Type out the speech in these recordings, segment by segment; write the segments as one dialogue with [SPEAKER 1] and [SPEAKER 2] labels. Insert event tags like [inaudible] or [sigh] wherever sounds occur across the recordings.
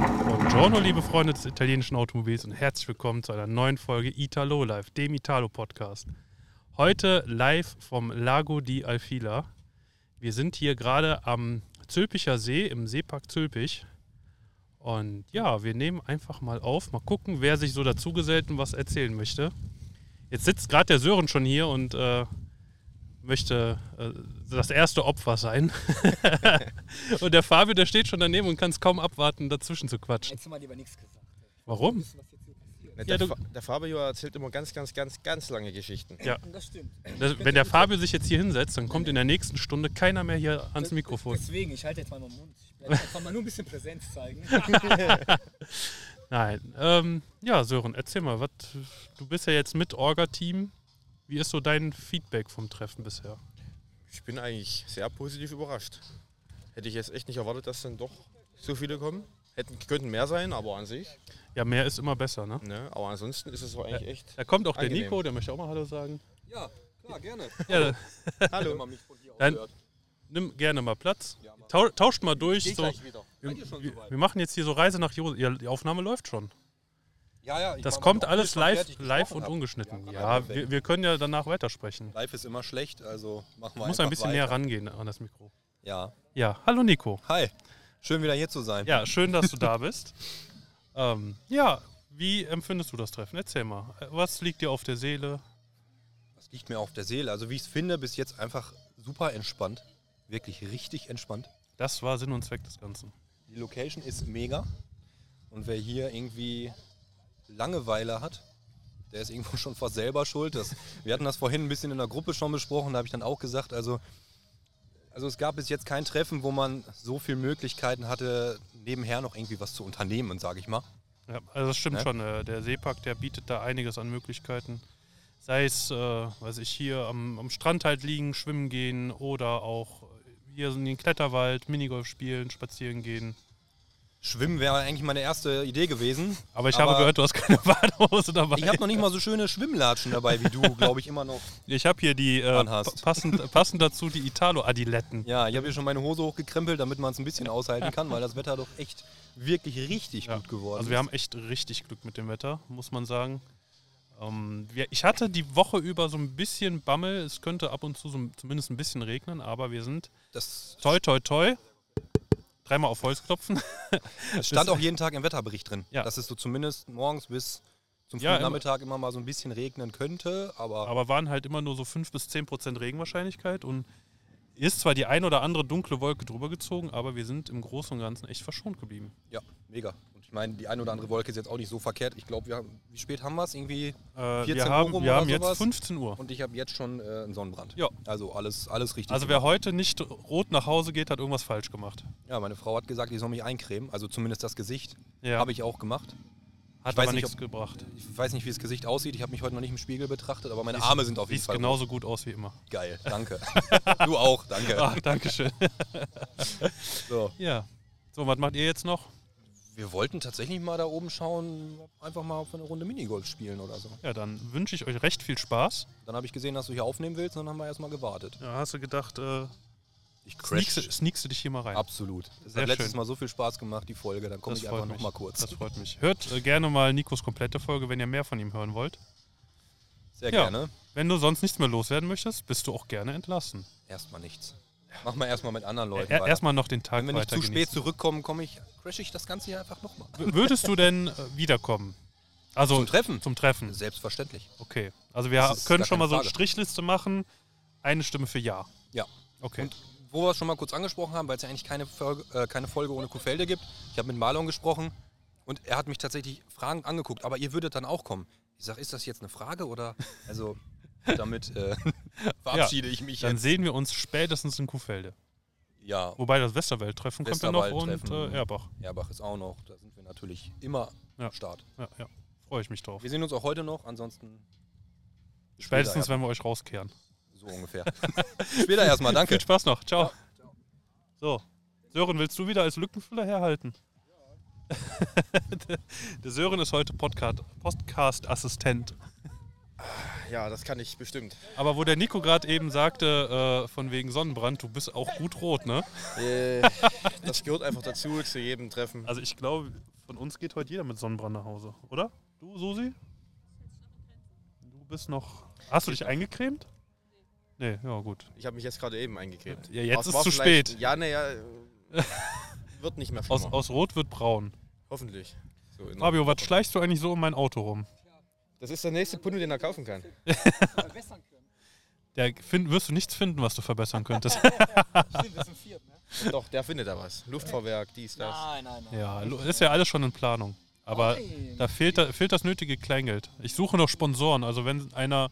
[SPEAKER 1] Buongiorno, liebe Freunde des italienischen Automobils und herzlich willkommen zu einer neuen Folge Italo Live, dem Italo-Podcast. Heute live vom Lago di Alfila. Wir sind hier gerade am Zülpicher See, im Seepark Zülpich. Und ja, wir nehmen einfach mal auf, mal gucken, wer sich so dazugesellt und was erzählen möchte. Jetzt sitzt gerade der Sören schon hier und äh, möchte äh, das erste Opfer sein. [laughs] und der Fabio, der steht schon daneben und kann es kaum abwarten, dazwischen zu quatschen.
[SPEAKER 2] Jetzt haben wir lieber nichts gesagt. ey.
[SPEAKER 1] Warum?
[SPEAKER 2] Wissen, was jetzt hier passiert.
[SPEAKER 3] Ne,
[SPEAKER 1] Ja,
[SPEAKER 3] der,
[SPEAKER 1] du-
[SPEAKER 3] Fa der Fabio erzählt immer ganz, ganz, ganz, ganz lange Geschichten.
[SPEAKER 1] Ja.
[SPEAKER 2] Das stimmt.
[SPEAKER 1] Das, wenn der Fabio sich jetzt hier hinsetzt, dann kommt in der nächsten Stunde keiner mehr hier ans Mikrofon.
[SPEAKER 2] Deswegen, ich halte jetzt mal meinen Mund. Ich bleib einfach mal nur ein bisschen Präsenz zeigen.
[SPEAKER 1] Nein. Ähm, ja, Sören, erzähl mal, was, du bist ja jetzt mit Orga-Team. Wie ist so dein Feedback vom Treffen bisher?
[SPEAKER 3] Ich bin eigentlich sehr positiv überrascht. Hätte ich jetzt echt nicht erwartet, dass dann doch so viele kommen. Hätten, könnten mehr sein, aber an sich.
[SPEAKER 1] Ja, mehr ist immer besser, ne?
[SPEAKER 3] Ne? Aber ansonsten ist es doch eigentlich echt.
[SPEAKER 1] Da kommt auch der
[SPEAKER 3] Angenehm.
[SPEAKER 1] Nico, der möchte auch mal Hallo sagen.
[SPEAKER 4] Ja, klar, gerne.
[SPEAKER 1] [laughs] Ja,
[SPEAKER 4] Wenn
[SPEAKER 3] Hallo.
[SPEAKER 4] man mich von hier aus
[SPEAKER 1] Dann-
[SPEAKER 4] hört.
[SPEAKER 1] nimm gerne mal Platz.
[SPEAKER 4] Ja, mach.
[SPEAKER 1] Tau, tauscht mal durch.
[SPEAKER 4] Geh
[SPEAKER 1] So.
[SPEAKER 4] gleich wieder. Seid ihr schon
[SPEAKER 1] Wir,
[SPEAKER 4] soweit?
[SPEAKER 1] wir machen jetzt hier so Reise nach Josef. Ja, die Aufnahme läuft schon.
[SPEAKER 4] Ja, ja, ich
[SPEAKER 1] Das
[SPEAKER 4] mach
[SPEAKER 1] kommt
[SPEAKER 4] mal
[SPEAKER 1] alles
[SPEAKER 4] noch.
[SPEAKER 1] live,
[SPEAKER 4] Ich bin schon fertig
[SPEAKER 1] live
[SPEAKER 4] gesprochen
[SPEAKER 1] und
[SPEAKER 4] hab.
[SPEAKER 1] ungeschnitten.
[SPEAKER 4] Ja,
[SPEAKER 1] Ja,
[SPEAKER 4] perfekt.
[SPEAKER 1] wir, wir können ja danach weitersprechen.
[SPEAKER 4] Live ist immer schlecht, also machen wir
[SPEAKER 1] Du musst
[SPEAKER 4] einfach
[SPEAKER 1] ein bisschen
[SPEAKER 4] weiter.
[SPEAKER 1] näher rangehen an das Mikro.
[SPEAKER 4] Ja.
[SPEAKER 1] Ja, hallo Nico.
[SPEAKER 4] Hi, schön wieder hier zu sein.
[SPEAKER 1] Ja, schön, dass du da
[SPEAKER 4] [laughs]
[SPEAKER 1] bist. ähm, ja, wie empfindest du das Treffen? Erzähl mal. Äh, Was liegt dir auf der Seele?
[SPEAKER 4] Das liegt mir auf der Seele. Also wie ich es finde, bis jetzt einfach super entspannt. Wirklich richtig entspannt.
[SPEAKER 1] Das war Sinn und Zweck des Ganzen.
[SPEAKER 4] Die Location ist mega. Und wer hier irgendwie Langeweile hat, der ist irgendwo [laughs] schon fast selber schuld. Das, wir hatten das vorhin ein bisschen in der Gruppe schon besprochen, da habe ich dann auch gesagt, also, also es gab bis jetzt kein Treffen, wo man so viele Möglichkeiten hatte, nebenher noch irgendwie was zu unternehmen, sage ich mal.
[SPEAKER 1] Ja, also das stimmt
[SPEAKER 4] Ne?
[SPEAKER 1] schon. Äh, der Seepark, der bietet da einiges an Möglichkeiten. Sei es, äh, weiß ich, hier am, am Strand halt liegen, schwimmen gehen oder auch hier in den Kletterwald, Minigolf spielen, spazieren gehen.
[SPEAKER 4] Schwimmen wäre eigentlich meine erste Idee gewesen.
[SPEAKER 1] Aber ich habe gehört, du hast keine [laughs] Badehose dabei.
[SPEAKER 4] ich habe noch nicht mal so schöne Schwimmlatschen dabei wie du, glaube ich, immer noch.
[SPEAKER 1] Ich hab hier die, äh,
[SPEAKER 4] Anhast.
[SPEAKER 1] pa- passend, passend dazu die Italo-Adiletten.
[SPEAKER 4] Ja, ich habe hier schon meine Hose hochgekrempelt, damit man es ein bisschen aushalten kann, weil das Wetter doch echt wirklich richtig
[SPEAKER 1] Ja.
[SPEAKER 4] gut geworden
[SPEAKER 1] Also
[SPEAKER 4] ist.
[SPEAKER 1] wir haben echt richtig Glück mit dem Wetter, muss man sagen. Ähm, wir, ich hatte die Woche über so ein bisschen Bammel. Es könnte ab und zu so, ein- zumindest ein bisschen regnen, aber wir sind
[SPEAKER 4] Das
[SPEAKER 1] toi toi toi. Dreimal auf Holz klopfen. [laughs]
[SPEAKER 4] es stand auch jeden Tag im Wetterbericht drin,
[SPEAKER 1] Ja.
[SPEAKER 4] dass es so zumindest morgens bis zum
[SPEAKER 1] Ja,
[SPEAKER 4] frühen
[SPEAKER 1] immer-
[SPEAKER 4] Nachmittag immer mal so ein bisschen regnen könnte, aber,
[SPEAKER 1] Aber waren halt immer nur so 5 bis 10 Prozent Regenwahrscheinlichkeit und ist zwar die ein oder andere dunkle Wolke drüber gezogen, aber wir sind im Großen und Ganzen echt verschont geblieben.
[SPEAKER 4] ja, mega. Und ich meine, die eine oder andere Wolke ist jetzt auch nicht so verkehrt. Ich glaube, wir haben, wie spät haben wir es? Irgendwie
[SPEAKER 1] Äh,
[SPEAKER 4] 14
[SPEAKER 1] wir
[SPEAKER 4] Uhr
[SPEAKER 1] haben,
[SPEAKER 4] rum
[SPEAKER 1] wir
[SPEAKER 4] oder
[SPEAKER 1] haben jetzt
[SPEAKER 4] sowas?
[SPEAKER 1] 15 Uhr.
[SPEAKER 4] und ich habe jetzt schon äh, einen Sonnenbrand.
[SPEAKER 1] Ja.
[SPEAKER 4] Also alles, alles richtig.
[SPEAKER 1] Also wer
[SPEAKER 4] gemacht.
[SPEAKER 1] heute nicht rot nach Hause geht, hat irgendwas falsch gemacht.
[SPEAKER 4] ja, meine Frau hat gesagt, ich soll mich eincremen, also zumindest das Gesicht.
[SPEAKER 1] Ja.
[SPEAKER 4] Habe ich auch gemacht.
[SPEAKER 1] Hat
[SPEAKER 4] Ich weiß
[SPEAKER 1] aber
[SPEAKER 4] nicht,
[SPEAKER 1] nichts
[SPEAKER 4] ob-
[SPEAKER 1] gebracht.
[SPEAKER 4] Ich weiß nicht, wie das Gesicht aussieht. Ich habe mich heute noch nicht im Spiegel betrachtet, aber meine Arme sind auf jeden
[SPEAKER 1] Sieht
[SPEAKER 4] Fall
[SPEAKER 1] genauso gut aus wie immer.
[SPEAKER 4] geil.
[SPEAKER 1] [laughs]
[SPEAKER 4] Danke. du auch, danke.
[SPEAKER 1] Ah, Dankeschön.
[SPEAKER 4] [laughs] So.
[SPEAKER 1] ja. So, was macht ihr jetzt noch?
[SPEAKER 4] Wir wollten tatsächlich mal da oben schauen, ob einfach mal auf eine Runde Minigolf spielen oder so.
[SPEAKER 1] Ja, dann wünsche ich euch recht viel Spaß.
[SPEAKER 4] Dann habe ich gesehen, dass du hier aufnehmen willst und dann haben wir erstmal gewartet.
[SPEAKER 1] Ja, hast du gedacht, äh,
[SPEAKER 4] Ich
[SPEAKER 1] sneakst, sneakst du dich hier mal rein?
[SPEAKER 4] Absolut. Das
[SPEAKER 1] Sehr
[SPEAKER 4] hat letztes
[SPEAKER 1] schön.
[SPEAKER 4] Mal so viel Spaß gemacht, die Folge. Dann komme
[SPEAKER 1] Das
[SPEAKER 4] ich
[SPEAKER 1] freut
[SPEAKER 4] einfach
[SPEAKER 1] mich.
[SPEAKER 4] nochmal kurz.
[SPEAKER 1] Das freut
[SPEAKER 4] [laughs]
[SPEAKER 1] mich. Hört äh, gerne mal Nikos komplette Folge, wenn ihr mehr von ihm hören wollt.
[SPEAKER 4] Sehr
[SPEAKER 1] Ja.
[SPEAKER 4] gerne.
[SPEAKER 1] Wenn du sonst nichts mehr loswerden möchtest, bist du auch gerne entlassen.
[SPEAKER 4] Erstmal nichts. Machen wir erstmal mit anderen Leuten.
[SPEAKER 1] Er,
[SPEAKER 4] weiter.
[SPEAKER 1] erstmal noch den Tag
[SPEAKER 4] Wenn wir nicht
[SPEAKER 1] weiter
[SPEAKER 4] zu spät
[SPEAKER 1] genießen.
[SPEAKER 4] zurückkommen, komme ich, crash ich das Ganze hier einfach nochmal.
[SPEAKER 1] W- Würdest du denn äh, wiederkommen? Also
[SPEAKER 4] Zum Treffen?
[SPEAKER 1] Zum Treffen.
[SPEAKER 4] Selbstverständlich.
[SPEAKER 1] Okay. Also wir
[SPEAKER 4] Das ist
[SPEAKER 1] können
[SPEAKER 4] gar
[SPEAKER 1] schon
[SPEAKER 4] keine
[SPEAKER 1] mal so eine
[SPEAKER 4] Frage.
[SPEAKER 1] Strichliste machen. Eine Stimme für Ja.
[SPEAKER 4] Ja.
[SPEAKER 1] Okay.
[SPEAKER 4] Und [laughs] wo wir es schon mal kurz angesprochen haben, weil es ja eigentlich keine Folge, äh, keine Folge ohne Kuhfelde gibt. Ich habe mit Marlon gesprochen und er hat mich tatsächlich fragend angeguckt, aber ihr würdet dann auch kommen. Ich sage, ist das jetzt eine Frage oder? Also
[SPEAKER 1] [laughs]
[SPEAKER 4] damit äh, verabschiede ich mich
[SPEAKER 1] Dann
[SPEAKER 4] jetzt.
[SPEAKER 1] sehen wir uns spätestens in Kuhfelde.
[SPEAKER 4] Ja,
[SPEAKER 1] Wobei das Westerwelt-Treffen kommt ja noch und
[SPEAKER 4] Westerwald-Treffen.
[SPEAKER 1] äh, Erbach.
[SPEAKER 4] Erbach ist auch noch, da sind wir natürlich immer
[SPEAKER 1] Ja.
[SPEAKER 4] am Start.
[SPEAKER 1] Ja, ja. Freue ich mich drauf.
[SPEAKER 4] Wir sehen uns auch heute noch, ansonsten
[SPEAKER 1] Spätestens,
[SPEAKER 4] später,
[SPEAKER 1] wenn wir euch rauskehren.
[SPEAKER 4] ja. so ungefähr. [laughs] später erstmal, danke.
[SPEAKER 1] Viel Spaß noch. Ciao. So. Sören, willst du wieder als Lückenfüller herhalten? [laughs] Der Sören ist heute Podcast- Podcast-Assistent.
[SPEAKER 3] Ja, das kann ich bestimmt.
[SPEAKER 1] Aber wo der Nico gerade eben sagte, äh, von wegen Sonnenbrand, du bist auch gut rot, ne?
[SPEAKER 3] [laughs] Äh, das gehört einfach dazu, zu jedem Treffen.
[SPEAKER 1] Also ich glaube,
[SPEAKER 5] Von uns geht heute jeder mit Sonnenbrand nach Hause, oder? Du, Susi? Du bist noch. Hast du dich eingecremt? Nee, ja, gut.
[SPEAKER 3] Ich habe mich jetzt gerade eben eingeklebt.
[SPEAKER 1] Ja,
[SPEAKER 3] Aber
[SPEAKER 1] jetzt
[SPEAKER 3] es
[SPEAKER 1] ist
[SPEAKER 3] war
[SPEAKER 1] zu
[SPEAKER 3] vielleicht-
[SPEAKER 1] spät.
[SPEAKER 3] Ja, naja, äh, wird nicht mehr
[SPEAKER 1] [laughs] Aus,
[SPEAKER 3] schlimmer.
[SPEAKER 1] aus Rot wird braun.
[SPEAKER 3] Hoffentlich. So, in-
[SPEAKER 1] Fabio, was schleichst du eigentlich so um mein Auto rum?
[SPEAKER 3] Das ist der nächste Punto, den er kaufen
[SPEAKER 2] [laughs]
[SPEAKER 3] kann.
[SPEAKER 2] verbessern können.
[SPEAKER 1] Da find, wirst du nichts finden, was du verbessern könntest.
[SPEAKER 2] [laughs] Stimmt, das sind vier, ne?
[SPEAKER 3] Doch, der findet da was. Luftfahrwerk, dies, das.
[SPEAKER 2] Nein, nein, nein.
[SPEAKER 1] ja, lo- ist ja alles schon in Planung. Aber
[SPEAKER 2] Nein.
[SPEAKER 1] da fehlt, da fehlt das nötige Kleingeld. Ich suche noch Sponsoren. Also wenn einer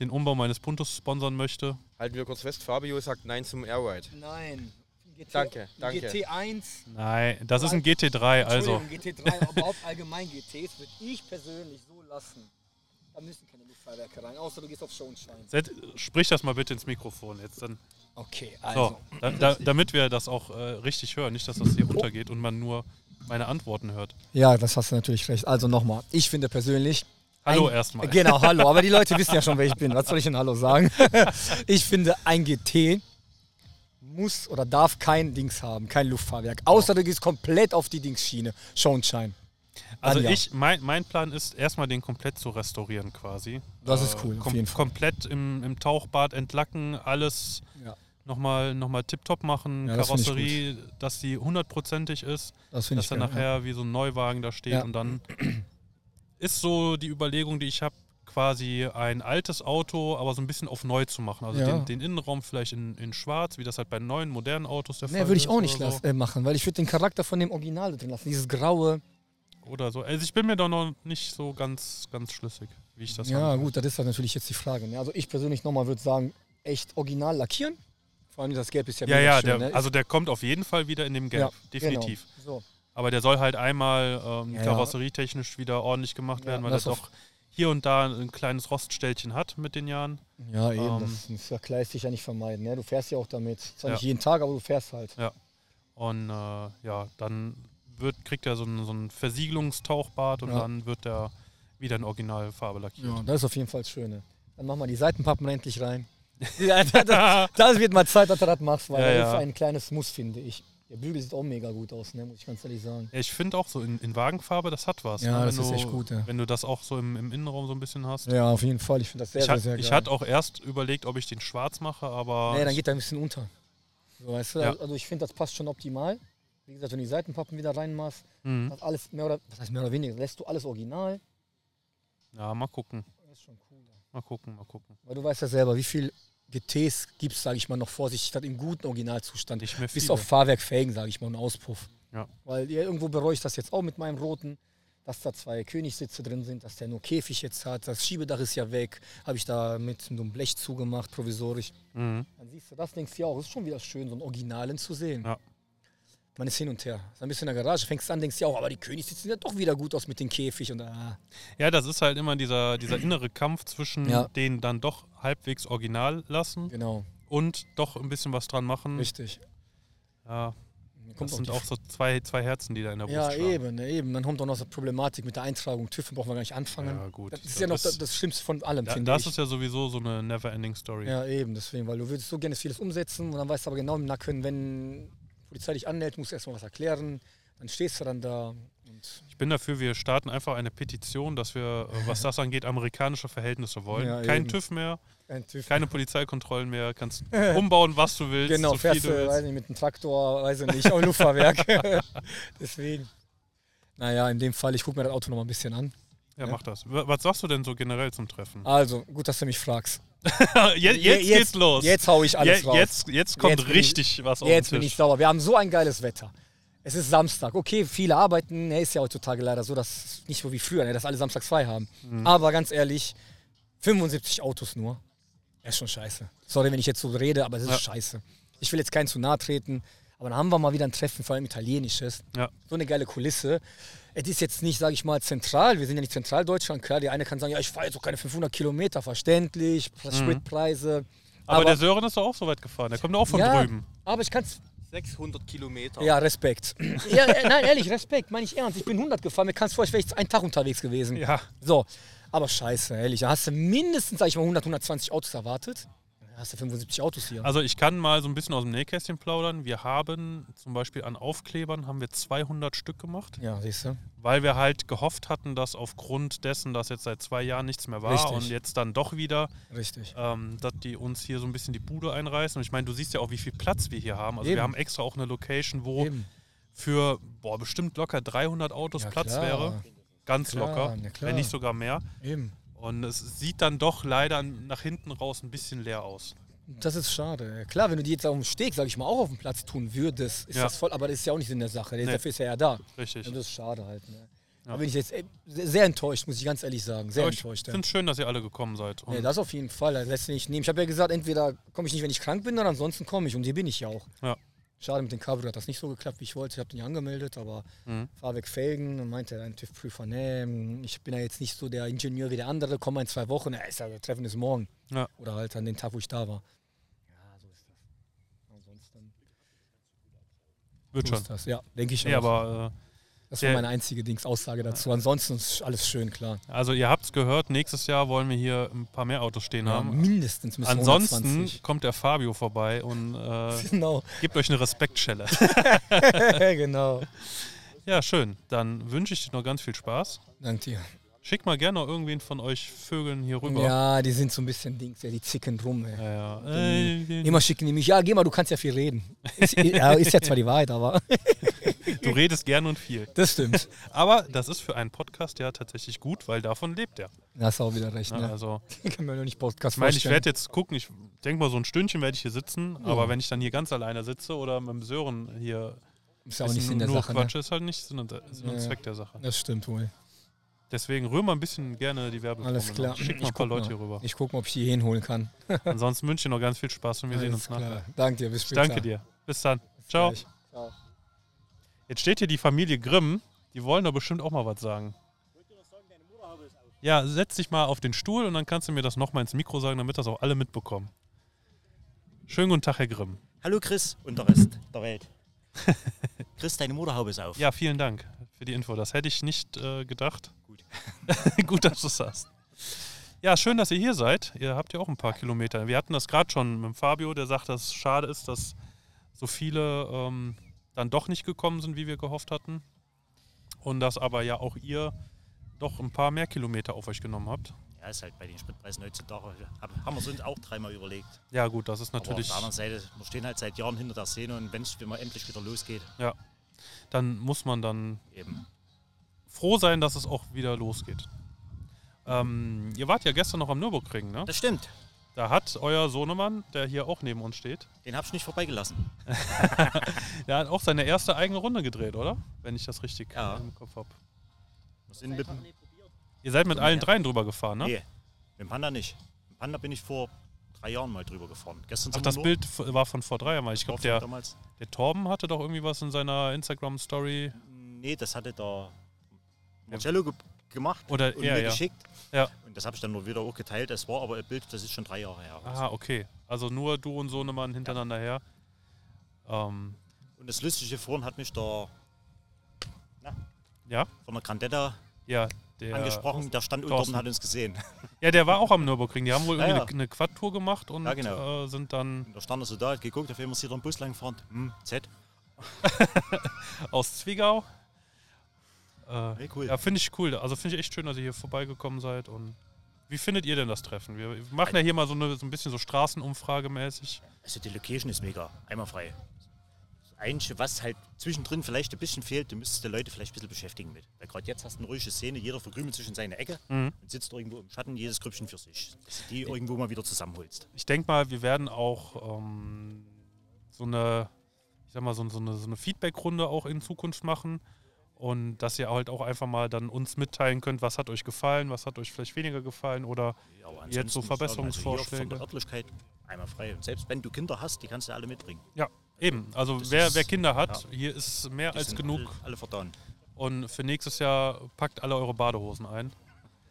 [SPEAKER 1] den Umbau meines Puntos sponsern möchte,
[SPEAKER 3] Halten wir kurz fest, Fabio sagt Nein zum Airride.
[SPEAKER 2] Nein. GT,
[SPEAKER 3] Danke, danke.
[SPEAKER 2] GT1,
[SPEAKER 1] nein, das ist ein GT3. Also
[SPEAKER 2] Entschuldigung, GT3, aber auch allgemein GTs würde ich persönlich so lassen. Da müssen keine Luftfahrwerke rein, außer du gehst auf Schonstein.
[SPEAKER 1] Set- sprich das mal bitte ins Mikrofon jetzt. Dann,
[SPEAKER 2] Okay, also.
[SPEAKER 1] so, da, da, damit wir das auch äh, richtig hören, nicht, dass das hier untergeht und man nur meine Antworten hört.
[SPEAKER 2] Ja, das hast du natürlich recht. Also nochmal, ich finde persönlich.
[SPEAKER 1] Hallo
[SPEAKER 2] ein,
[SPEAKER 1] erstmal.
[SPEAKER 2] [laughs] Genau, hallo. Aber die Leute wissen ja schon, wer ich bin. Was soll ich denn Hallo sagen? [laughs] Ich finde, ein GT muss oder darf kein Dings haben, kein Luftfahrwerk. Außer du gehst komplett auf die Dingsschiene. Schornstein.
[SPEAKER 1] Also
[SPEAKER 2] Anja.
[SPEAKER 1] ich, mein, mein Plan ist erstmal den komplett zu restaurieren quasi. Äh,
[SPEAKER 2] Das ist cool, auf
[SPEAKER 1] kom
[SPEAKER 2] jeden Fall.
[SPEAKER 1] Komplett im, im Tauchbad entlacken, alles
[SPEAKER 2] Ja.
[SPEAKER 1] nochmal noch mal tipptopp machen,
[SPEAKER 2] Ja, das find ich
[SPEAKER 1] Karosserie, dass die hundertprozentig ist,
[SPEAKER 2] Das finde
[SPEAKER 1] dass
[SPEAKER 2] ich
[SPEAKER 1] dann
[SPEAKER 2] geil,
[SPEAKER 1] nachher wie so ein Neuwagen da steht
[SPEAKER 2] Ja.
[SPEAKER 1] und dann [clears throat] ist so die Überlegung, die ich habe, quasi ein altes Auto, aber so ein bisschen auf neu zu machen. Also
[SPEAKER 2] Ja.
[SPEAKER 1] den, den Innenraum vielleicht in, in schwarz, wie das halt bei neuen, modernen Autos der
[SPEAKER 2] Nee,
[SPEAKER 1] Fall
[SPEAKER 2] würde ich
[SPEAKER 1] ist
[SPEAKER 2] auch nicht
[SPEAKER 1] oder so.
[SPEAKER 2] las- äh, machen, weil ich würde den Charakter von dem Original da drin lassen. Dieses graue.
[SPEAKER 1] Oder so. Also ich bin mir da noch nicht so ganz, ganz schlüssig, wie ich das
[SPEAKER 2] ja,
[SPEAKER 1] handhabe.
[SPEAKER 2] gut, das ist halt natürlich jetzt die Frage. Ne? Also ich persönlich nochmal würde sagen, echt original lackieren. Vor allem das Gelb ist ja
[SPEAKER 1] Ja,
[SPEAKER 2] mega
[SPEAKER 1] ja,
[SPEAKER 2] schön,
[SPEAKER 1] der,
[SPEAKER 2] ne?
[SPEAKER 1] also der kommt auf jeden Fall wieder in dem Gelb,
[SPEAKER 2] Ja,
[SPEAKER 1] definitiv.
[SPEAKER 2] Genau. So.
[SPEAKER 1] Aber der soll halt einmal ähm,
[SPEAKER 2] Ja, ja.
[SPEAKER 1] karosserietechnisch wieder ordentlich gemacht
[SPEAKER 2] Ja,
[SPEAKER 1] werden, weil
[SPEAKER 2] das
[SPEAKER 1] das auch hier und da ein kleines Roststellchen hat mit den Jahren.
[SPEAKER 2] Ja, eben.
[SPEAKER 1] Ähm,
[SPEAKER 2] das ist ja klar, ist sich ja nicht vermeiden. Ne? Du fährst ja auch damit. Zwar
[SPEAKER 1] Ja.
[SPEAKER 2] nicht jeden Tag, aber du fährst halt.
[SPEAKER 1] Und äh, ja, dann wird, kriegt er so ein, so ein Versiegelungstauchbad und
[SPEAKER 2] Ja.
[SPEAKER 1] dann wird er wieder in Originalfarbe lackiert.
[SPEAKER 2] Das ist auf jeden Fall das Schöne. Dann mach mal die Seitenpappen
[SPEAKER 1] [laughs]
[SPEAKER 2] endlich rein. [laughs] ja, das, das wird mal Zeit, dass du das machst, weil
[SPEAKER 1] Ja,
[SPEAKER 2] das
[SPEAKER 1] ja.
[SPEAKER 2] ist ein kleines Muss, finde ich. Der Bügel sieht auch mega gut aus, ne? muss ich ganz ehrlich sagen.
[SPEAKER 1] Ich finde auch so in, in Wagenfarbe, das hat was.
[SPEAKER 2] Ja,
[SPEAKER 1] ne?
[SPEAKER 2] das
[SPEAKER 1] wenn
[SPEAKER 2] ist
[SPEAKER 1] du,
[SPEAKER 2] echt gut, ja.
[SPEAKER 1] Wenn du das auch so im, im Innenraum so ein bisschen hast.
[SPEAKER 2] Ja, auf jeden Fall. Ich finde das sehr,
[SPEAKER 1] ich,
[SPEAKER 2] sehr,
[SPEAKER 1] hat,
[SPEAKER 2] sehr geil.
[SPEAKER 1] ich hatte auch erst überlegt, ob ich den schwarz mache, aber
[SPEAKER 2] Nee, dann geht er ein bisschen unter. So, weißt du?
[SPEAKER 1] Ja.
[SPEAKER 2] Also ich finde, das passt schon optimal. Wie gesagt, wenn du die Seitenpappen wieder reinmachst,
[SPEAKER 1] Mhm.
[SPEAKER 2] das alles mehr oder, was heißt mehr oder weniger, lässt du alles original.
[SPEAKER 1] ja, mal gucken.
[SPEAKER 2] Das ist schon cool.
[SPEAKER 1] Mal gucken, mal gucken.
[SPEAKER 2] Weil du weißt ja selber, wie viel GTs gibt es, sage ich mal, noch vorsichtig, statt im guten Originalzustand.
[SPEAKER 1] Nicht mehr
[SPEAKER 2] Bis
[SPEAKER 1] viel.
[SPEAKER 2] auf Fahrwerkfelgen, sage ich mal, und Auspuff.
[SPEAKER 1] Ja.
[SPEAKER 2] Weil ja, irgendwo bereue ich das jetzt auch mit meinem roten, dass da zwei Königssitze drin sind, dass der nur Käfig jetzt hat, das Schiebedach ist ja weg, habe ich da mit so einem Blech zugemacht, provisorisch.
[SPEAKER 1] Mhm.
[SPEAKER 2] Dann siehst du das, denkst dir auch, ist schon wieder schön, so einen Originalen zu sehen.
[SPEAKER 1] Ja.
[SPEAKER 2] Man ist hin und her. Ist ein bisschen in der Garage, fängst an, denkst dir auch, aber die Königssitze sehen ja doch wieder gut aus mit dem Käfig und ah.
[SPEAKER 1] Ja, das ist halt immer dieser, dieser innere Kampf zwischen
[SPEAKER 2] Ja.
[SPEAKER 1] den dann doch halbwegs original lassen
[SPEAKER 2] Genau,
[SPEAKER 1] und doch ein bisschen was dran machen.
[SPEAKER 2] richtig.
[SPEAKER 1] Ja,
[SPEAKER 2] Kommt
[SPEAKER 1] das
[SPEAKER 2] auch
[SPEAKER 1] sind
[SPEAKER 2] die
[SPEAKER 1] auch so zwei, zwei Herzen, die da in der Brust
[SPEAKER 2] Ja,
[SPEAKER 1] schlagen.
[SPEAKER 2] eben, ne, eben. Dann kommt auch noch so eine Problematik mit der Eintragung. TÜV brauchen wir gar nicht anfangen.
[SPEAKER 1] Ja, gut.
[SPEAKER 2] Das ist ja noch
[SPEAKER 1] Das-
[SPEAKER 2] das, das Schlimmste von allem,
[SPEAKER 1] Da,
[SPEAKER 2] finde
[SPEAKER 1] das
[SPEAKER 2] ich.
[SPEAKER 1] ist ja sowieso so eine Never-Ending-Story.
[SPEAKER 2] ja, eben, deswegen, weil du würdest so gerne vieles umsetzen und dann weißt du aber genau im Nacken, wenn die Polizei dich anhält, musst du erstmal was erklären. Dann stehst du dann da. Und
[SPEAKER 1] Ich bin dafür, wir starten einfach eine Petition, dass wir, äh, was das angeht, amerikanische Verhältnisse wollen.
[SPEAKER 2] Ja,
[SPEAKER 1] Kein
[SPEAKER 2] eben.
[SPEAKER 1] TÜV mehr,
[SPEAKER 2] ein TÜV.
[SPEAKER 1] keine Polizeikontrollen mehr,
[SPEAKER 2] [laughs]
[SPEAKER 1] kannst [laughs] umbauen, was du willst,
[SPEAKER 2] Genau,
[SPEAKER 1] so viel
[SPEAKER 2] fährst
[SPEAKER 1] du
[SPEAKER 2] du, weiß
[SPEAKER 1] willst.
[SPEAKER 2] nicht, mit einem Traktor, weiß ich nicht, auf
[SPEAKER 1] [laughs]
[SPEAKER 2] Luftfahrwerk. [laughs] deswegen. Naja, in dem Fall, ich gucke mir das Auto noch mal ein bisschen an.
[SPEAKER 1] Ja, mach das. W- Was sagst du denn so generell zum Treffen?
[SPEAKER 2] Also, gut, dass du mich fragst.
[SPEAKER 1] Je- [laughs] jetzt, geht's los.
[SPEAKER 2] Jetzt hau ich alles
[SPEAKER 1] Je-
[SPEAKER 2] raus.
[SPEAKER 1] jetzt, jetzt kommt
[SPEAKER 2] Jetzt bin ich-
[SPEAKER 1] richtig was auf den
[SPEAKER 2] Jetzt bin ich
[SPEAKER 1] Tisch.
[SPEAKER 2] sauer. Wir haben so ein geiles Wetter. Es ist Samstag. Okay, viele arbeiten. Ne, ist ja heutzutage leider so, dass es nicht so wie früher, ne, dass alle samstags frei haben.
[SPEAKER 1] Mhm.
[SPEAKER 2] Aber ganz ehrlich, 75 Autos nur. Das ist schon scheiße. Sorry, wenn ich jetzt so rede, aber es ist
[SPEAKER 1] Ja.
[SPEAKER 2] scheiße. Ich will jetzt keinen zu nahe treten. Aber dann haben wir mal wieder ein Treffen, vor allem italienisches.
[SPEAKER 1] Ja.
[SPEAKER 2] So eine geile Kulisse. Es ist jetzt nicht, sage ich mal, zentral. Wir sind ja nicht Zentraldeutschland. Klar, der eine kann sagen, ja, ich fahre jetzt auch keine 500 Kilometer. Verständlich, Spritpreise.
[SPEAKER 1] aber, der Sören ist doch auch so weit gefahren. Der kommt doch auch von
[SPEAKER 2] ja,
[SPEAKER 1] drüben.
[SPEAKER 2] Aber ich kann es
[SPEAKER 3] 600 Kilometer.
[SPEAKER 1] [laughs]
[SPEAKER 2] ja, Respekt. ja, äh, nein, ehrlich, Respekt, meine ich ernst. Ich bin 100 gefahren, mir kannst vor, ich wäre jetzt einen Tag unterwegs gewesen.
[SPEAKER 1] Ja.
[SPEAKER 2] So, aber scheiße, ehrlich, da hast du mindestens, sag ich mal, 100, 120 Autos erwartet. Da hast du 75 Autos hier.
[SPEAKER 1] Also ich kann mal so ein bisschen aus dem Nähkästchen plaudern. Wir haben zum Beispiel an Aufklebern haben wir 200 Stück gemacht,
[SPEAKER 2] ja, siehst du.
[SPEAKER 1] weil wir halt gehofft hatten, dass aufgrund dessen, dass jetzt seit zwei Jahren nichts mehr war
[SPEAKER 2] Richtig.
[SPEAKER 1] und jetzt dann doch wieder,
[SPEAKER 2] Richtig.
[SPEAKER 1] ähm, dass die uns hier so ein bisschen die Bude einreißen. Und ich meine, du siehst ja auch, wie viel Platz wir hier haben. Also wir
[SPEAKER 2] Eben.
[SPEAKER 1] haben extra auch eine Location, wo
[SPEAKER 2] Eben.
[SPEAKER 1] für boah, bestimmt locker 300 Autos
[SPEAKER 2] Ja,
[SPEAKER 1] Platz
[SPEAKER 2] klar.
[SPEAKER 1] wäre. Ganz
[SPEAKER 2] Klar,
[SPEAKER 1] locker,
[SPEAKER 2] na klar.
[SPEAKER 1] wenn nicht sogar mehr.
[SPEAKER 2] Eben.
[SPEAKER 1] Und es sieht dann doch leider nach hinten raus ein bisschen leer aus.
[SPEAKER 2] Das ist schade. Klar, wenn du die jetzt auf dem Steg, sag ich mal, auch auf dem Platz tun würdest, ist
[SPEAKER 1] Ja.
[SPEAKER 2] das voll, aber das ist ja auch nicht in der Sache. Der-
[SPEAKER 1] Nee.
[SPEAKER 2] Dafür ist er ja da.
[SPEAKER 1] Richtig.
[SPEAKER 2] Ja, das ist schade halt. Ne? Da bin ich jetzt ey, sehr sehr enttäuscht, muss ich ganz ehrlich sagen. Sehr
[SPEAKER 1] Aber ich
[SPEAKER 2] enttäuscht. ja.
[SPEAKER 1] finde es schön, dass ihr alle gekommen seid. Und
[SPEAKER 2] Ja, das auf jeden Fall. Das lässt sich nicht nehmen. Ich habe ja gesagt, entweder komme ich nicht, wenn ich krank bin, oder ansonsten komme ich. Und hier bin ich ja auch.
[SPEAKER 1] Ja.
[SPEAKER 2] Schade, mit dem Cabrio hat das nicht so geklappt, wie ich wollte. Ich habe den ja angemeldet, aber
[SPEAKER 1] Mhm.
[SPEAKER 2] Fahrwerk Felgen. Dann meinte ein TÜV-Prüfer, nee, mm, ich bin ja jetzt nicht so der Ingenieur wie der andere. Komm mal in zwei Wochen. Ja, ist ja, das Treffen ist morgen.
[SPEAKER 1] Ja.
[SPEAKER 2] Oder halt an den Tag, wo ich da war. Ja, so ist das. Ansonsten
[SPEAKER 1] wird
[SPEAKER 2] so
[SPEAKER 1] schon.
[SPEAKER 2] ist das. Ja, denke ich
[SPEAKER 1] Nee,
[SPEAKER 2] auch.
[SPEAKER 1] aber äh,
[SPEAKER 2] das
[SPEAKER 1] der-
[SPEAKER 2] war meine einzige Dings Aussage dazu. Ansonsten ist alles schön,
[SPEAKER 1] [laughs]
[SPEAKER 2] klar. [laughs]
[SPEAKER 1] äh, also ihr habt es gehört, nächstes Jahr wollen wir hier ein paar mehr Autos stehen
[SPEAKER 2] Ja,
[SPEAKER 1] haben.
[SPEAKER 2] mindestens müssen
[SPEAKER 1] Ansonsten
[SPEAKER 2] 120.
[SPEAKER 1] kommt der Fabio vorbei und äh,
[SPEAKER 2] [laughs] Genau,
[SPEAKER 1] gibt euch eine
[SPEAKER 2] [laughs]
[SPEAKER 1] Respektschelle.
[SPEAKER 2] genau.
[SPEAKER 1] ja, schön. Dann wünsche ich dir noch ganz viel Spaß.
[SPEAKER 2] Dank dir.
[SPEAKER 1] Schick mal gerne noch irgendwen von euch Vögeln hier rüber.
[SPEAKER 2] Ja, die sind so ein bisschen Dings, ja, die zicken rum. Ey.
[SPEAKER 1] Ja, ja. Äh,
[SPEAKER 2] Immer schicken die mich, ja, geh mal, du kannst ja viel reden. Ist ja, ist ja zwar die Wahrheit, aber [laughs]
[SPEAKER 1] du redest gern und viel.
[SPEAKER 2] das stimmt.
[SPEAKER 1] Aber das ist für einen Podcast ja tatsächlich gut, weil davon lebt er.
[SPEAKER 2] Da hast du auch wieder recht,
[SPEAKER 1] Ne?
[SPEAKER 2] ne?
[SPEAKER 1] Also,
[SPEAKER 2] [laughs] Kann man doch nicht Podcast
[SPEAKER 1] ich meine, ich
[SPEAKER 2] vorstellen.
[SPEAKER 1] werde jetzt gucken, ich denke mal, so ein Stündchen werde ich hier sitzen, aber wenn ich dann hier ganz alleine sitze oder mit dem Sören hier
[SPEAKER 2] Ist ja auch nicht
[SPEAKER 1] Ist
[SPEAKER 2] in der
[SPEAKER 1] nur
[SPEAKER 2] Sache, ne?
[SPEAKER 1] Quatsch, ist halt nicht Sinn und, Sinn und
[SPEAKER 2] Ja, ja.
[SPEAKER 1] Zweck der Sache.
[SPEAKER 2] Das stimmt wohl.
[SPEAKER 1] Deswegen rühr mal ein bisschen gerne die Werbung.
[SPEAKER 2] Alles klar.
[SPEAKER 1] Schick mal ein
[SPEAKER 2] Ich
[SPEAKER 1] paar
[SPEAKER 2] guck
[SPEAKER 1] Leute hier rüber.
[SPEAKER 2] Ich guck genau. mal, ob ich die hinholen kann. [laughs]
[SPEAKER 1] Ansonsten wünsche ich dir noch ganz viel Spaß und wir sehen
[SPEAKER 2] Alles
[SPEAKER 1] uns nachher.
[SPEAKER 2] Danke dir, bis
[SPEAKER 1] Ich
[SPEAKER 2] später.
[SPEAKER 1] danke dir. Bis dann. Ciao.
[SPEAKER 2] Gleich.
[SPEAKER 1] Jetzt steht hier die Familie Grimm. Die wollen doch bestimmt auch mal was sagen. Ja, setz dich mal auf den Stuhl und dann kannst du mir das nochmal ins Mikro sagen, damit das auch alle mitbekommen. Schönen guten Tag, Herr Grimm.
[SPEAKER 6] Hallo Chris und der Rest der [laughs] Welt. Chris, deine Motorhaube ist auf.
[SPEAKER 1] Ja, vielen Dank für die Info. Das hätte ich nicht äh, gedacht. Gut. [laughs] Gut, dass du es sagst. Ja, schön, dass ihr hier seid. Ihr habt ja auch ein paar Kilometer. Wir hatten das gerade schon mit Fabio, der sagt, dass es schade ist, dass so viele ähm, dann doch nicht gekommen sind, wie wir gehofft hatten. Und dass aber ja auch ihr doch ein paar mehr Kilometer auf euch genommen habt.
[SPEAKER 6] Ja, ist halt bei den Spritpreisen heutzutage. Hab, haben wir es uns auch dreimal überlegt.
[SPEAKER 1] Ja, gut, das ist
[SPEAKER 6] Aber auf
[SPEAKER 1] natürlich.
[SPEAKER 6] der anderen Seite, wir stehen halt seit Jahren hinter der Szene und wenn es mal endlich wieder losgeht,
[SPEAKER 1] Dann muss man dann
[SPEAKER 6] eben.
[SPEAKER 1] froh sein, dass es auch wieder losgeht. Ähm, ihr wart ja gestern noch am Nürburgring, ne?
[SPEAKER 6] Das stimmt.
[SPEAKER 1] Da hat euer Sohnemann, der hier auch neben uns steht,
[SPEAKER 6] Den hab ich nicht vorbeigelassen.
[SPEAKER 1] [laughs] der hat auch seine erste eigene Runde gedreht, oder? Wenn ich das richtig
[SPEAKER 6] Ja.
[SPEAKER 1] im Kopf habe.
[SPEAKER 6] Wir sind mit, dem-
[SPEAKER 1] Ihr seid mit allen
[SPEAKER 6] Ja.
[SPEAKER 1] dreien drüber gefahren, ne?
[SPEAKER 6] nee, mit dem Panda nicht. Mit dem Panda bin ich vor drei Jahren mal drüber gefahren. Gestern
[SPEAKER 1] Ach,
[SPEAKER 6] sind wir
[SPEAKER 1] das
[SPEAKER 6] nur-
[SPEAKER 1] Bild f- war von vor drei Jahren. weil Ich glaube, der,
[SPEAKER 6] damals.
[SPEAKER 1] der Torben hatte doch irgendwie was in seiner Instagram-Story.
[SPEAKER 6] Nee, das hatte der Marcello ge gemacht
[SPEAKER 1] Oder
[SPEAKER 6] und
[SPEAKER 1] er,
[SPEAKER 6] mir
[SPEAKER 1] ja.
[SPEAKER 6] geschickt.
[SPEAKER 1] Ja.
[SPEAKER 6] Und das habe ich dann nur wieder auch geteilt. Es war aber ein Bild, das ist schon drei Jahre her.
[SPEAKER 1] Ah, okay. Also nur du und Sohnemann hintereinander her. Ähm,
[SPEAKER 6] Und das Lustige vorhin hat mich der
[SPEAKER 1] ja,
[SPEAKER 6] von der Grandetta
[SPEAKER 1] ja. Der,
[SPEAKER 6] angesprochen, der stand unten
[SPEAKER 1] Thorsten.
[SPEAKER 6] und hat uns gesehen.
[SPEAKER 1] Ja, der war auch am Nürburgring. Die haben wohl
[SPEAKER 6] [laughs] Ja,
[SPEAKER 1] irgendwie
[SPEAKER 6] Ah, ja.
[SPEAKER 1] eine, eine Quad-Tour gemacht und
[SPEAKER 6] Ja, genau.
[SPEAKER 1] äh, sind dann
[SPEAKER 6] Und da stand er so da, hat geguckt, auf einmal sieht er einen Bus langfahren. Hm, Z.
[SPEAKER 1] aus Zwickau. Äh,
[SPEAKER 6] Hey, cool.
[SPEAKER 1] Ja, finde ich cool. Also finde ich echt schön, dass ihr hier vorbeigekommen seid. Und wie findet ihr denn das Treffen? Wir machen ja hier mal so, eine, so ein bisschen so Straßenumfrage mäßig.
[SPEAKER 6] Also die Location ist mega, einwandfrei. Das Einzige, was halt zwischendrin vielleicht ein bisschen fehlt, du müsstest die Leute vielleicht ein bisschen beschäftigen mit. Weil gerade jetzt hast du eine ruhige Szene, jeder verkrümelt sich in seine Ecke
[SPEAKER 1] Mhm.
[SPEAKER 6] und sitzt irgendwo im Schatten, jedes Krüppchen für sich. Dass du die irgendwo mal wieder zusammenholst.
[SPEAKER 1] Ich denke mal, wir werden auch ähm, so eine, ich sag mal, so, so eine, so eine Feedback-Runde auch in Zukunft machen. Und dass ihr halt auch einfach mal dann uns mitteilen könnt, was hat euch gefallen, was hat euch vielleicht weniger gefallen oder
[SPEAKER 6] Ja, aber
[SPEAKER 1] Jetzt so
[SPEAKER 6] ansonsten muss ich sagen, Also hier
[SPEAKER 1] Verbesserungsvorschläge.
[SPEAKER 6] von der Örtlichkeit einmal frei. Und selbst wenn du Kinder hast, die kannst du alle mitbringen.
[SPEAKER 1] ja, eben. Also
[SPEAKER 6] Das
[SPEAKER 1] wer,
[SPEAKER 6] ist-
[SPEAKER 1] wer Kinder hat,
[SPEAKER 6] ja.
[SPEAKER 1] hier ist mehr
[SPEAKER 6] Die
[SPEAKER 1] als
[SPEAKER 6] sind
[SPEAKER 1] genug.
[SPEAKER 6] Alle, alle verdauen.
[SPEAKER 1] Und für nächstes Jahr packt alle eure Badehosen ein. [laughs]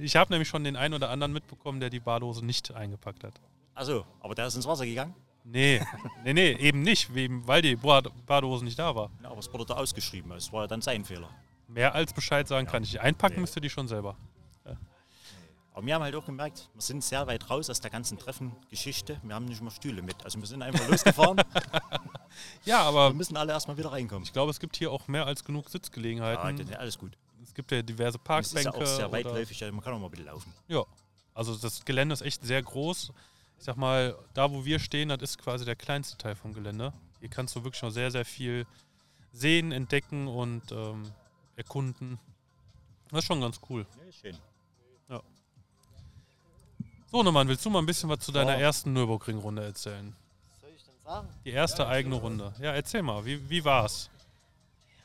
[SPEAKER 1] Ich habe nämlich schon den einen oder anderen mitbekommen, der die Badehose nicht eingepackt hat.
[SPEAKER 6] Also, aber der ist ins Wasser gegangen. [laughs]
[SPEAKER 1] Nee, nee, nee, eben nicht, wegen- weil die Bade- Badehose nicht da war.
[SPEAKER 6] Ja, aber es wurde da ausgeschrieben. Es war ja dann sein Fehler.
[SPEAKER 1] Mehr als Bescheid sagen kann ich. nicht. Einpacken
[SPEAKER 6] Nee.
[SPEAKER 1] müsst ihr die schon selber.
[SPEAKER 6] Aber wir haben halt auch gemerkt, wir sind sehr weit raus aus der ganzen Treffen-Geschichte. Wir haben nicht mal Stühle mit. Also wir
[SPEAKER 1] [laughs]
[SPEAKER 6] sind einfach losgefahren.
[SPEAKER 1] Ja,
[SPEAKER 6] Wir
[SPEAKER 1] aber
[SPEAKER 6] müssen alle erstmal wieder reinkommen.
[SPEAKER 1] ich glaube, es gibt hier auch mehr als genug
[SPEAKER 6] Ja,
[SPEAKER 1] Sitzgelegenheiten.
[SPEAKER 6] das- alles gut.
[SPEAKER 1] es gibt ja diverse
[SPEAKER 6] Es ist
[SPEAKER 1] Parkbänke.
[SPEAKER 6] ja auch sehr
[SPEAKER 1] oder-
[SPEAKER 6] weitläufig, also man kann auch mal ein bisschen laufen.
[SPEAKER 1] Ja, also das Gelände ist echt sehr groß. Ich sag mal, da wo wir stehen, das ist quasi der kleinste Teil vom Gelände. Hier kannst du wirklich noch sehr, sehr viel sehen, entdecken und ähm, erkunden. Das ist schon ganz cool.
[SPEAKER 6] Ja, schön.
[SPEAKER 1] So, Norman, willst du mal ein bisschen was zu deiner
[SPEAKER 6] Ja.
[SPEAKER 1] ersten Nürburgring-Runde erzählen?
[SPEAKER 7] soll ich denn sagen?
[SPEAKER 1] Die erste eigene Runde. Ja, erzähl mal, wie, wie war's?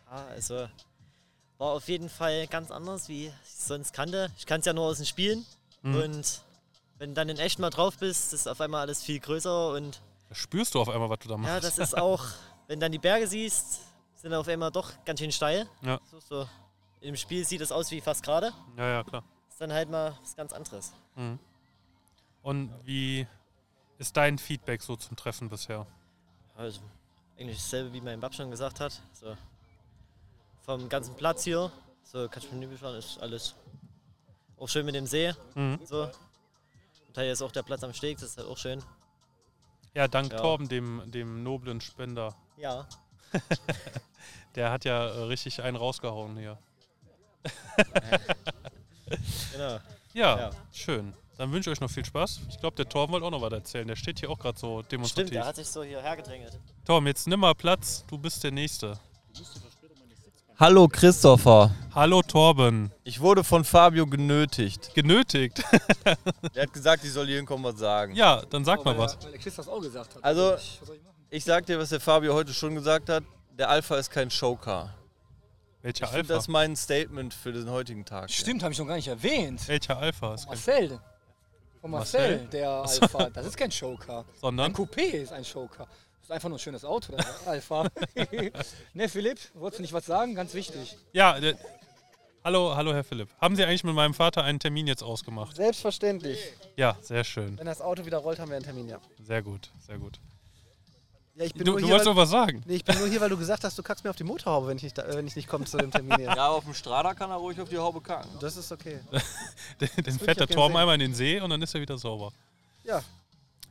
[SPEAKER 7] Ja, also war auf jeden Fall ganz anders, wie ich es sonst kannte. Ich kannte es ja nur aus den Spielen.
[SPEAKER 1] Mhm.
[SPEAKER 7] Und wenn du dann in echt mal drauf bist, ist auf einmal alles viel größer. Und
[SPEAKER 1] Da spürst du auf einmal, was du da machst.
[SPEAKER 7] ja, das ist
[SPEAKER 1] [laughs]
[SPEAKER 7] auch, [laughs] wenn du dann die Berge siehst, sind auf einmal doch ganz schön steil.
[SPEAKER 1] Ja.
[SPEAKER 7] So, so. Im Spiel sieht es aus wie fast gerade.
[SPEAKER 1] ja, ja, klar.
[SPEAKER 7] Ist dann halt mal was ganz anderes.
[SPEAKER 1] Mhm. Und wie ist dein Feedback so zum Treffen bisher?
[SPEAKER 7] Also eigentlich dasselbe, wie mein Bab schon gesagt hat. So. Vom ganzen Platz hier, so kannst du mit fahren, ist alles auch schön mit dem See.
[SPEAKER 1] Mhm.
[SPEAKER 7] So. Und halt jetzt auch der Platz am Steg, das ist halt auch schön.
[SPEAKER 1] Ja, dank
[SPEAKER 7] Ja.
[SPEAKER 1] Torben, dem, dem noblen Spender.
[SPEAKER 7] Ja.
[SPEAKER 1] [laughs] Der hat ja äh, richtig einen rausgehauen hier.
[SPEAKER 7] [laughs] Genau.
[SPEAKER 1] Ja,
[SPEAKER 7] Ja.
[SPEAKER 1] schön. Dann wünsche ich euch noch viel Spaß. Ich glaube, der Torben wollte auch noch was erzählen. Der steht hier auch gerade so
[SPEAKER 7] Stimmt,
[SPEAKER 1] demonstrativ.
[SPEAKER 7] der hat sich so hierher gedrängelt.
[SPEAKER 1] Torben, jetzt nimm mal Platz. Du bist der Nächste.
[SPEAKER 8] Hallo Christopher.
[SPEAKER 1] Hallo, Torben.
[SPEAKER 8] Ich wurde von Fabio genötigt.
[SPEAKER 1] Genötigt. [laughs]
[SPEAKER 9] Der hat gesagt, ich soll hier hinkommen was sagen.
[SPEAKER 1] Ja, dann sag mal
[SPEAKER 2] weil
[SPEAKER 1] was.
[SPEAKER 2] Der, weil der Chris das auch gesagt hat.
[SPEAKER 9] Also-
[SPEAKER 2] ich, was soll ich machen?
[SPEAKER 9] Ich sag dir, was der Fabio heute schon gesagt hat. Der Alpha ist kein Showcar.
[SPEAKER 1] Welcher
[SPEAKER 9] Ich finde
[SPEAKER 1] Alpha?
[SPEAKER 9] das mein Statement für den heutigen Tag.
[SPEAKER 2] Stimmt, habe ich noch gar nicht erwähnt.
[SPEAKER 1] Welcher Alpha ist kein,
[SPEAKER 2] Marcel. Von Marcel,
[SPEAKER 1] Marcel?
[SPEAKER 2] der Alpha. Das ist kein Showcar. Ein
[SPEAKER 1] sondern
[SPEAKER 2] Coupé ist ein Showcar. Das ist einfach nur ein schönes Auto,
[SPEAKER 1] [laughs]
[SPEAKER 2] das Alpha. [laughs] ne, Philipp, wolltest du nicht was sagen? Ganz wichtig.
[SPEAKER 1] ja. Der, hallo, hallo, Herr Philipp. Haben Sie eigentlich mit meinem Vater einen Termin jetzt ausgemacht?
[SPEAKER 10] Selbstverständlich.
[SPEAKER 1] Ja, sehr schön,
[SPEAKER 10] Wenn das Auto wieder rollt, haben wir einen Termin, ja.
[SPEAKER 1] sehr gut, sehr gut.
[SPEAKER 10] ja ich, bin
[SPEAKER 1] Du,
[SPEAKER 10] nur
[SPEAKER 1] du
[SPEAKER 10] hier,
[SPEAKER 1] wolltest
[SPEAKER 10] weil,
[SPEAKER 1] doch was sagen.
[SPEAKER 10] nee, ich bin nur hier, weil du gesagt hast, du kackst mir auf die Motorhaube, wenn ich nicht, da, äh, wenn ich nicht komme zu dem Termin. Hier.
[SPEAKER 9] Ja, auf dem Strada kann er ruhig auf die Haube kacken.
[SPEAKER 10] Das ist okay.
[SPEAKER 1] [laughs] Den, den
[SPEAKER 10] ich
[SPEAKER 1] fährt
[SPEAKER 10] ja
[SPEAKER 1] der
[SPEAKER 10] gern
[SPEAKER 1] Torben
[SPEAKER 10] sehen.
[SPEAKER 1] einmal in den See und dann ist er wieder sauber.
[SPEAKER 10] Ja.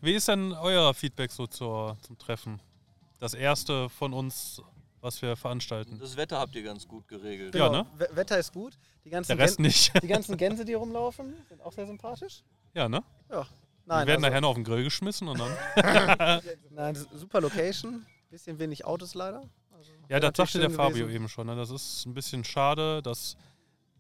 [SPEAKER 1] Wie ist denn euer Feedback so zur, zum Treffen? Das erste von uns, was wir veranstalten.
[SPEAKER 9] Das Wetter habt ihr ganz gut geregelt.
[SPEAKER 1] Ja,
[SPEAKER 10] Genau.
[SPEAKER 1] ne?
[SPEAKER 10] We- Wetter ist gut. Die ganzen,
[SPEAKER 1] Der Rest
[SPEAKER 10] Gän
[SPEAKER 1] nicht.
[SPEAKER 10] die ganzen Gänse, die rumlaufen, sind auch sehr sympathisch.
[SPEAKER 1] [laughs] Ja, ne?
[SPEAKER 10] Nein,
[SPEAKER 1] wir werden
[SPEAKER 10] also,
[SPEAKER 1] nachher noch auf den Grill geschmissen und dann.
[SPEAKER 10] [laughs] nein, s- super Location. Bisschen wenig Autos leider.
[SPEAKER 1] ja, das
[SPEAKER 10] natürlich
[SPEAKER 1] sagte der
[SPEAKER 10] schön
[SPEAKER 1] Fabio
[SPEAKER 10] gewesen.
[SPEAKER 1] eben schon. Ne? Das ist ein bisschen schade, dass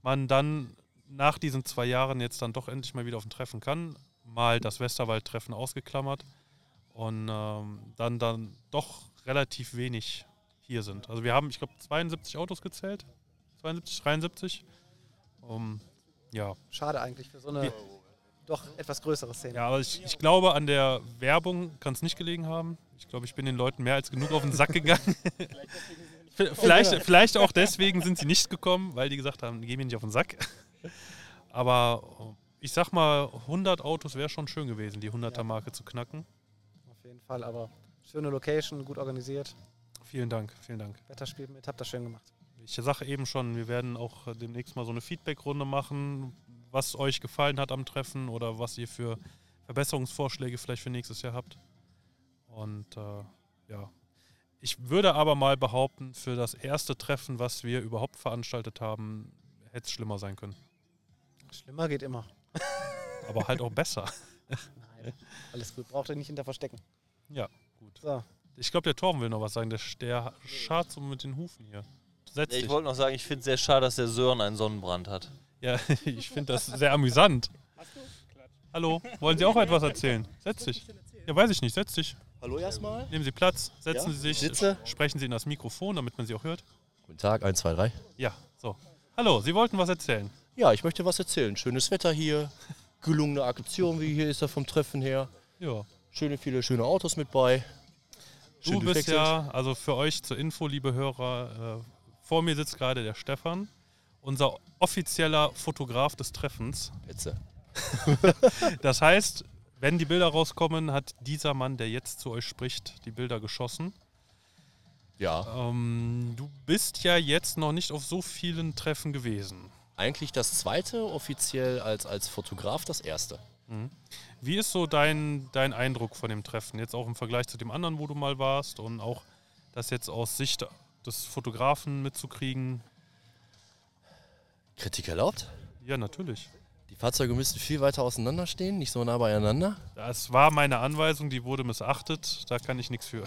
[SPEAKER 1] man dann nach diesen zwei Jahren jetzt dann doch endlich mal wieder auf ein Treffen kann. Mal das Westerwald-Treffen ausgeklammert und ähm, dann, dann doch relativ wenig hier sind. Also wir haben, ich glaube, 72 Autos gezählt. 72, 73. Um, ja.
[SPEAKER 10] Schade eigentlich für so eine doch etwas größere Szene.
[SPEAKER 1] Ja, aber ich, ich glaube, an der Werbung kann es nicht gelegen haben. Ich glaube, ich bin den Leuten mehr als genug auf den Sack gegangen. V- vielleicht, vielleicht auch deswegen sind sie nicht gekommen, weil die gesagt haben, geh mir nicht auf den Sack. Aber äh, ich sag mal, 100 Autos wäre schon schön gewesen, die 100er-Marke zu knacken.
[SPEAKER 10] Auf jeden Fall, aber schöne Location, gut organisiert.
[SPEAKER 1] Vielen Dank, vielen Dank.
[SPEAKER 10] Wetter spielt mit, habt das schön gemacht.
[SPEAKER 1] Ich sage eben schon, wir werden auch äh, demnächst mal so eine Feedback-Runde machen, was euch gefallen hat am Treffen oder was ihr für Verbesserungsvorschläge vielleicht für nächstes Jahr habt. Und äh, ja, ich würde aber mal behaupten, für das erste Treffen, was wir überhaupt veranstaltet haben, hätte es schlimmer sein können.
[SPEAKER 10] Schlimmer geht immer.
[SPEAKER 1] Aber halt auch besser. [laughs]
[SPEAKER 10] Nein, alles gut. Braucht ihr nicht hinter verstecken.
[SPEAKER 1] Ich glaube, der Torben will noch was sagen. Der, der schart so mit den Hufen hier. Setz
[SPEAKER 9] Ja, ich
[SPEAKER 1] dich.
[SPEAKER 9] wollte noch sagen, ich finde es sehr schade, dass der Sören einen Sonnenbrand hat.
[SPEAKER 1] Ja, [laughs] ich finde das sehr amüsant. Hallo, wollen Sie auch etwas erzählen? Setz dich. Ja, weiß ich nicht, setz dich.
[SPEAKER 7] Hallo erstmal.
[SPEAKER 1] Nehmen Sie Platz, setzen
[SPEAKER 7] Ja,
[SPEAKER 1] Sie sich,
[SPEAKER 7] ich sitze.
[SPEAKER 1] sprechen Sie in das Mikrofon, damit man Sie auch hört.
[SPEAKER 7] Guten Tag, 1, 2, 3.
[SPEAKER 1] Ja, so. Hallo, Sie wollten was erzählen.
[SPEAKER 7] Ja, ich möchte was erzählen. Schönes Wetter hier, gelungene Aktion, wie hier ist er vom Treffen her.
[SPEAKER 1] Ja.
[SPEAKER 7] Schöne, viele schöne Autos mit bei.
[SPEAKER 1] Du bist ja, also für euch zur Info, liebe Hörer, äh, vor mir sitzt gerade der Stefan, unser offizieller Fotograf des Treffens.
[SPEAKER 7] Petze.
[SPEAKER 1] [laughs] Das heißt, wenn die Bilder rauskommen, hat dieser Mann, der jetzt zu euch spricht, die Bilder geschossen.
[SPEAKER 7] Ja.
[SPEAKER 1] Ähm, du bist ja jetzt noch nicht auf so vielen Treffen gewesen.
[SPEAKER 11] eigentlich das zweite, offiziell als, als Fotograf das erste.
[SPEAKER 1] Mhm. Wie ist so dein, dein Eindruck von dem Treffen? Jetzt auch im Vergleich zu dem anderen, wo du mal warst und auch das jetzt aus Sicht des Fotografen mitzukriegen?
[SPEAKER 11] Kritik erlaubt?
[SPEAKER 1] Ja, natürlich.
[SPEAKER 11] Die Fahrzeuge müssten viel weiter auseinander stehen, nicht so nah beieinander.
[SPEAKER 1] Das war meine Anweisung, die wurde missachtet, da kann ich nichts
[SPEAKER 11] [laughs]
[SPEAKER 1] für.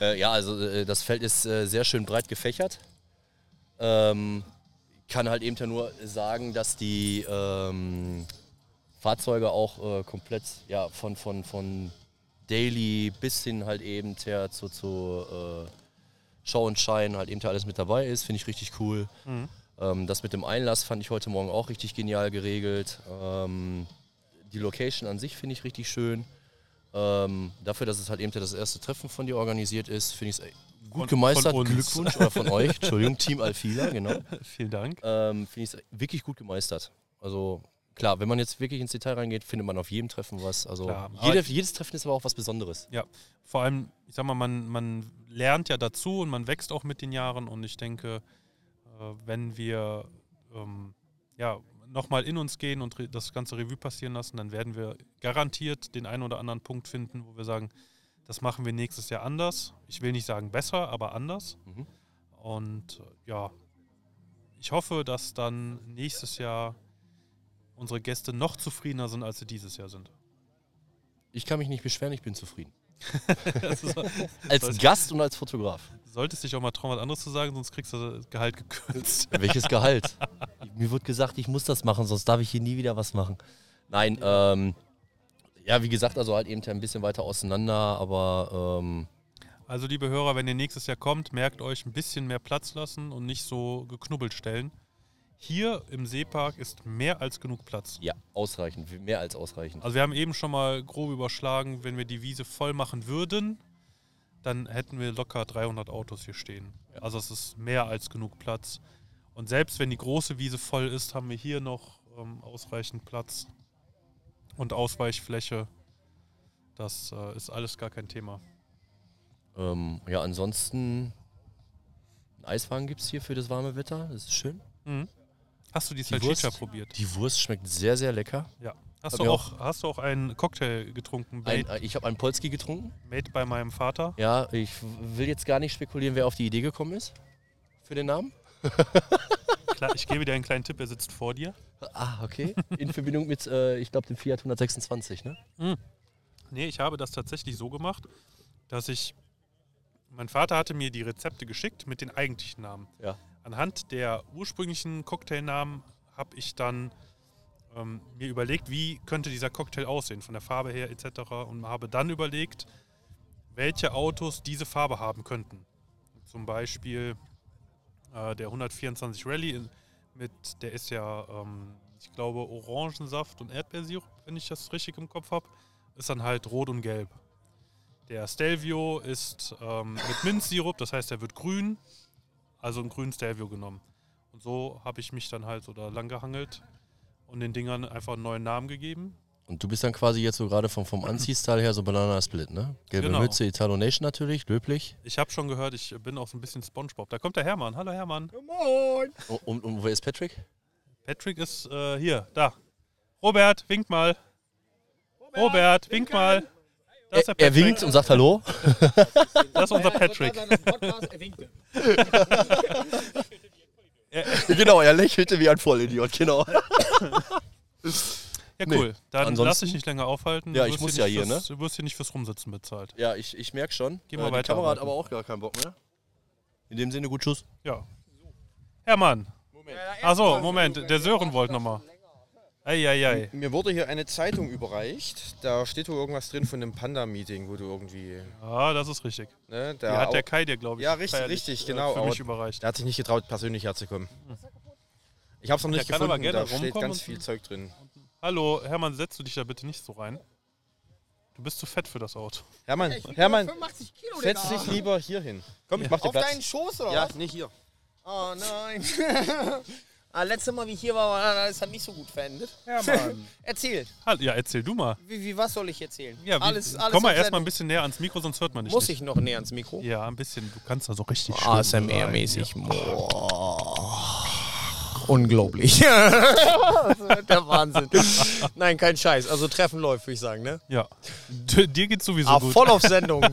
[SPEAKER 11] Äh, ja, also äh, das Feld ist äh, sehr schön breit gefächert. Ähm, kann halt eben ja nur sagen, dass die ähm, Fahrzeuge auch äh, komplett ja, von, von, von Daily bis hin halt eben her zu, zu äh, Show und Shine halt eben alles mit dabei ist. Finde ich richtig cool.
[SPEAKER 1] Mhm.
[SPEAKER 11] Ähm, das mit dem Einlass fand ich heute Morgen auch richtig genial geregelt. Ähm, die Location an sich finde ich richtig schön. Ähm, dafür, dass es halt eben das erste Treffen von dir organisiert ist, finde ich es gut
[SPEAKER 1] Von-
[SPEAKER 11] gemeistert.
[SPEAKER 1] von uns.
[SPEAKER 11] Glückwunsch oder von euch.
[SPEAKER 1] [laughs]
[SPEAKER 11] Entschuldigung, Team Alfila, genau.
[SPEAKER 1] Vielen Dank.
[SPEAKER 11] Ähm, finde ich es wirklich gut gemeistert. Also klar, wenn man jetzt wirklich ins Detail reingeht, findet man auf jedem Treffen was. Also
[SPEAKER 1] Klar, aber-
[SPEAKER 11] jede, jedes Treffen ist aber auch was Besonderes.
[SPEAKER 1] Ja, vor allem, ich sag mal, man, man lernt ja dazu und man wächst auch mit den Jahren. Und ich denke, äh, wenn wir ähm, ja, nochmal in uns gehen und re- das ganze Revue passieren lassen, dann werden wir garantiert den einen oder anderen Punkt finden, wo wir sagen, das machen wir nächstes Jahr anders. Ich will nicht sagen besser, aber anders.
[SPEAKER 11] Mhm.
[SPEAKER 1] Und äh, ja, ich hoffe, dass dann nächstes Jahr unsere Gäste noch zufriedener sind, als sie dieses Jahr sind.
[SPEAKER 11] Ich kann mich nicht beschweren, ich bin zufrieden.
[SPEAKER 1] [laughs] Das ist- [laughs]
[SPEAKER 11] als
[SPEAKER 1] sollte-
[SPEAKER 11] Gast und als Fotograf.
[SPEAKER 1] Solltest dich auch mal trauen, was anderes zu sagen, sonst kriegst du das Gehalt gekürzt.
[SPEAKER 11] [laughs] Welches Gehalt? Mir wird gesagt, ich muss das machen, sonst darf ich hier nie wieder was machen. Nein, ähm, ja, wie gesagt, also halt eben ein bisschen weiter auseinander, aber ähm,
[SPEAKER 1] Also, liebe Hörer, wenn ihr nächstes Jahr kommt, merkt euch ein bisschen mehr Platz lassen und nicht so geknubbelt stellen. Hier im Seepark ist mehr als genug Platz.
[SPEAKER 11] ja, ausreichend, mehr als ausreichend.
[SPEAKER 1] Also, wir haben eben schon mal grob überschlagen, wenn wir die Wiese voll machen würden, dann hätten wir locker 300 Autos hier stehen. Also, es ist mehr als genug Platz. Und selbst wenn die große Wiese voll ist, haben wir hier noch ähm, ausreichend Platz und Ausweichfläche. Das äh, ist alles gar kein Thema.
[SPEAKER 11] Ähm, ja, ansonsten, einen Eiswagen gibt es hier für das warme Wetter, das ist schön.
[SPEAKER 1] Mhm. Hast du die Salchicha probiert?
[SPEAKER 11] Die Wurst schmeckt sehr, sehr lecker.
[SPEAKER 1] Ja. Hast
[SPEAKER 11] Hab
[SPEAKER 1] du
[SPEAKER 11] ich
[SPEAKER 1] auch, hast du auch einen Cocktail getrunken?
[SPEAKER 11] Ein, äh,
[SPEAKER 1] made,
[SPEAKER 11] ich habe einen Polski getrunken.
[SPEAKER 1] made bei meinem Vater.
[SPEAKER 11] Ja, ich will jetzt gar nicht spekulieren, wer auf die Idee gekommen ist für den Namen.
[SPEAKER 1] [laughs] Klar, ich gebe dir einen kleinen Tipp, er sitzt vor dir.
[SPEAKER 11] Ah, [laughs] okay. In Verbindung mit, äh, ich glaube, dem Fiat 126, ne?
[SPEAKER 1] Nee, ich habe das tatsächlich so gemacht, dass ich. Mein Vater hatte mir die Rezepte geschickt mit den eigentlichen Namen.
[SPEAKER 11] Ja.
[SPEAKER 1] Anhand der ursprünglichen Cocktailnamen habe ich dann ähm, mir überlegt, wie könnte dieser Cocktail aussehen, von der Farbe her etc. Und habe dann überlegt, welche Autos diese Farbe haben könnten. Zum Beispiel äh, der 124 Rally, in, mit, der ist ja, ähm, ich glaube, Orangensaft und Erdbeersirup, wenn ich das richtig im Kopf habe, ist dann halt rot und gelb. Der Stelvio ist ähm, mit Minzsirup, das heißt, er wird grün, also einen grünen Stelvio genommen. Und so habe ich mich dann halt so da lang gehangelt und den Dingern einfach einen neuen Namen gegeben.
[SPEAKER 11] Und du bist dann quasi jetzt so gerade vom, vom Anziehstyle her so Banana Split, ne? Gelbe
[SPEAKER 1] Genau.
[SPEAKER 11] Mütze, Italo Nation natürlich, löblich.
[SPEAKER 1] Ich habe schon gehört, ich bin auch so ein bisschen Spongebob. Da kommt der Hermann. Hallo Hermann.
[SPEAKER 11] Und, und, und wer ist Patrick?
[SPEAKER 1] Patrick ist äh, hier, da. Robert, wink mal. Robert, wink mal. Da ist der
[SPEAKER 11] Er, er
[SPEAKER 1] Patrick.
[SPEAKER 11] winkt und sagt Hallo.
[SPEAKER 1] [laughs] Das ist unser Patrick.
[SPEAKER 11] [laughs] genau, er lächelte wie ein Vollidiot,
[SPEAKER 1] [laughs]
[SPEAKER 11] genau. [laughs]
[SPEAKER 1] Ja,
[SPEAKER 11] Nee,
[SPEAKER 1] cool. Dann
[SPEAKER 11] ansonsten-
[SPEAKER 1] lass dich nicht länger aufhalten.
[SPEAKER 11] Ja,
[SPEAKER 1] Du
[SPEAKER 11] ich
[SPEAKER 1] wirst
[SPEAKER 11] muss
[SPEAKER 1] nicht
[SPEAKER 11] ja hier, ne?
[SPEAKER 1] fürs, Du wirst hier nicht fürs Rumsitzen bezahlt.
[SPEAKER 11] Ja, ich, ich merke schon. Äh,
[SPEAKER 1] Geh mal weiter
[SPEAKER 11] Die Kamera hat
[SPEAKER 1] arbeiten.
[SPEAKER 11] aber auch gar keinen Bock mehr. In dem Sinne, gut, Tschüss.
[SPEAKER 1] Ja. Hermann. Achso, Moment. Der Sören wollte nochmal. Eieiei.
[SPEAKER 3] Mir wurde hier eine Zeitung überreicht. Da steht wohl irgendwas drin von dem Panda-Meeting, wo du irgendwie.
[SPEAKER 1] Ah, das ist richtig.
[SPEAKER 3] Ne,
[SPEAKER 1] Die
[SPEAKER 3] da
[SPEAKER 1] hat der
[SPEAKER 3] auch-
[SPEAKER 1] Kai dir, glaube ich,
[SPEAKER 3] Ja, richtig,
[SPEAKER 1] feierlich,
[SPEAKER 3] richtig,
[SPEAKER 1] äh,
[SPEAKER 3] genau.
[SPEAKER 1] Für mich
[SPEAKER 3] aber
[SPEAKER 1] überreicht. Hm.
[SPEAKER 3] Der hat sich nicht getraut, persönlich herzukommen. Ich hab's noch
[SPEAKER 1] Der
[SPEAKER 3] nicht
[SPEAKER 1] kann aber
[SPEAKER 3] gefunden.
[SPEAKER 1] gerne
[SPEAKER 3] Da steht
[SPEAKER 1] rumkommen
[SPEAKER 3] ganz
[SPEAKER 1] und-
[SPEAKER 3] viel Zeug drin.
[SPEAKER 1] Hallo, Hermann, setz du dich da bitte nicht so rein. Du bist zu fett für das Auto.
[SPEAKER 3] Hermann,
[SPEAKER 10] Ich wiege
[SPEAKER 3] Hermann,
[SPEAKER 10] 85 Kilo,
[SPEAKER 3] setz
[SPEAKER 10] Digga.
[SPEAKER 3] dich lieber hier hin. Komm, ich mach dir
[SPEAKER 10] Auf
[SPEAKER 3] Platz.
[SPEAKER 10] deinen Schoß oder
[SPEAKER 3] ja,
[SPEAKER 10] was?
[SPEAKER 3] nee, hier.
[SPEAKER 10] Oh
[SPEAKER 1] [laughs]
[SPEAKER 10] nein. [laughs] ah, letztes Mal, wie ich hier war, war, das hat nicht so gut verendet.
[SPEAKER 1] Ja, Mann.
[SPEAKER 10] [laughs] Erzähl.
[SPEAKER 1] Hall- Halt, Ja, erzähl du mal.
[SPEAKER 10] Wie, wie, was soll ich erzählen?
[SPEAKER 1] Ja, wie,
[SPEAKER 10] alles, alles
[SPEAKER 1] komm mal
[SPEAKER 10] auf
[SPEAKER 1] erstmal ein
[SPEAKER 10] Sendung.
[SPEAKER 1] bisschen näher ans Mikro, sonst hört man dich
[SPEAKER 10] Muss
[SPEAKER 1] nicht.
[SPEAKER 10] ich noch näher ans Mikro? Oh,
[SPEAKER 1] Oh Ja, ein bisschen. Du kannst da so richtig schön rein.
[SPEAKER 10] ASMR-mäßig. Boah.
[SPEAKER 1] [laughs]
[SPEAKER 10] Unglaublich. das wird der Wahnsinn. Nein, kein Scheiß. Also Treffen läuft, würde ich sagen, ne?
[SPEAKER 1] Ja. D- Dir geht's sowieso
[SPEAKER 10] ah,
[SPEAKER 1] gut.
[SPEAKER 10] voll
[SPEAKER 1] [laughs]
[SPEAKER 10] auf Sendung.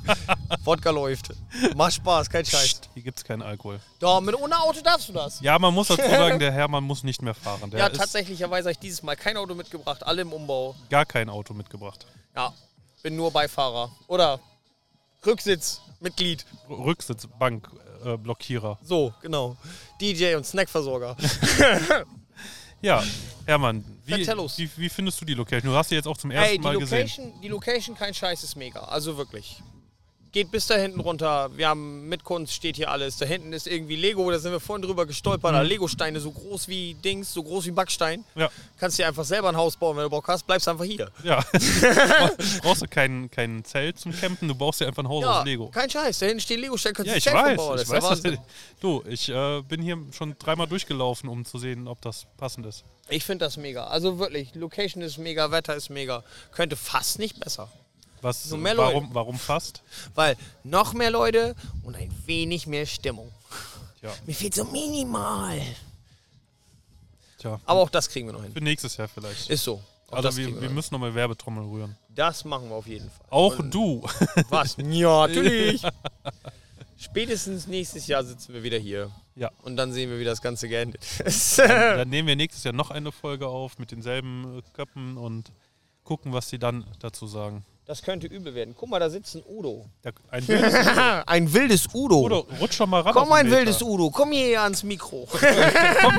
[SPEAKER 10] Wodka läuft. Macht Spaß, kein Scheiß.
[SPEAKER 1] Hier gibt's keinen Alkohol.
[SPEAKER 10] Doch, mit ohne Auto darfst du das.
[SPEAKER 1] Ja, man muss dazu
[SPEAKER 10] [laughs]
[SPEAKER 1] sagen, der Hermann muss nicht mehr fahren. Der
[SPEAKER 10] ja,
[SPEAKER 1] ist
[SPEAKER 10] tatsächlicherweise habe ich dieses Mal kein Auto mitgebracht, alle im Umbau.
[SPEAKER 1] gar kein Auto mitgebracht.
[SPEAKER 10] Ja, bin nur Beifahrer. Oder Rücksitzmitglied.
[SPEAKER 1] R Rücksitzbank, äh, Blockierer.
[SPEAKER 10] So, genau. DJ und Snackversorger.
[SPEAKER 1] [laughs] Ja, Hermann, wie,
[SPEAKER 10] Vertellus.
[SPEAKER 1] wie, wie findest du die Location? Du hast sie jetzt auch zum ersten
[SPEAKER 10] Ey, die
[SPEAKER 1] Mal gesehen.
[SPEAKER 10] Location, die Location, kein Scheiß, ist mega. Also wirklich. Geht bis da hinten runter. Wir haben mit Kunst steht hier alles. Da hinten ist irgendwie Lego, da sind wir vorhin drüber gestolpert. Da Lego-Steine, so groß wie Dings, so groß wie Backstein.
[SPEAKER 1] Mhm. Ja.
[SPEAKER 10] Kannst dir einfach selber ein Haus bauen, wenn du Bock hast, bleibst einfach hier. [laughs]
[SPEAKER 1] Ja. Du brauchst du kein, kein Zelt zum Campen, du brauchst dir einfach ein Haus
[SPEAKER 10] Ja,
[SPEAKER 1] aus Lego.
[SPEAKER 10] kein Scheiß. Da hinten stehen Lego-Steine, kannst
[SPEAKER 1] Ja,
[SPEAKER 10] du
[SPEAKER 1] ich
[SPEAKER 10] selber
[SPEAKER 1] weiß,
[SPEAKER 10] bauen.
[SPEAKER 1] ich
[SPEAKER 10] ist der
[SPEAKER 1] weiß. Dass,
[SPEAKER 10] Wahnsinn.
[SPEAKER 1] [laughs] du, ich äh, bin hier schon dreimal durchgelaufen, um zu sehen, ob das passend ist.
[SPEAKER 10] Ich finde das mega. Also wirklich, Location ist mega, Wetter ist mega. Könnte fast nicht besser.
[SPEAKER 1] Was,
[SPEAKER 10] So mehr
[SPEAKER 1] warum, warum fast?
[SPEAKER 10] Weil noch mehr Leute und ein wenig mehr Stimmung.
[SPEAKER 1] Tja.
[SPEAKER 10] Mir fehlt so minimal.
[SPEAKER 1] Tja.
[SPEAKER 10] Aber auch das kriegen wir noch hin.
[SPEAKER 1] Für nächstes Jahr vielleicht.
[SPEAKER 10] Ist so. Auch das
[SPEAKER 1] also
[SPEAKER 10] kriegen
[SPEAKER 1] wir,
[SPEAKER 10] wir
[SPEAKER 1] wir
[SPEAKER 10] hin.
[SPEAKER 1] müssen nochmal Werbetrommel
[SPEAKER 10] [laughs]
[SPEAKER 1] rühren.
[SPEAKER 10] Das machen wir auf jeden Fall.
[SPEAKER 1] Auch du.
[SPEAKER 10] [laughs] Was? Ja, natürlich. [laughs] Spätestens nächstes Jahr sitzen wir wieder hier.
[SPEAKER 1] Ja.
[SPEAKER 10] Und dann sehen wir, wie das Ganze geendet
[SPEAKER 1] [laughs]
[SPEAKER 10] ist.
[SPEAKER 1] dann, dann nehmen wir nächstes Jahr noch eine Folge auf mit denselben äh, Köppen und gucken, was sie dann dazu sagen.
[SPEAKER 10] Das könnte übel werden. Guck mal, da sitzt ein Udo.
[SPEAKER 1] Da, ein
[SPEAKER 10] [laughs]
[SPEAKER 1] wildes
[SPEAKER 10] ein wildes Udo.
[SPEAKER 1] Udo, rutsch schon mal ran. auf
[SPEAKER 10] Komm,
[SPEAKER 1] den
[SPEAKER 10] ein
[SPEAKER 1] Meter.
[SPEAKER 10] wildes Udo. Komm hier ans Mikro.
[SPEAKER 1] [laughs] Komm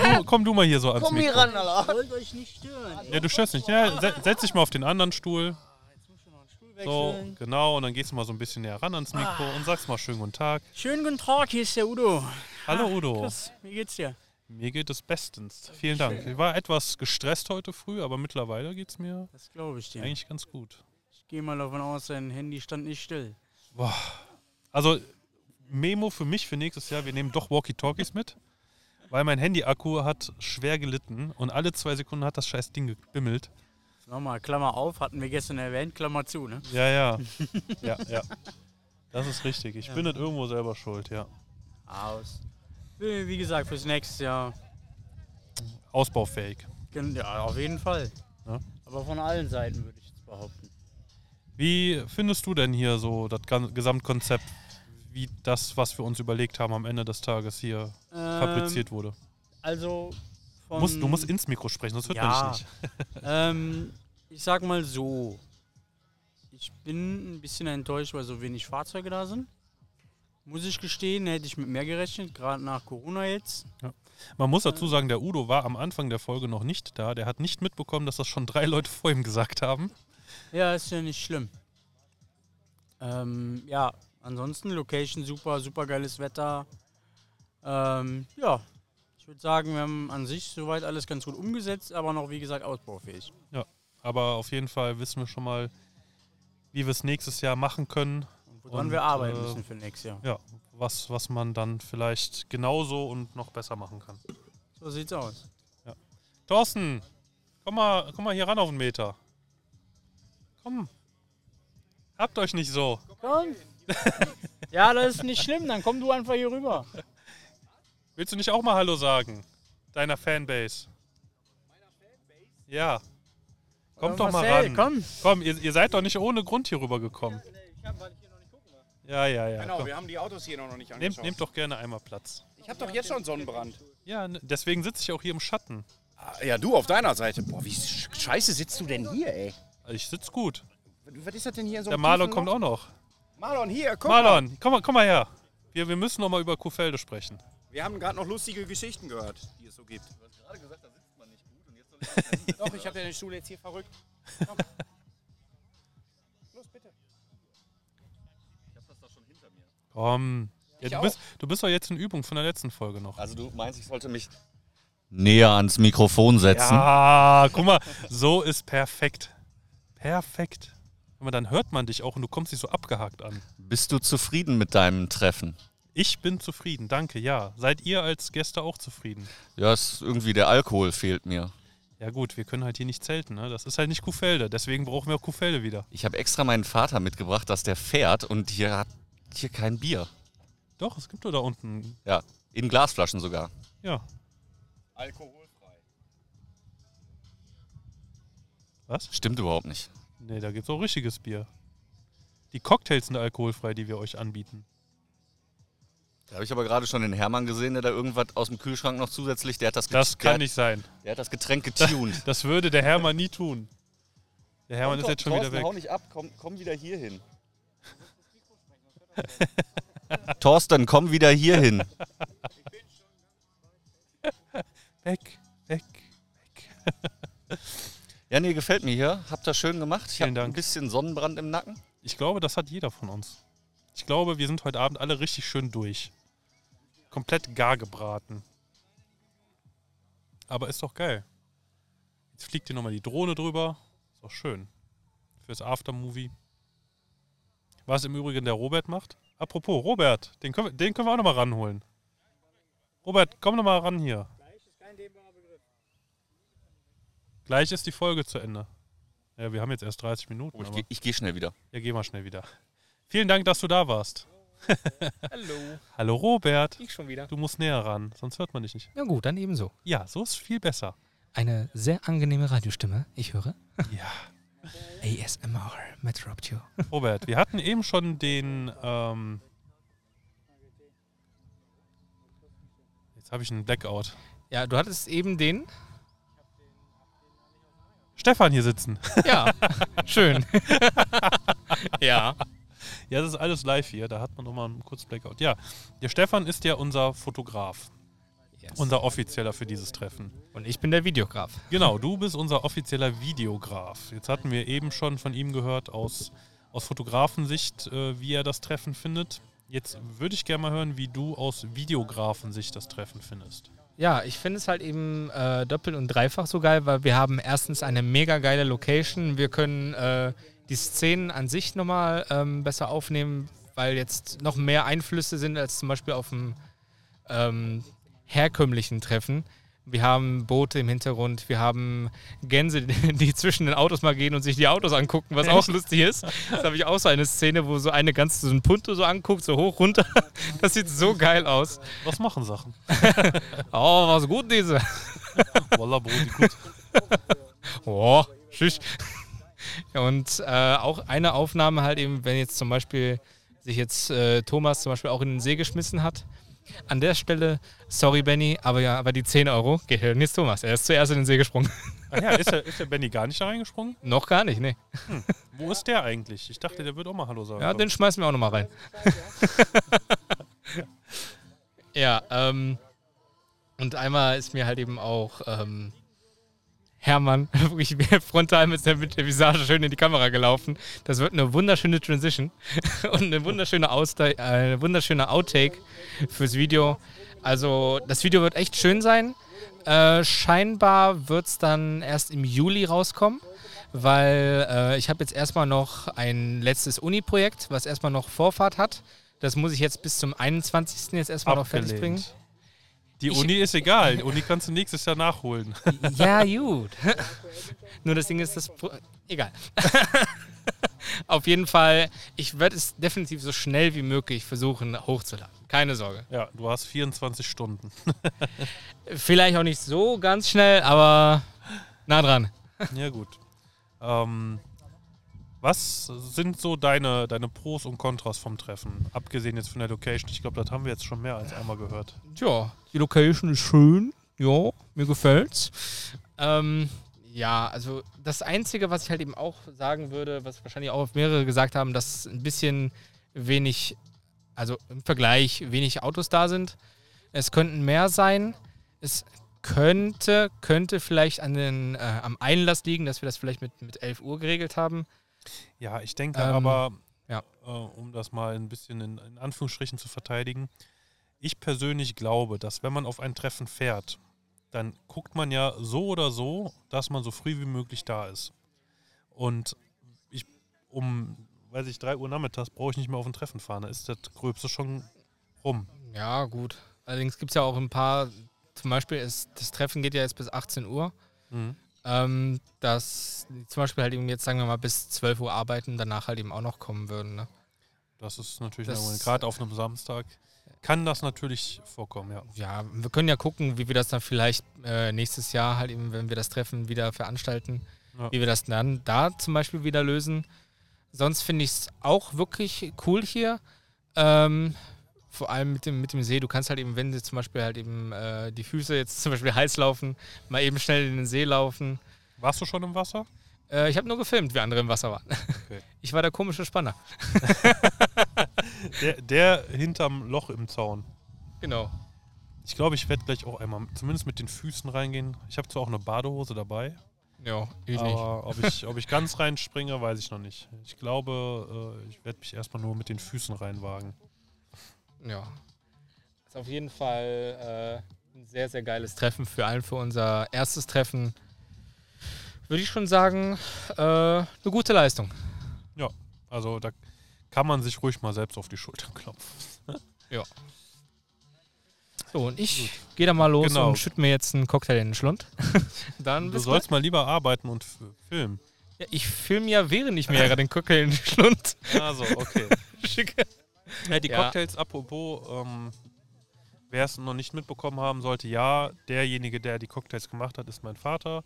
[SPEAKER 10] [laughs]
[SPEAKER 1] du, komm du mal hier so ans
[SPEAKER 10] Komm hier
[SPEAKER 1] Mikro.
[SPEAKER 10] ran, Alter.
[SPEAKER 12] Wollt euch nicht stören.
[SPEAKER 1] Ja, du störst nicht. Ja, se setz dich mal auf den anderen Stuhl. So, genau, und dann gehst du mal so ein bisschen näher ran ans Mikro und sagst mal schönen guten Tag.
[SPEAKER 13] Schönen guten Tag, Ah. hier ist der Udo. Ah,
[SPEAKER 1] Hallo Udo,
[SPEAKER 13] Chris, wie geht's dir?
[SPEAKER 1] mir geht es bestens. Vielen Dank. Ich war etwas gestresst heute früh, aber mittlerweile geht es mir
[SPEAKER 13] Das glaube ich dir.
[SPEAKER 1] eigentlich ganz gut.
[SPEAKER 13] Ich gehe mal davon aus, dein Handy stand nicht still.
[SPEAKER 1] Boah. Also, Memo für mich für nächstes Jahr, wir nehmen doch Walkie-Talkies mit, weil mein Handy-Akku hat schwer gelitten und alle zwei Sekunden hat das scheiß Ding gebimmelt.
[SPEAKER 13] Nochmal, Klammer auf, hatten wir gestern erwähnt, Klammer zu, ne?
[SPEAKER 1] Ja,
[SPEAKER 13] [laughs]
[SPEAKER 1] ja. ja, ja. Das ist richtig. Ich bin nicht irgendwo selber schuld, ja.
[SPEAKER 13] Aus. Wie wie gesagt, fürs nächste Jahr.
[SPEAKER 1] Ausbaufähig.
[SPEAKER 13] gen- Ja, auf jeden Fall.
[SPEAKER 1] Ja.
[SPEAKER 13] Aber von allen Seiten würde ich jetzt behaupten.
[SPEAKER 1] Wie findest du denn hier so das gan- Gesamtkonzept, wie das, was wir uns überlegt haben am Ende des Tages hier fabriziert
[SPEAKER 13] Ähm,
[SPEAKER 1] wurde?
[SPEAKER 13] Also, von.
[SPEAKER 1] Musst- du musst ins Mikro sprechen, sonst hört man
[SPEAKER 13] ja.
[SPEAKER 1] dich nicht.
[SPEAKER 13] [laughs]
[SPEAKER 1] [laughs]
[SPEAKER 13] ähm, ich sag mal so. Ich bin ein bisschen enttäuscht, weil so wenig Fahrzeuge da sind. Muss ich gestehen, hätte ich mit mehr gerechnet, gerade nach Corona jetzt.
[SPEAKER 1] Ja. Man muss
[SPEAKER 13] äh,
[SPEAKER 1] dazu sagen, der Udo war am Anfang der Folge noch nicht da. Der hat nicht mitbekommen, dass das schon drei Leute [laughs] vor ihm gesagt haben.
[SPEAKER 13] Ja, ist ja nicht schlimm. Ähm, ja, ansonsten Location super, super geiles Wetter. Ähm, ja, ich würde sagen, wir haben an sich soweit alles ganz gut umgesetzt, aber noch wie gesagt ausbaufähig.
[SPEAKER 1] Ja, aber auf jeden Fall wissen wir schon mal, wie wir es nächstes Jahr machen können. äh,
[SPEAKER 13] woran wir arbeiten müssen für nächstes Jahr.
[SPEAKER 1] Ja, was, was man dann vielleicht genauso und noch besser machen kann.
[SPEAKER 13] So sieht's aus.
[SPEAKER 1] Ja. Thorsten, komm mal, komm mal hier ran auf den Meter. Komm. Habt euch nicht so.
[SPEAKER 13] Komm. [laughs] ja, das ist nicht schlimm, dann komm du einfach hier rüber.
[SPEAKER 1] Willst du nicht auch mal Hallo sagen? Deiner Fanbase. Ja. Kommt doch mal
[SPEAKER 13] Marcel,
[SPEAKER 1] ran.
[SPEAKER 13] komm.
[SPEAKER 1] komm ihr, ihr seid doch nicht ohne Grund hier rüber gekommen. Ja, ja, ja.
[SPEAKER 4] Genau,
[SPEAKER 1] komm.
[SPEAKER 4] wir haben die Autos hier noch nicht
[SPEAKER 1] Nehmt,
[SPEAKER 4] angeschaut.
[SPEAKER 1] nehmt doch gerne einmal Platz.
[SPEAKER 4] Ich habe doch jetzt schon Sonnenbrand.
[SPEAKER 1] Ja, ne, deswegen sitze ich auch hier im Schatten.
[SPEAKER 4] Ah, Ja, du auf deiner Seite. Boah, wie sch- scheiße sitzt du denn hier, ey?
[SPEAKER 1] Ich sitz gut.
[SPEAKER 4] Was ist das denn hier in so
[SPEAKER 1] Der
[SPEAKER 4] einem
[SPEAKER 1] Marlon
[SPEAKER 4] tiefen
[SPEAKER 1] kommt
[SPEAKER 4] Loch?
[SPEAKER 1] auch noch.
[SPEAKER 4] Marlon, hier, guck mal.
[SPEAKER 1] Marlon, komm mal, komm mal her. Wir, wir müssen noch mal über Kuhfelde sprechen.
[SPEAKER 4] Wir haben gerade noch lustige Geschichten gehört, die es so gibt. Du hast gerade gesagt, da sitzt man nicht gut und jetzt [laughs] Doch, ich habe ja den Stuhl jetzt hier verrückt. Komm. Los, bitte. Ich habe das doch schon hinter mir.
[SPEAKER 1] Komm. Ja,
[SPEAKER 4] Ich
[SPEAKER 1] du,
[SPEAKER 4] auch.
[SPEAKER 1] bist, du bist doch jetzt in Übung von der letzten Folge noch.
[SPEAKER 4] Also du meinst, ich sollte mich...
[SPEAKER 14] Näher ans Mikrofon setzen.
[SPEAKER 1] Ja, Ah, guck mal, so ist perfekt. Perfekt. Aber dann hört man dich auch und du kommst nicht so abgehakt an.
[SPEAKER 14] Bist du zufrieden mit deinem Treffen?
[SPEAKER 1] Ich bin zufrieden, danke, ja. Seid ihr als Gäste auch zufrieden?
[SPEAKER 14] Ja, ist irgendwie der Alkohol fehlt mir.
[SPEAKER 1] Ja gut, wir können halt hier nicht zelten, ne? Das ist halt nicht Kuhfelde, deswegen brauchen wir auch Kuhfelde wieder.
[SPEAKER 14] Ich habe extra meinen Vater mitgebracht, dass der fährt und hier hat hier kein Bier.
[SPEAKER 1] Doch, es gibt doch da unten.
[SPEAKER 14] Ja, in Glasflaschen sogar.
[SPEAKER 1] Ja.
[SPEAKER 4] Alkoholfrei.
[SPEAKER 1] Was?
[SPEAKER 9] Stimmt überhaupt nicht.
[SPEAKER 1] Nee, da gibt's auch richtiges Bier. Die Cocktails sind alkoholfrei, die wir euch anbieten.
[SPEAKER 9] Da habe ich aber gerade schon den Hermann gesehen, der da irgendwas aus dem Kühlschrank noch zusätzlich, der hat das
[SPEAKER 1] Das
[SPEAKER 9] get-
[SPEAKER 1] kann
[SPEAKER 9] der
[SPEAKER 1] nicht
[SPEAKER 9] hat,
[SPEAKER 1] sein.
[SPEAKER 9] Der hat das Getränk getuned. [laughs]
[SPEAKER 1] [laughs] Das würde der Hermann nie tun. Der Hermann ist jetzt schon wieder
[SPEAKER 9] Thorsten,
[SPEAKER 1] weg.
[SPEAKER 9] Hau nicht ab, komm, komm wieder hier hin. Thorsten, komm wieder hier
[SPEAKER 14] [laughs]
[SPEAKER 9] hin.
[SPEAKER 1] Weg, weg.
[SPEAKER 9] Ja, nee, gefällt mir hier. Habt das schön gemacht. Ich
[SPEAKER 1] Vielen
[SPEAKER 9] habe ein
[SPEAKER 1] Dank.
[SPEAKER 9] bisschen Sonnenbrand im Nacken.
[SPEAKER 1] Ich glaube, das hat jeder von uns. Ich glaube, wir sind heute Abend alle richtig schön durch. Komplett gar gebraten. Aber ist doch geil. Jetzt fliegt hier nochmal die Drohne drüber. Ist doch schön. Fürs Aftermovie. Was im Übrigen der Robert macht. Apropos, Robert, den können wir, den können wir auch nochmal ranholen. Robert, komm nochmal ran hier. Gleich ist die Folge zu Ende. Ja, wir haben jetzt erst 30 Minuten.
[SPEAKER 9] Oh, ich
[SPEAKER 1] aber-
[SPEAKER 9] geh- ich geh schnell wieder.
[SPEAKER 1] Ja, geh mal schnell wieder. Vielen Dank, dass du da warst. [laughs]
[SPEAKER 10] Hallo.
[SPEAKER 1] Hallo Robert.
[SPEAKER 10] Ich schon wieder.
[SPEAKER 1] Du musst näher ran, sonst hört man dich nicht.
[SPEAKER 15] Ja gut, dann ebenso.
[SPEAKER 1] Ja, so ist viel besser.
[SPEAKER 15] Eine sehr angenehme Radiostimme, ich höre. [laughs]
[SPEAKER 1] Ja.
[SPEAKER 15] ASMR mit Rob Tio.
[SPEAKER 1] Robert, wir hatten eben schon den. Ähm Jetzt habe ich einen Blackout.
[SPEAKER 15] Ja, du hattest eben den.
[SPEAKER 1] Stefan hier sitzen.
[SPEAKER 15] Ja, schön.
[SPEAKER 1] [laughs] ja. Ja, das ist alles live hier. Da hat man nochmal einen kurzen Blackout. Ja, der Stefan ist ja unser Fotograf. Unser offizieller für dieses Treffen.
[SPEAKER 15] Und ich bin der Videograf.
[SPEAKER 1] Genau, du bist unser offizieller Videograf. Jetzt hatten wir eben schon von ihm gehört aus, aus Fotografensicht, äh, wie er das Treffen findet. Jetzt würde ich gerne mal hören, wie du aus Videografensicht das Treffen findest.
[SPEAKER 15] Ja, ich finde es halt eben äh, doppelt und dreifach so geil, weil wir haben erstens eine mega geile Location. Wir können äh, die Szenen an sich nochmal ähm, besser aufnehmen, weil jetzt noch mehr Einflüsse sind als zum Beispiel auf dem ähm, herkömmlichen Treffen. Wir haben Boote im Hintergrund, wir haben Gänse, [laughs] die zwischen den Autos mal gehen und sich die Autos angucken, was auch
[SPEAKER 1] Echt?
[SPEAKER 15] lustig ist. Das habe ich auch so eine Szene, wo so eine ganz so ein Punto so anguckt, so hoch, runter. [laughs] Das sieht so geil aus.
[SPEAKER 1] Was machen Sachen?
[SPEAKER 15] [laughs] oh, was
[SPEAKER 1] [laughs]
[SPEAKER 15] gut diese.
[SPEAKER 1] Wallah, Brudi,
[SPEAKER 15] [laughs]
[SPEAKER 1] gut.
[SPEAKER 15] oh, tschüss. [laughs] Und äh, auch eine Aufnahme halt eben, wenn jetzt zum Beispiel sich jetzt äh, Thomas zum Beispiel auch in den See geschmissen hat. An der Stelle, sorry Benny, aber ja, aber die 10 Euro gehören jetzt Thomas. Er ist zuerst in den See gesprungen.
[SPEAKER 1] Ah ja, ist der, ist der Benny gar nicht da reingesprungen?
[SPEAKER 15] [laughs] Noch gar nicht, nee.
[SPEAKER 1] Hm. Wo ist der eigentlich? Ich dachte, der wird auch mal Hallo sagen.
[SPEAKER 15] Ja, den schmeißen wir auch nochmal rein. [laughs] ja, ähm, und einmal ist mir halt eben auch ähm, Hermann [laughs] wirklich frontal mit der, mit der Visage schön in die Kamera gelaufen. Das wird eine wunderschöne Transition [laughs] und eine wunderschöne, Auste äh, eine wunderschöne Outtake fürs Video. Also das Video wird echt schön sein. Äh, scheinbar wird es dann erst im Juli rauskommen, weil äh, ich habe jetzt erstmal noch ein letztes Uni-Projekt, was erstmal noch Vorfahrt hat. Das muss ich jetzt bis zum 21. jetzt erstmal noch fertig bringen.
[SPEAKER 1] Abgelehnt. Die
[SPEAKER 15] Ich-
[SPEAKER 1] Uni ist egal. Die Uni kannst du nächstes Jahr nachholen.
[SPEAKER 15] [laughs]
[SPEAKER 1] [laughs]
[SPEAKER 15] Ja, gut. [laughs] Nur das Ding ist, das. Pro- Egal. [laughs] Auf jeden Fall, ich werde es definitiv so schnell wie möglich versuchen hochzuladen. Keine Sorge.
[SPEAKER 1] Ja, du hast 24 Stunden. [laughs]
[SPEAKER 15] Vielleicht auch nicht so ganz schnell, aber nah dran.
[SPEAKER 1] Ja, gut. Ähm, was sind so deine, deine Pros und Kontras vom Treffen? Abgesehen jetzt von der Location. Ich glaube, das haben wir jetzt schon mehr als einmal gehört.
[SPEAKER 15] Tja, die Location ist schön. Ja, mir gefällt's. Ähm, ja, also das Einzige, was ich halt eben auch sagen würde, was wahrscheinlich auch mehrere gesagt haben, dass ein bisschen wenig, also im Vergleich wenig Autos da sind. Es könnten mehr sein. Es könnte, könnte vielleicht an den, äh, am Einlass liegen, dass wir das vielleicht mit, mit 11 Uhr geregelt haben.
[SPEAKER 1] Ja, ich denke
[SPEAKER 15] Ähm,
[SPEAKER 1] aber,
[SPEAKER 15] ja.
[SPEAKER 1] äh, um das mal ein bisschen in, in Anführungsstrichen zu verteidigen, ich persönlich glaube, dass wenn man auf ein Treffen fährt, dann guckt man ja so oder so, dass man so früh wie möglich da ist. Und ich um, weiß ich, 3 Uhr nachmittags brauche ich nicht mehr auf ein Treffen fahren. Da ist das Gröbste schon rum.
[SPEAKER 15] Ja, gut. Allerdings gibt es ja auch ein paar, zum Beispiel ist, das Treffen geht ja jetzt bis 18 Uhr.
[SPEAKER 1] Mhm.
[SPEAKER 15] Ähm, dass die zum Beispiel halt eben jetzt, sagen wir mal, bis 12 Uhr arbeiten, danach halt eben auch noch kommen würden. Ne?
[SPEAKER 1] Das ist natürlich
[SPEAKER 15] Das-
[SPEAKER 1] eine Erholung. gerade auf einem Samstag kann das natürlich vorkommen, ja.
[SPEAKER 15] Ja, wir können ja gucken, wie wir das dann vielleicht äh, nächstes Jahr halt eben, wenn wir das Treffen wieder veranstalten, wie wir das dann da zum Beispiel wieder lösen. Sonst finde ich es auch wirklich cool hier. Ähm, vor allem mit dem, mit dem See. Du kannst halt eben, wenn dir zum Beispiel halt eben äh, die Füße jetzt [laughs] zum Beispiel heiß laufen, mal eben schnell in den See laufen.
[SPEAKER 1] Warst du schon im Wasser?
[SPEAKER 15] Äh, ich habe nur gefilmt, wie andere im Wasser waren. [laughs] Ich war der
[SPEAKER 1] [laughs]
[SPEAKER 15] komische Spanner.
[SPEAKER 1] Der, der hinterm Loch im Zaun.
[SPEAKER 15] Genau.
[SPEAKER 1] Ich glaube, ich werde gleich auch einmal zumindest mit den Füßen reingehen. Ich habe zwar auch eine Badehose dabei.
[SPEAKER 15] Ja, ich
[SPEAKER 1] aber
[SPEAKER 15] nicht.
[SPEAKER 1] Ob ich, ob ich ganz reinspringe, weiß ich noch nicht. Ich glaube, äh, ich werde mich erstmal nur mit den Füßen reinwagen.
[SPEAKER 15] Ja. Ist auf jeden Fall äh, ein sehr, sehr geiles Treffen für allen, für unser erstes Treffen. Würde ich schon sagen, äh, eine gute Leistung.
[SPEAKER 1] Ja, also da kann man sich ruhig mal selbst auf die Schulter klopfen.
[SPEAKER 15] Ja. So, und ich gehe da mal los
[SPEAKER 1] Genau.
[SPEAKER 15] und schütte mir jetzt einen Cocktail in den Schlund. [laughs] Dann
[SPEAKER 1] du
[SPEAKER 15] bis
[SPEAKER 1] sollst mal lieber arbeiten und f- filmen.
[SPEAKER 15] Ja, ich filme ja, während ich mir ja gerade den Cocktail in den Schlund.
[SPEAKER 1] Also, okay.
[SPEAKER 15] [laughs] Schicke.
[SPEAKER 1] Ja, die
[SPEAKER 15] Ja.
[SPEAKER 1] Cocktails, apropos, ähm, wer es noch nicht mitbekommen haben sollte, ja, derjenige, der die Cocktails gemacht hat, ist mein Vater.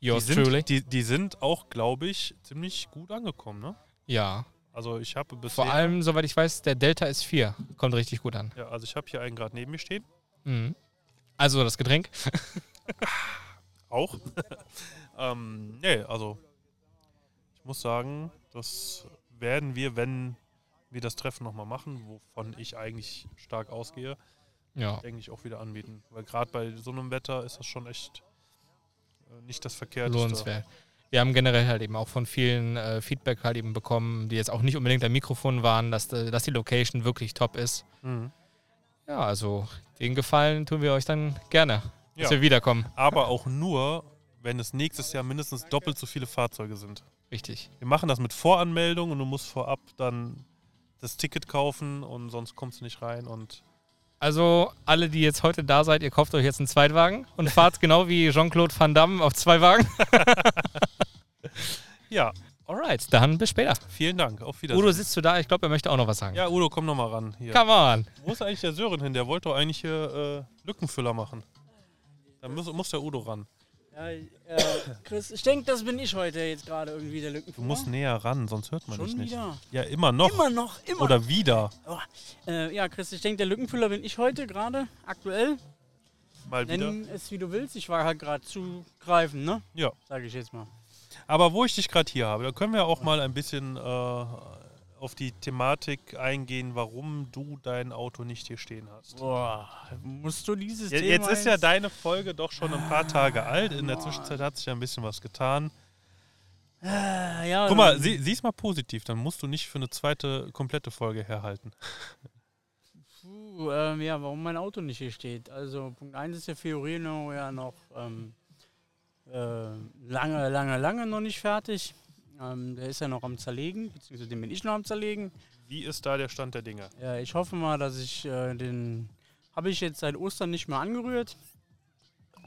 [SPEAKER 15] Yours
[SPEAKER 1] die
[SPEAKER 15] truly.
[SPEAKER 1] sind, die, die sind auch, glaube ich, ziemlich gut angekommen, ne?
[SPEAKER 15] Ja.
[SPEAKER 1] Also ich habe bisher...
[SPEAKER 15] Vor allem, soweit ich weiß, der Delta S4 kommt richtig gut an.
[SPEAKER 1] Ja, also ich habe hier einen gerade neben mir stehen.
[SPEAKER 15] Mhm. Also das Getränk. [laughs]
[SPEAKER 1] Auch. [laughs] ähm, nee, also ich muss sagen, das werden wir, wenn wir das Treffen nochmal machen, wovon ich eigentlich stark ausgehe,
[SPEAKER 15] Ja.
[SPEAKER 1] denke ich auch wieder anbieten. Weil gerade bei so einem Wetter ist das schon echt äh, nicht das Verkehrteste.
[SPEAKER 15] Lohnenswert. Wir haben generell halt eben auch von vielen äh, Feedback halt eben bekommen, die jetzt auch nicht unbedingt am Mikrofon waren, dass, äh, dass die Location wirklich top ist.
[SPEAKER 1] Mhm.
[SPEAKER 15] Ja, also den Gefallen tun wir euch dann gerne, dass
[SPEAKER 1] Ja.
[SPEAKER 15] wir wiederkommen.
[SPEAKER 1] Aber auch nur, wenn es nächstes Jahr mindestens doppelt so viele Fahrzeuge sind.
[SPEAKER 15] Richtig.
[SPEAKER 1] Wir machen das mit Voranmeldung und du musst vorab dann das Ticket kaufen und sonst kommst du nicht rein und
[SPEAKER 15] Also alle, die jetzt heute da seid, ihr kauft euch jetzt einen Zweitwagen
[SPEAKER 1] [laughs]
[SPEAKER 15] und fahrt genau wie Jean-Claude Van Damme auf zwei Wagen.
[SPEAKER 1] ja.
[SPEAKER 15] Alright, dann bis später.
[SPEAKER 1] Vielen Dank, auf Wiedersehen.
[SPEAKER 15] Udo, sitzt du da? Ich glaube, er möchte auch noch was sagen.
[SPEAKER 1] Ja, Udo, komm noch mal ran. Hier.
[SPEAKER 15] Come on.
[SPEAKER 1] Wo ist eigentlich der Sören hin? Der wollte doch eigentlich hier äh, Lückenfüller machen. Da muss, muss der Udo ran.
[SPEAKER 13] Ja, äh, Chris, ich denke, das bin ich heute jetzt gerade irgendwie der
[SPEAKER 1] Du
[SPEAKER 13] Lückenfüller.
[SPEAKER 1] musst näher ran, sonst hört man
[SPEAKER 13] Schon
[SPEAKER 1] dich nicht.
[SPEAKER 13] wieder?
[SPEAKER 1] Ja, immer noch.
[SPEAKER 13] Immer noch, immer.
[SPEAKER 1] Oder wieder.
[SPEAKER 13] Oh, äh, ja, Chris, ich denke, der Lückenfüller bin ich heute gerade, aktuell.
[SPEAKER 1] Mal wieder.
[SPEAKER 13] Nenn es, wie du willst. Ich war halt gerade zugreifen, ne?
[SPEAKER 1] Ja.
[SPEAKER 13] Sage ich jetzt mal.
[SPEAKER 1] Aber wo ich dich gerade hier habe, da können wir auch mal ein bisschen äh, auf die Thematik eingehen, warum du dein Auto nicht hier stehen hast.
[SPEAKER 13] Boah, musst du dieses
[SPEAKER 1] jetzt,
[SPEAKER 13] Thema
[SPEAKER 1] Jetzt ist ja
[SPEAKER 13] jetzt-
[SPEAKER 1] deine Folge doch schon ein paar Tage alt. In der Zwischenzeit hat sich ja ein bisschen was getan.
[SPEAKER 13] Äh, ja,
[SPEAKER 1] Guck mal,
[SPEAKER 13] dann-
[SPEAKER 1] sie, sieh's mal positiv, dann musst du nicht für eine zweite komplette Folge herhalten.
[SPEAKER 13] Puh, ähm, ja, warum mein Auto nicht hier steht. Also Punkt 1 ist der Fiorino ja noch ähm, äh, lange, lange, lange noch nicht fertig. Ähm, der ist ja noch am Zerlegen, beziehungsweise den bin ich noch am Zerlegen.
[SPEAKER 1] Wie ist da der Stand der Dinge?
[SPEAKER 13] Ja, ich hoffe mal, dass ich äh, den... Habe ich jetzt seit Ostern nicht mehr angerührt.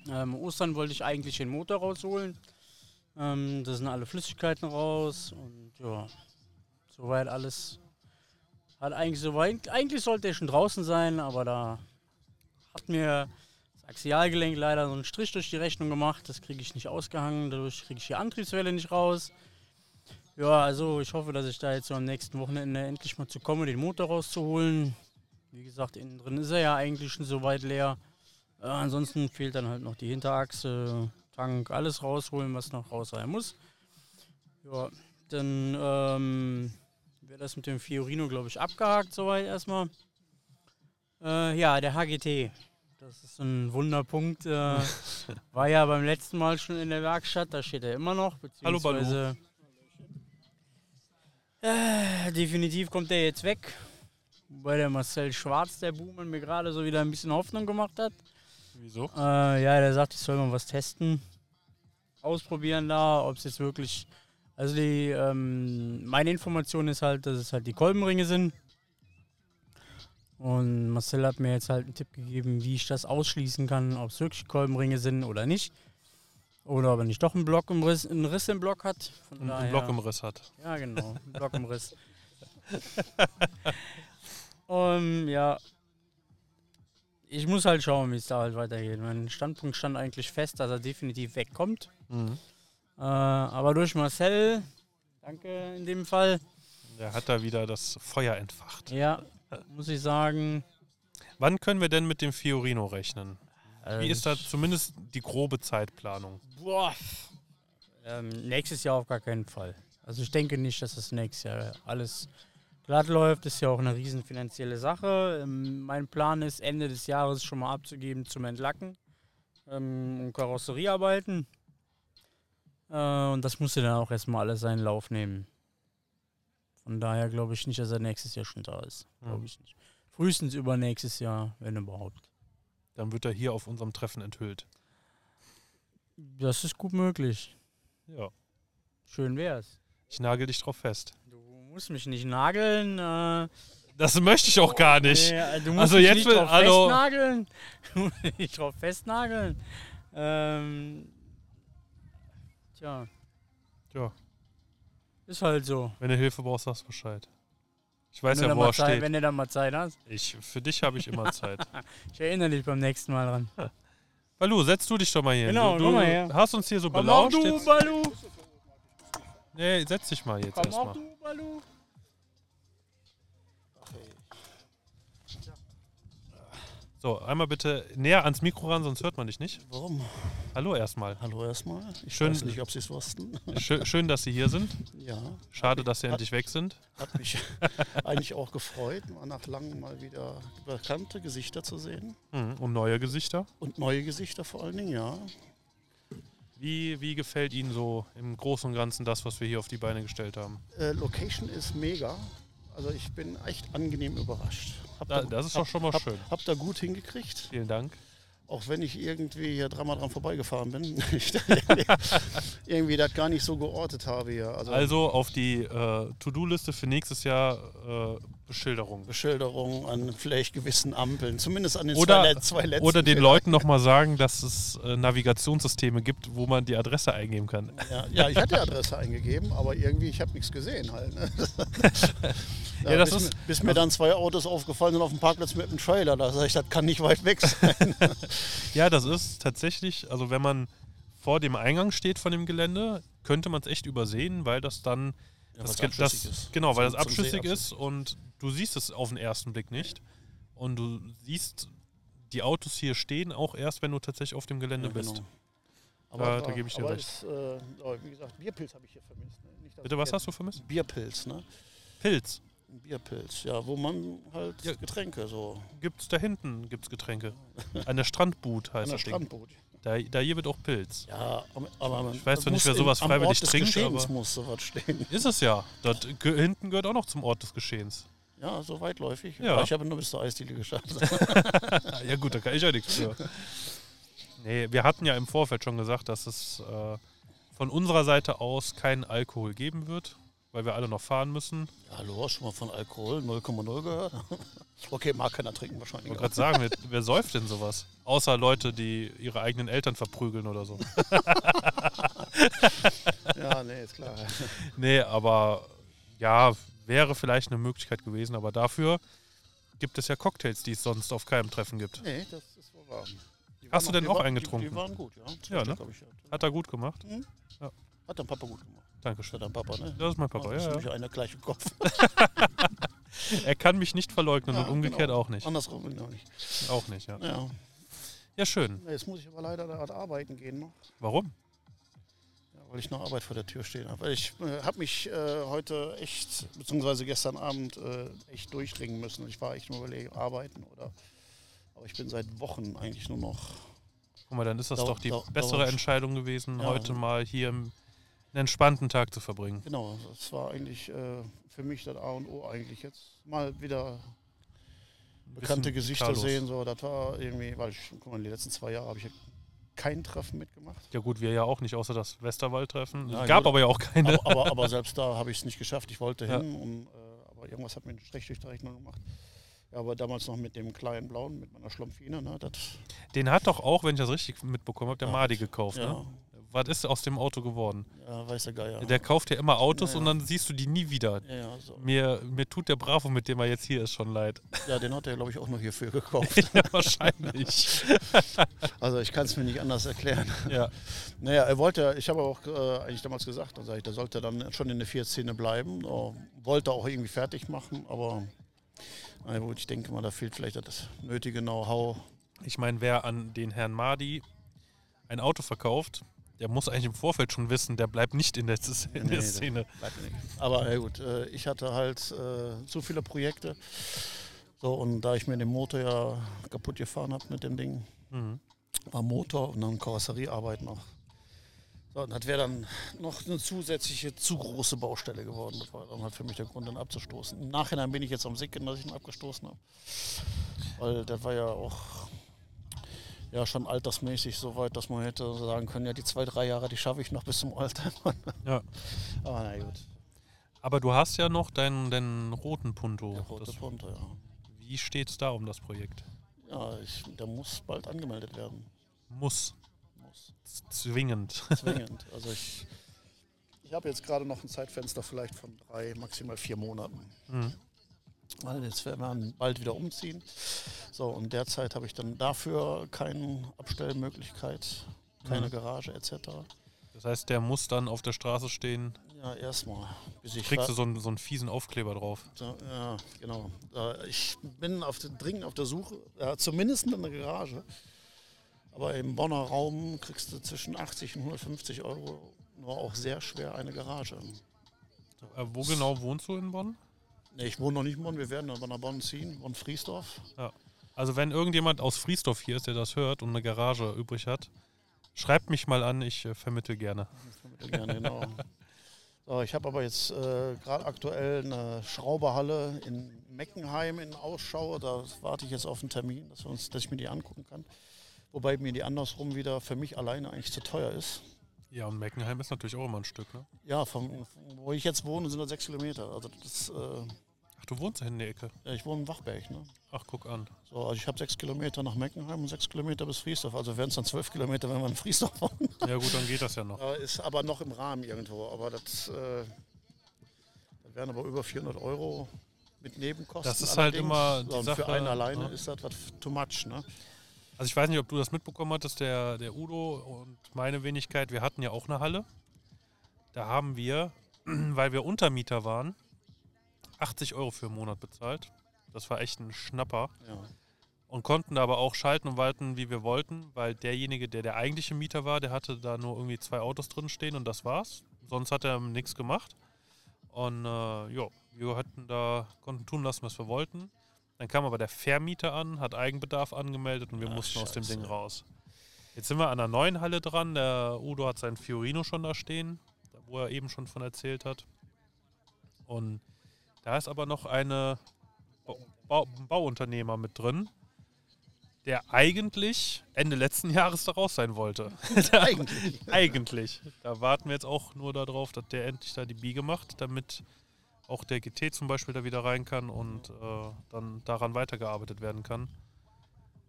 [SPEAKER 13] Ähm, Ostern wollte ich eigentlich den Motor rausholen. Ähm, da sind alle Flüssigkeiten raus und ja, soweit alles. Hat eigentlich soweit. Eigentlich sollte er schon draußen sein, aber da hat mir das Axialgelenk leider so einen Strich durch die Rechnung gemacht. Das kriege ich nicht ausgehangen, dadurch kriege ich die Antriebswelle nicht raus. Ja, also ich hoffe, dass ich da jetzt so am nächsten Wochenende endlich mal zu komme, den Motor rauszuholen. Wie gesagt, innen drin ist er ja eigentlich schon soweit leer. Äh, ansonsten fehlt dann halt noch die Hinterachse, Tank, alles rausholen, was noch raus sein muss. Ja, dann ähm, wäre das mit dem Fiorino, glaube ich, abgehakt soweit erstmal. Äh, ja, der HGT. Das ist ein Wunderpunkt. Äh, war ja beim letzten Mal schon in der Werkstatt, da steht er immer noch.
[SPEAKER 1] Hallo, Balu.
[SPEAKER 13] beziehungsweise- Äh, definitiv kommt der jetzt weg. Wobei der Marcel Schwarz, der Buhmann, mir gerade so wieder ein bisschen Hoffnung gemacht hat.
[SPEAKER 1] Wieso?
[SPEAKER 13] Äh, ja, der sagt, ich soll mal was testen. Ausprobieren da, ob es jetzt wirklich. Also die, ähm, meine Information ist halt, dass es halt die Kolbenringe sind. Und Marcel hat mir jetzt halt einen Tipp gegeben, wie ich das ausschließen kann, ob es wirklich Kolbenringe sind oder nicht. Oder ob er nicht doch einen Block im Riss, einen Riss im Block hat. Von
[SPEAKER 1] Einen Block im Riss hat.
[SPEAKER 13] Ja, genau. Einen Block im Riss.
[SPEAKER 16] [laughs]
[SPEAKER 13] Ähm, ja. Ich muss halt schauen, wie es da halt weitergeht. Mein Standpunkt stand eigentlich fest, dass er definitiv wegkommt.
[SPEAKER 1] Mhm.
[SPEAKER 16] Äh, aber durch Marcel, danke in dem Fall.
[SPEAKER 1] Der hat da wieder das Feuer entfacht.
[SPEAKER 16] Ja, muss ich sagen.
[SPEAKER 1] Wann können wir denn mit dem Fiorino rechnen?
[SPEAKER 16] Ähm,
[SPEAKER 1] Wie ist da zumindest die grobe Zeitplanung?
[SPEAKER 16] Boah. Ähm, nächstes Jahr auf gar keinen Fall. Also ich denke nicht, dass das nächstes Jahr alles glatt läuft. Ist ja auch eine riesen finanzielle Sache. Ähm, mein Plan ist, Ende des Jahres schon mal abzugeben zum Entlacken ähm, und Karosseriearbeiten. Äh, und das musste dann auch erstmal alles seinen Lauf nehmen. Von daher glaube ich nicht, dass er nächstes Jahr schon da ist.
[SPEAKER 1] Mhm.
[SPEAKER 16] Glaube ich nicht. Frühestens übernächstes Jahr, wenn überhaupt.
[SPEAKER 1] Dann wird er hier auf unserem Treffen enthüllt.
[SPEAKER 16] Das ist gut möglich.
[SPEAKER 1] Ja.
[SPEAKER 16] Schön wär's.
[SPEAKER 1] Ich nagel dich drauf fest.
[SPEAKER 16] Du musst mich nicht nageln. Äh,
[SPEAKER 1] Das möchte ich auch gar nicht.
[SPEAKER 16] Nee, du musst
[SPEAKER 1] also
[SPEAKER 16] mich
[SPEAKER 1] jetzt
[SPEAKER 16] nicht
[SPEAKER 1] will,
[SPEAKER 16] drauf
[SPEAKER 1] hallo.
[SPEAKER 16] festnageln. [laughs] Du musst mich nicht drauf festnageln. Ähm, tja,
[SPEAKER 1] Ja.
[SPEAKER 16] ist halt so.
[SPEAKER 1] Wenn du Hilfe brauchst, sagst du Bescheid. Ich weiß
[SPEAKER 16] wenn du
[SPEAKER 1] ja,
[SPEAKER 16] dann
[SPEAKER 1] wo
[SPEAKER 16] mal
[SPEAKER 1] er
[SPEAKER 16] Zeit,
[SPEAKER 1] steht.
[SPEAKER 16] Wenn du dann mal Zeit hast.
[SPEAKER 1] Ich, für dich habe
[SPEAKER 16] [laughs]
[SPEAKER 1] ich immer Zeit.
[SPEAKER 16] ich erinnere dich beim nächsten Mal dran.
[SPEAKER 1] Balu, setz du dich doch mal hier hin.
[SPEAKER 16] Genau,
[SPEAKER 1] du, du
[SPEAKER 16] komm mal her.
[SPEAKER 1] hast uns hier so
[SPEAKER 16] Komm auch
[SPEAKER 1] belauscht.
[SPEAKER 16] du,
[SPEAKER 1] jetzt.
[SPEAKER 16] Balu.
[SPEAKER 1] Nee, setz dich mal jetzt
[SPEAKER 16] Komm auch
[SPEAKER 1] erstmal.
[SPEAKER 16] du, Balu.
[SPEAKER 1] So, einmal bitte näher ans Mikro ran, sonst hört man dich nicht.
[SPEAKER 17] Warum?
[SPEAKER 1] Hallo erstmal.
[SPEAKER 17] Hallo erstmal. Ich
[SPEAKER 1] Schön-
[SPEAKER 17] weiß nicht, ob Sie es wussten.
[SPEAKER 1] Schö- Schön, dass Sie hier sind.
[SPEAKER 17] Ja.
[SPEAKER 1] Schade, dass Sie
[SPEAKER 17] Hat-
[SPEAKER 1] endlich weg sind.
[SPEAKER 17] Hat mich [laughs] eigentlich auch gefreut, mal nach langem mal wieder bekannte Gesichter zu sehen.
[SPEAKER 1] Mhm, Und neue Gesichter.
[SPEAKER 17] Und neue Gesichter vor allen Dingen, ja.
[SPEAKER 1] Wie, wie gefällt Ihnen so im Großen und Ganzen das, was wir hier auf die Beine gestellt haben?
[SPEAKER 17] Äh, Location ist mega. Also ich bin echt angenehm überrascht. Hab
[SPEAKER 1] Da- das ist doch schon mal
[SPEAKER 17] hab,
[SPEAKER 1] schön.
[SPEAKER 17] Hab da gut hingekriegt.
[SPEAKER 1] Vielen Dank.
[SPEAKER 17] Auch wenn ich irgendwie hier dreimal dran vorbeigefahren bin. [laughs] Ich da irgendwie das gar nicht so geortet habe hier. Also,
[SPEAKER 1] Also auf die äh, To-Do-Liste für nächstes Jahr äh, Beschilderung.
[SPEAKER 17] Beschilderung an vielleicht gewissen Ampeln. Zumindest an den
[SPEAKER 1] Oder,
[SPEAKER 17] zwei, le- zwei letzten.
[SPEAKER 1] oder den
[SPEAKER 17] vielleicht.
[SPEAKER 1] Leuten nochmal sagen, dass es äh, Navigationssysteme gibt, wo man die Adresse eingeben kann.
[SPEAKER 17] Ja, ja, ich hatte die Adresse eingegeben, aber irgendwie, ich habe nichts gesehen halt.
[SPEAKER 1] [laughs]
[SPEAKER 17] Ne?
[SPEAKER 1] Ja,
[SPEAKER 17] Ja,
[SPEAKER 1] das
[SPEAKER 17] bis,
[SPEAKER 1] ist-
[SPEAKER 17] mir- bis mir dann zwei Autos aufgefallen sind auf dem Parkplatz mit einem Trailer. Da sage ich, das kann nicht weit weg sein.
[SPEAKER 1] [laughs] Ja, das ist tatsächlich, also wenn man vor dem Eingang steht von dem Gelände, könnte man es echt übersehen, weil das dann
[SPEAKER 17] Ja,
[SPEAKER 1] das,
[SPEAKER 17] weil's
[SPEAKER 1] Ge- das,
[SPEAKER 17] abschüssig ist.
[SPEAKER 1] genau, weil
[SPEAKER 17] Zum-
[SPEAKER 1] das
[SPEAKER 17] zum
[SPEAKER 1] abschüssig
[SPEAKER 17] See
[SPEAKER 1] ist und du siehst es auf den ersten Blick nicht und du siehst die Autos hier stehen auch erst, [laughs] wenn du tatsächlich auf dem Gelände
[SPEAKER 17] Ja,
[SPEAKER 1] bist.
[SPEAKER 17] genau.
[SPEAKER 1] da, da
[SPEAKER 17] klar,
[SPEAKER 1] gebe ich dir
[SPEAKER 17] aber
[SPEAKER 1] recht.
[SPEAKER 17] Ist, äh, oh, wie gesagt, Bierpilz habe ich hier vermisst. Ne? Nicht, dass
[SPEAKER 1] Bitte,
[SPEAKER 17] ich
[SPEAKER 1] was
[SPEAKER 17] jetzt-
[SPEAKER 1] hast du vermisst?
[SPEAKER 17] Bierpilz, ne?
[SPEAKER 1] Pilz.
[SPEAKER 17] Bierpilz, ja, wo man halt Getränke so.
[SPEAKER 1] Gibt's da hinten gibt's
[SPEAKER 17] [laughs]
[SPEAKER 1] Getränke. An der Strandboot heißt
[SPEAKER 17] An der
[SPEAKER 1] das Ding.
[SPEAKER 17] Strandbut.
[SPEAKER 1] Da, da hier wird auch Pilz.
[SPEAKER 17] Ja, aber man-
[SPEAKER 1] ich weiß zwar
[SPEAKER 17] muss
[SPEAKER 1] nicht, wer
[SPEAKER 17] im-
[SPEAKER 1] sowas
[SPEAKER 17] am
[SPEAKER 1] freiwillig
[SPEAKER 17] Ort des
[SPEAKER 1] trinkt,
[SPEAKER 17] Geschehens
[SPEAKER 1] aber
[SPEAKER 17] muss sowas stehen.
[SPEAKER 1] Ist es ja. Dort ge hinten gehört auch noch zum Ort des Geschehens.
[SPEAKER 17] Ja, so weitläufig.
[SPEAKER 1] Ja.
[SPEAKER 17] Ich habe nur bis zur Eisdiele geschafft.
[SPEAKER 1] [laughs] ja gut, da kann ich ja nichts für. Nee, wir hatten ja im Vorfeld schon gesagt, dass es äh, von unserer Seite aus keinen Alkohol geben wird, weil wir alle noch fahren müssen.
[SPEAKER 17] Hallo, schon mal von Alkohol 0,0 gehört? [laughs] Okay, mag keiner trinken wahrscheinlich.
[SPEAKER 1] Ich wollte gerade sagen, wer, wer säuft denn sowas? Außer Leute, die ihre eigenen Eltern verprügeln oder
[SPEAKER 17] [laughs]
[SPEAKER 1] so.
[SPEAKER 17] Ja, nee, ist klar.
[SPEAKER 1] Nee, aber ja, wäre vielleicht eine Möglichkeit gewesen, aber dafür gibt es ja Cocktails, die es sonst auf keinem Treffen gibt.
[SPEAKER 17] [laughs] Nee, das ist wohl wahr. Die waren
[SPEAKER 1] Hast du denn
[SPEAKER 17] die
[SPEAKER 1] auch
[SPEAKER 17] waren-
[SPEAKER 1] einen
[SPEAKER 17] die-
[SPEAKER 1] getrunken?
[SPEAKER 17] Die waren gut, ja. Zwei
[SPEAKER 1] Ja,
[SPEAKER 17] Stück
[SPEAKER 1] ne?
[SPEAKER 17] hab ich gehabt.
[SPEAKER 1] Hat er gut gemacht.
[SPEAKER 17] Mhm.
[SPEAKER 1] Ja. [laughs]
[SPEAKER 17] Hat dein Papa gut gemacht.
[SPEAKER 1] Dankeschön.
[SPEAKER 17] Hat dein Papa, ne?
[SPEAKER 1] Das ist mein Papa,
[SPEAKER 17] Oh,
[SPEAKER 1] ja.
[SPEAKER 17] ist
[SPEAKER 1] ja.
[SPEAKER 17] nämlich einer gleich
[SPEAKER 1] [laughs]
[SPEAKER 17] im Kopf.
[SPEAKER 1] er kann mich nicht verleugnen und umgekehrt
[SPEAKER 17] genau.
[SPEAKER 1] auch nicht.
[SPEAKER 17] Andersrum genau nicht.
[SPEAKER 1] Auch nicht, ja.
[SPEAKER 17] Ja.
[SPEAKER 1] Ja, schön.
[SPEAKER 17] Nee, Jetzt muss ich aber leider da arbeiten gehen ne? noch.
[SPEAKER 1] Warum?
[SPEAKER 17] Ja, weil ich noch Arbeit vor der Tür stehen habe. Ich äh, habe mich äh, heute echt, beziehungsweise gestern Abend, äh, echt durchringen müssen. Ich war echt nur überlegen, arbeiten oder. Aber ich bin seit Wochen eigentlich nur noch.
[SPEAKER 1] Guck mal, dann ist das
[SPEAKER 17] Dau-
[SPEAKER 1] doch die
[SPEAKER 17] dau-
[SPEAKER 1] bessere
[SPEAKER 17] dauernd-
[SPEAKER 1] Entscheidung gewesen,
[SPEAKER 17] Ja.
[SPEAKER 1] heute mal hier im, einen entspannten Tag zu verbringen.
[SPEAKER 17] Genau, das war eigentlich äh, für mich das A und O eigentlich jetzt mal wieder bekannte
[SPEAKER 1] bisschen
[SPEAKER 17] Gesichter
[SPEAKER 1] Carlos.
[SPEAKER 17] sehen. So, das war irgendwie, weil ich, guck mal, die letzten zwei Jahre habe ich ja kein Treffen mitgemacht.
[SPEAKER 1] Ja gut, wir ja auch nicht, außer das Westerwald-Treffen.
[SPEAKER 17] Ja,
[SPEAKER 1] Es gab
[SPEAKER 17] gut.
[SPEAKER 1] aber ja auch keine.
[SPEAKER 17] Aber, aber, aber selbst da habe ich es nicht geschafft. Ich wollte
[SPEAKER 1] Ja.
[SPEAKER 17] hin, um, äh, aber irgendwas hat mir einen Strich durch die Rechnung gemacht. Ja, aber damals noch mit dem kleinen Blauen, mit meiner Schlumpfine. Ne, das
[SPEAKER 1] Den hat doch auch, wenn ich das richtig mitbekommen habe, der
[SPEAKER 17] Ja.
[SPEAKER 1] Mardi gekauft.
[SPEAKER 17] Ja.
[SPEAKER 1] Ne? was ist aus dem Auto geworden?
[SPEAKER 17] Ja, weiß der Geier.
[SPEAKER 1] Der kauft ja immer Autos
[SPEAKER 17] Ja,
[SPEAKER 1] und
[SPEAKER 17] ja.
[SPEAKER 1] dann siehst du die nie wieder.
[SPEAKER 17] Ja, ja, so.
[SPEAKER 1] mir, mir tut der Bravo, mit dem er jetzt hier ist, schon leid.
[SPEAKER 17] Ja, den hat er, glaube ich, auch nur hierfür
[SPEAKER 1] [laughs]
[SPEAKER 17] gekauft.
[SPEAKER 1] ja, wahrscheinlich.
[SPEAKER 17] [laughs] also ich kann es mir nicht anders erklären.
[SPEAKER 1] Ja.
[SPEAKER 17] [laughs] Naja, er wollte, ich habe auch äh, eigentlich damals gesagt, dann sag ich, der sollte dann schon in der Vierzehne bleiben. So, wollte auch irgendwie fertig machen, aber na gut, ich denke mal, da fehlt vielleicht das nötige Know-how.
[SPEAKER 1] Ich meine, wer an den Herrn Mahdi ein Auto verkauft, der muss eigentlich im Vorfeld schon wissen, der bleibt nicht in der, Szene- in der
[SPEAKER 17] Nee, das
[SPEAKER 1] Szene.
[SPEAKER 17] bleibt nicht. Aber ja gut, äh, ich hatte halt äh, zu viele Projekte. So, und da ich mir den Motor ja kaputt gefahren habe mit dem Ding,
[SPEAKER 1] Mhm.
[SPEAKER 17] war Motor und dann Karosseriearbeit noch. So, und das wäre dann noch eine zusätzliche, zu große Baustelle geworden. Das war dann halt für mich der Grund, dann abzustoßen. Im Nachhinein bin ich jetzt am Sicken, dass ich ihn abgestoßen habe. Weil das war ja auch ja, schon altersmäßig so weit, dass man hätte sagen können, ja, die zwei, drei Jahre, die schaffe ich noch bis zum Alter. [laughs]
[SPEAKER 1] Ja.
[SPEAKER 17] Aber na gut.
[SPEAKER 1] Aber du hast ja noch deinen, deinen roten Punto. Der
[SPEAKER 17] rote Punto, ja.
[SPEAKER 1] Wie steht's da um das Projekt?
[SPEAKER 17] Ja, ich, der muss bald angemeldet werden.
[SPEAKER 1] Muss. Z- Zwingend.
[SPEAKER 17] Zwingend. Also ich, ich habe jetzt gerade noch ein Zeitfenster vielleicht von drei, maximal vier Monaten.
[SPEAKER 1] Mhm.
[SPEAKER 17] Weil jetzt werden wir bald wieder umziehen. So, und derzeit habe ich dann dafür keine Abstellmöglichkeit, keine
[SPEAKER 1] Mhm.
[SPEAKER 17] Garage etc.
[SPEAKER 1] [laughs] Das heißt, der muss dann auf der Straße stehen.
[SPEAKER 17] Ja, erstmal. Bis ich
[SPEAKER 1] Kriegst
[SPEAKER 17] ra-
[SPEAKER 1] du so einen, so einen fiesen Aufkleber drauf.
[SPEAKER 17] So, ja, genau. Äh, Ich bin auf, den- dringend auf der Suche, ja, zumindest in der Garage. Aber im Bonner Raum kriegst du zwischen 80 und 150 Euro nur auch sehr schwer eine Garage.
[SPEAKER 1] Äh, wo genau wohnst du in Bonn?
[SPEAKER 17] Nee, ich wohne noch nicht in Bonn, wir werden aber nach Bonn ziehen, Bonn-Friesdorf.
[SPEAKER 1] Ja. Also wenn irgendjemand aus Friesdorf hier ist, der das hört und eine Garage übrig hat, schreibt mich mal an, ich äh, vermittle gerne.
[SPEAKER 17] Vermittel gerne, genau. So, ich habe aber jetzt äh, gerade aktuell eine Schrauberhalle in Meckenheim in Ausschau. Da warte ich jetzt auf einen Termin, dass, wir uns, dass ich mir die angucken kann. Wobei mir die andersrum wieder für mich alleine eigentlich zu teuer ist.
[SPEAKER 1] [laughs] ja, und Meckenheim ist natürlich auch immer ein Stück, ne?
[SPEAKER 17] Ja, vom, wo ich jetzt wohne, sind das sechs Kilometer. Also das, äh,
[SPEAKER 1] Ach, du wohnst da in der Ecke?
[SPEAKER 17] Ja, ich wohne in Wachberg. Ne?
[SPEAKER 1] Ach, guck an.
[SPEAKER 17] So, also ich habe sechs Kilometer nach Meckenheim und sechs Kilometer bis Friesdorf. Also wären es dann zwölf Kilometer, wenn man in Friesdorf wohnt.
[SPEAKER 1] [laughs] Ja gut, dann geht das ja noch.
[SPEAKER 17] Äh, Ist aber noch im Rahmen irgendwo. Aber das, äh, das wären aber über 400 Euro mit Nebenkosten.
[SPEAKER 1] Das ist halt immer die
[SPEAKER 17] So, und
[SPEAKER 1] Sache,
[SPEAKER 17] für einen alleine
[SPEAKER 1] ne?
[SPEAKER 17] ist das was too much. Ne?
[SPEAKER 1] Also ich weiß nicht, ob du das mitbekommen hattest, der, der Udo und meine Wenigkeit, wir hatten ja auch eine Halle. Da haben wir, [clears throat] weil wir Untermieter waren, 80 Euro für einen Monat bezahlt. Das war echt ein Schnapper.
[SPEAKER 17] Ja.
[SPEAKER 1] Und konnten aber auch schalten und walten, wie wir wollten, weil derjenige, der der eigentliche Mieter war, der hatte da nur irgendwie zwei Autos drin stehen und das war's. Sonst hat er nichts gemacht. Und äh, ja, wir hatten da, konnten tun lassen, was wir wollten. Dann kam aber der Vermieter an, hat Eigenbedarf angemeldet und wir mussten aus dem
[SPEAKER 17] scheiße.
[SPEAKER 1] Ding raus. Jetzt sind wir an der neuen Halle dran. Der Udo hat seinen Fiorino schon da stehen, wo er eben schon von erzählt hat. Und da ist aber noch eine Bau- Bau ein Bauunternehmer mit drin, der eigentlich Ende letzten Jahres da raus sein wollte. [laughs]
[SPEAKER 17] eigentlich.
[SPEAKER 1] eigentlich. Da warten wir jetzt auch nur darauf, dass der endlich da die Biege macht, damit auch der GT zum Beispiel da wieder rein kann und äh, dann daran weitergearbeitet werden kann.